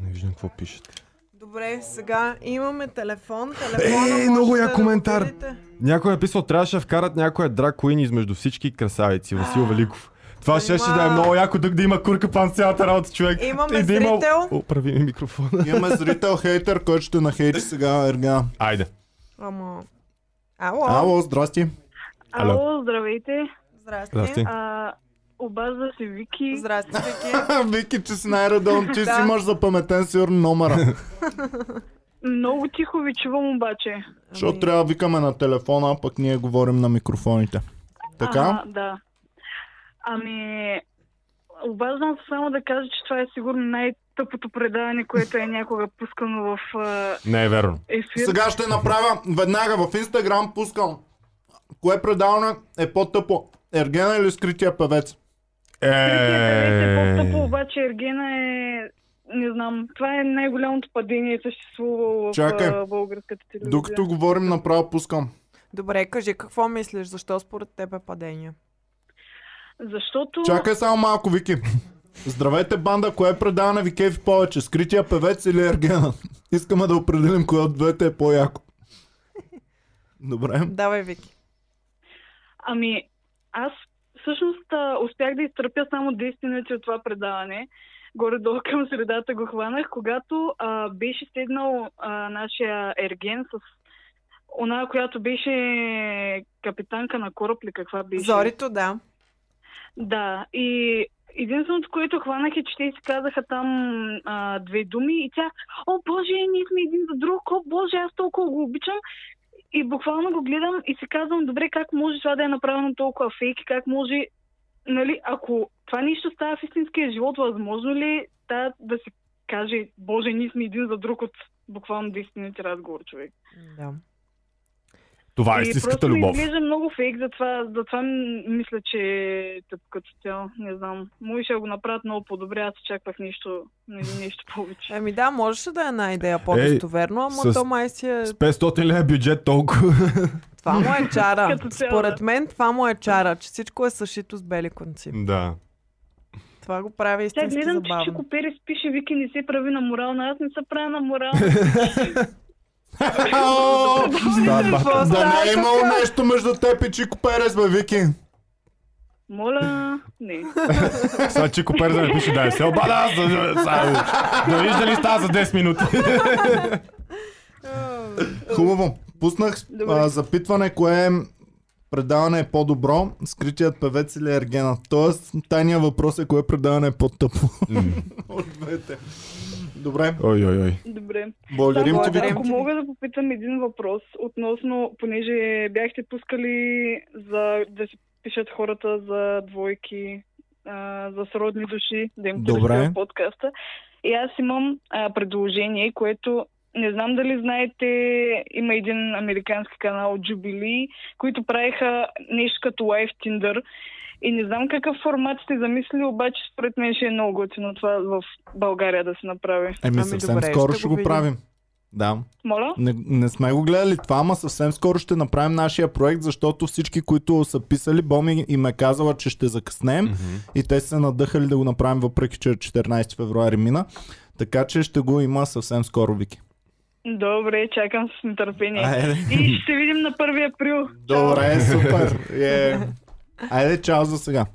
Speaker 4: Не виждам какво пишете.
Speaker 1: Добре, сега имаме телефон. Телефона
Speaker 4: Е, много
Speaker 1: можете
Speaker 4: як
Speaker 1: да
Speaker 4: коментар.
Speaker 1: видите.
Speaker 4: Някой е писал, трябваше да вкарат някоя драг куин измежду всички красавици. Васил Великов.
Speaker 3: Това ще ще да е
Speaker 1: Нима.
Speaker 3: много яко да, да има курка пан с цялата работа, човек.
Speaker 1: Имаме
Speaker 3: и да има...
Speaker 1: зрител.
Speaker 4: О, прави ми микрофона.
Speaker 2: Имаме зрител хейтер, който ще нахейти сега, Ерга.
Speaker 4: Айде.
Speaker 1: Ама... Ало,
Speaker 2: Ало, здрасти.
Speaker 4: Алло.
Speaker 9: Ало, здравейте.
Speaker 1: здрасти.
Speaker 4: Здрасти.
Speaker 9: А, обажда се Вики.
Speaker 1: Здрасти, Вики.
Speaker 2: Вики, че си най-редовно, ти си
Speaker 1: Да.
Speaker 2: имаш запаметен сигурно номера.
Speaker 9: Много тихо ви чувам обаче.
Speaker 2: Защото трябва да викаме на телефона, а пък ние говорим на микрофоните. Така?
Speaker 9: Ага, да. Ами, обаждам се само да кажа, че това е сигурно най-тъпото предаване, което е някога пускано в а,
Speaker 3: Не е верно.
Speaker 9: ефир.
Speaker 2: Сега ще направя, веднага в Инстаграм пускам. Кое предаване е по-тъпо? Ергена или скрития певец?
Speaker 9: Е... По-тъпо,
Speaker 4: Е...
Speaker 9: обаче Ергена е... Не знам, това е най-голямото падение съществувало в
Speaker 2: Чакай.
Speaker 9: а, българската телевизия.
Speaker 2: Докато говорим, направо пускам.
Speaker 1: Добре, кажи какво мислиш, защо според теб е падение?
Speaker 9: Защото...
Speaker 2: Чакай само малко, Вики. Здравейте, банда, кое предаване ви кефи повече? Скрития певец или Ергена? Искаме да определим кое от двете е по-яко. Добре.
Speaker 1: Давай, Вики.
Speaker 9: Ами, аз всъщност а, успях да изтърпя само 10 минути от това предаване. Горе-долу към средата го хванах, когато а, беше седнал а, нашия ерген с она, която беше капитанка на кораб ли каква беше.
Speaker 1: Зорито, да.
Speaker 9: Да, и единственото, което хванах е, че те си казаха там а, две думи и тя, о боже, ние сме един за друг, о боже, аз толкова го обичам. И буквално го гледам и си казвам, добре, как може това да е направено толкова фейк и как може, нали, ако това нещо става в истинския живот, възможно ли е да, да си каже, боже, ние сме един за друг от буквално 10 минути разговор, човек.
Speaker 1: Да.
Speaker 4: Това е
Speaker 9: и
Speaker 4: истинската
Speaker 9: просто ми
Speaker 4: любов.
Speaker 9: изглежда много фейк, затова, затова м- мисля, че е тъп като цяло. Не знам. Може ще го направят много по-добре, аз очаквах нещо, не- нещо повече.
Speaker 1: Ами да, можеше да е една идея по-достоверно, ама
Speaker 4: с-
Speaker 1: то май си е...
Speaker 4: С 500 лея бюджет толкова.
Speaker 1: Това му е чара.
Speaker 9: Като цяло,
Speaker 1: Според
Speaker 9: да.
Speaker 1: мен това му е чара, че всичко е съшито с бели конци.
Speaker 4: да.
Speaker 1: Това го прави
Speaker 9: Тя
Speaker 1: истински
Speaker 9: гледам, че
Speaker 1: забавно.
Speaker 9: Чико Перес пише, вики не се прави на морална, аз не се правя
Speaker 1: *laughs*
Speaker 9: на морална.
Speaker 1: Какво
Speaker 2: Да
Speaker 1: става
Speaker 2: не е имало
Speaker 1: тука?
Speaker 2: нещо между теб и Чико Перес, бе, Вики.
Speaker 9: Моля, не.
Speaker 4: Сега Чико Перза ми пише, да, се обада, аз да- да- да- да вижда ли става за 10 минути.
Speaker 2: Хубаво. Пуснах а, запитване, кое е предаване е по-добро, скритият певец или Ергена. Тоест, тайният въпрос е кое предаване е по-тъпо. *laughs* От двете. Добре,
Speaker 4: Ой, ой, ой.
Speaker 9: Добре.
Speaker 2: благодарим ти. Вики.
Speaker 1: благодарим.
Speaker 9: Ако
Speaker 1: ти.
Speaker 9: мога да попитам един въпрос относно, понеже бяхте пускали за да си пишат хората за двойки, а, за сродни души, да им
Speaker 2: Добре.
Speaker 9: търсят в подкаста. И аз имам а, предложение, което не знам дали знаете, има един американски канал Jubilee, които правиха нещо като Live Tinder. И не знам какъв формат сте замислили, обаче според мен ще е много готино това в България да се направи.
Speaker 2: Еми,
Speaker 1: Ами
Speaker 2: съвсем
Speaker 1: добре,
Speaker 2: скоро
Speaker 1: ще
Speaker 2: ще
Speaker 1: го
Speaker 2: го
Speaker 1: видим.
Speaker 2: правим. Да.
Speaker 9: Моля?
Speaker 2: Не, не сме го гледали това, ама съвсем скоро ще направим нашия проект, защото всички, които са писали, Боми им е казала, че ще закъснем и те са надъхали да го направим, въпреки че 14 февруари мина. Така че ще го има съвсем скоро, Вики.
Speaker 9: Добре, чакам с
Speaker 1: Е,
Speaker 9: нетърпение.
Speaker 2: Айде.
Speaker 9: И ще се видим на 1 април.
Speaker 2: Добре, супер.
Speaker 1: *laughs*
Speaker 2: Е. Айде, чао за сега.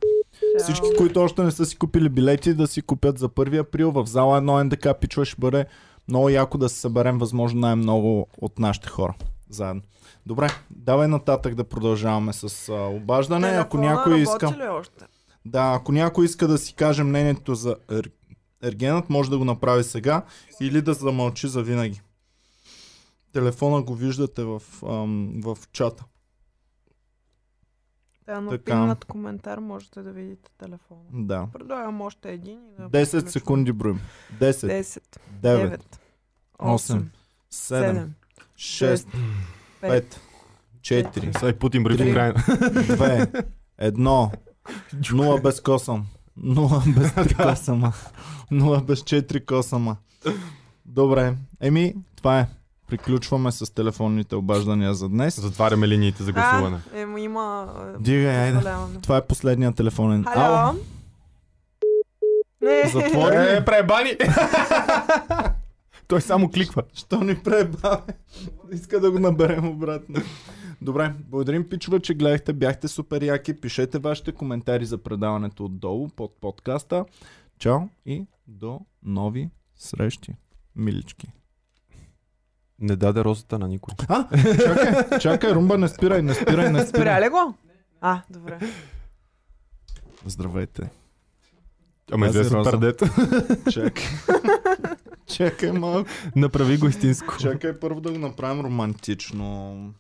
Speaker 2: Всички, които още не са си купили билети, да си купят за 1 април в зала 1 НДК. Пичва ще бъде много яко да се съберем възможно най-много от нашите хора заедно. Добре, давай нататък да продължаваме с а, обаждане. ако
Speaker 1: Телефона
Speaker 2: някой
Speaker 1: работи
Speaker 2: иска.
Speaker 1: ли още?
Speaker 2: Да, ако някой иска да си каже мнението за ер... ергенът, може да го направи сега или да замълчи за винаги. Телефона го виждате в, ам, в чата.
Speaker 1: Да, Е, но
Speaker 2: Така.
Speaker 1: пинат коментар можете да видите телефона.
Speaker 2: Да.
Speaker 1: Предлагам още един и да...
Speaker 2: 10
Speaker 1: приключим.
Speaker 2: секунди броим. 10,
Speaker 1: 10,
Speaker 2: 9,
Speaker 1: 9, 8,
Speaker 2: 8, 7,
Speaker 1: 7,
Speaker 2: 6,
Speaker 1: 5,
Speaker 2: 5, 4,
Speaker 4: Сега и Путин бри
Speaker 2: Три.
Speaker 4: в края.
Speaker 2: 2, 1, 0 без косъм. 0 без
Speaker 4: *laughs*
Speaker 2: 3 косама. 0 без 4 косама. Добре, еми, това е. Приключваме с телефонните обаждания за днес.
Speaker 4: Затваряме линиите за гласуване.
Speaker 1: А, ем, има... е,
Speaker 2: Дигай, айде.
Speaker 1: позволяване.
Speaker 2: Това е последният телефонен.
Speaker 1: Хало? Не.
Speaker 2: Затвори ли?
Speaker 4: Е, пребани! Той само кликва.
Speaker 2: Що ни пребаве? Иска да го наберем обратно. Добре, благодарим пичове, че гледахте, бяхте супер яки. Пишете вашите коментари за предаването отдолу под подкаста. Чао и до нови срещи, милички.
Speaker 4: Не даде розата на никой.
Speaker 2: А, чакай, чакай, Румба, не спирай, не спирай, не
Speaker 1: Спря
Speaker 2: спирай.
Speaker 1: ли го? А, добре.
Speaker 2: Здравейте.
Speaker 4: Ама
Speaker 2: Тази
Speaker 4: известно
Speaker 2: роза.
Speaker 4: пердето.
Speaker 2: Чакай. чакай малко.
Speaker 4: *laughs* Направи го истинско.
Speaker 2: Чакай първо да го направим романтично.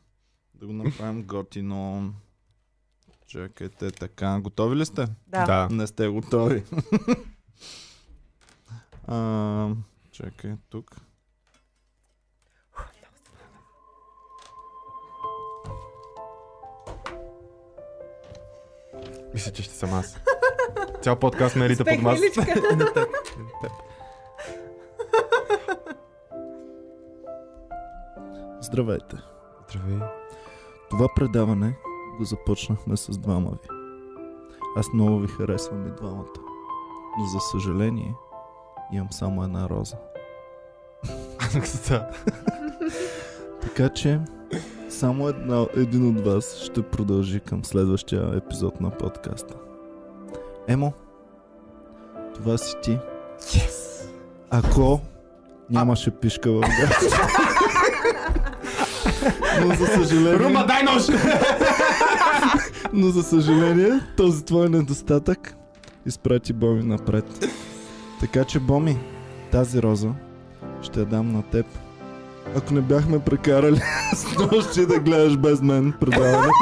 Speaker 2: Да го направим готино. Чакайте така. Готови ли сте?
Speaker 1: Да.
Speaker 4: Да.
Speaker 2: Не сте готови. а, чакай, тук.
Speaker 4: Мисля, че ще
Speaker 1: *laughs*
Speaker 4: съм аз. Цял подкаст ме рита под
Speaker 1: Успех,
Speaker 4: масата.
Speaker 1: миличка.
Speaker 2: Здравейте.
Speaker 4: Здравей.
Speaker 2: Това предаване го започнахме с двама ви. Аз много ви харесвам и двамата. Но за съжаление, имам само една роза.
Speaker 4: Да.
Speaker 2: Така че, само една, един от вас ще продължи към следващия епизод на подкаста. Емо, това си ти. Yes! Ако нямаше пишка в гаща. Но за съжаление...
Speaker 4: Рума, дай нож!
Speaker 2: Но за съжаление, този твой недостатък изпрати Боми напред. Така че, Боми, тази роза ще я дам на теб. Ако не бяхме прекарали *laughs* с нощи да гледаш без мен предаването.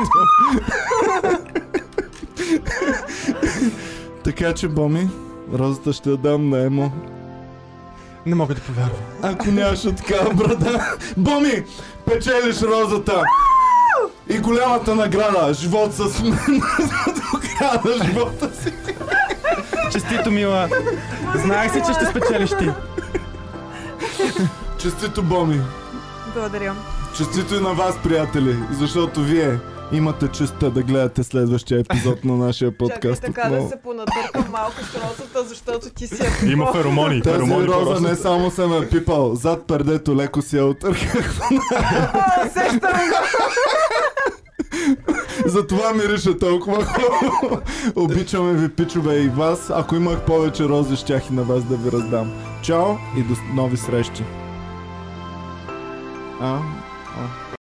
Speaker 2: *laughs* така че, Боми, розата ще я дам на Емо.
Speaker 3: Не мога да повярвам.
Speaker 2: Ако нямаше такава брада. Боми, печелиш розата. И голямата награда. Живот с мен. До края на живота си.
Speaker 4: Честито, мила! Знаех си, че ще спечелиш ти.
Speaker 2: Честито, Боми.
Speaker 1: Благодаря.
Speaker 2: Честито и на вас, приятели. Защото вие имате честа да гледате следващия епизод на нашия
Speaker 1: Чакай
Speaker 2: подкаст.
Speaker 1: така
Speaker 2: отново.
Speaker 1: да се понадъркам малко с розата, защото ти си я
Speaker 3: Има феромони.
Speaker 2: Тази
Speaker 3: феромони по
Speaker 2: роза
Speaker 3: розата.
Speaker 2: не само съм е пипал, зад пердето леко си я отърках.
Speaker 1: А, Сещам го!
Speaker 2: Затова мирише толкова хубаво. Обичаме ви, пичове, и вас. Ако имах повече рози, щях и на вас да ви раздам. Чао и до нови срещи. А,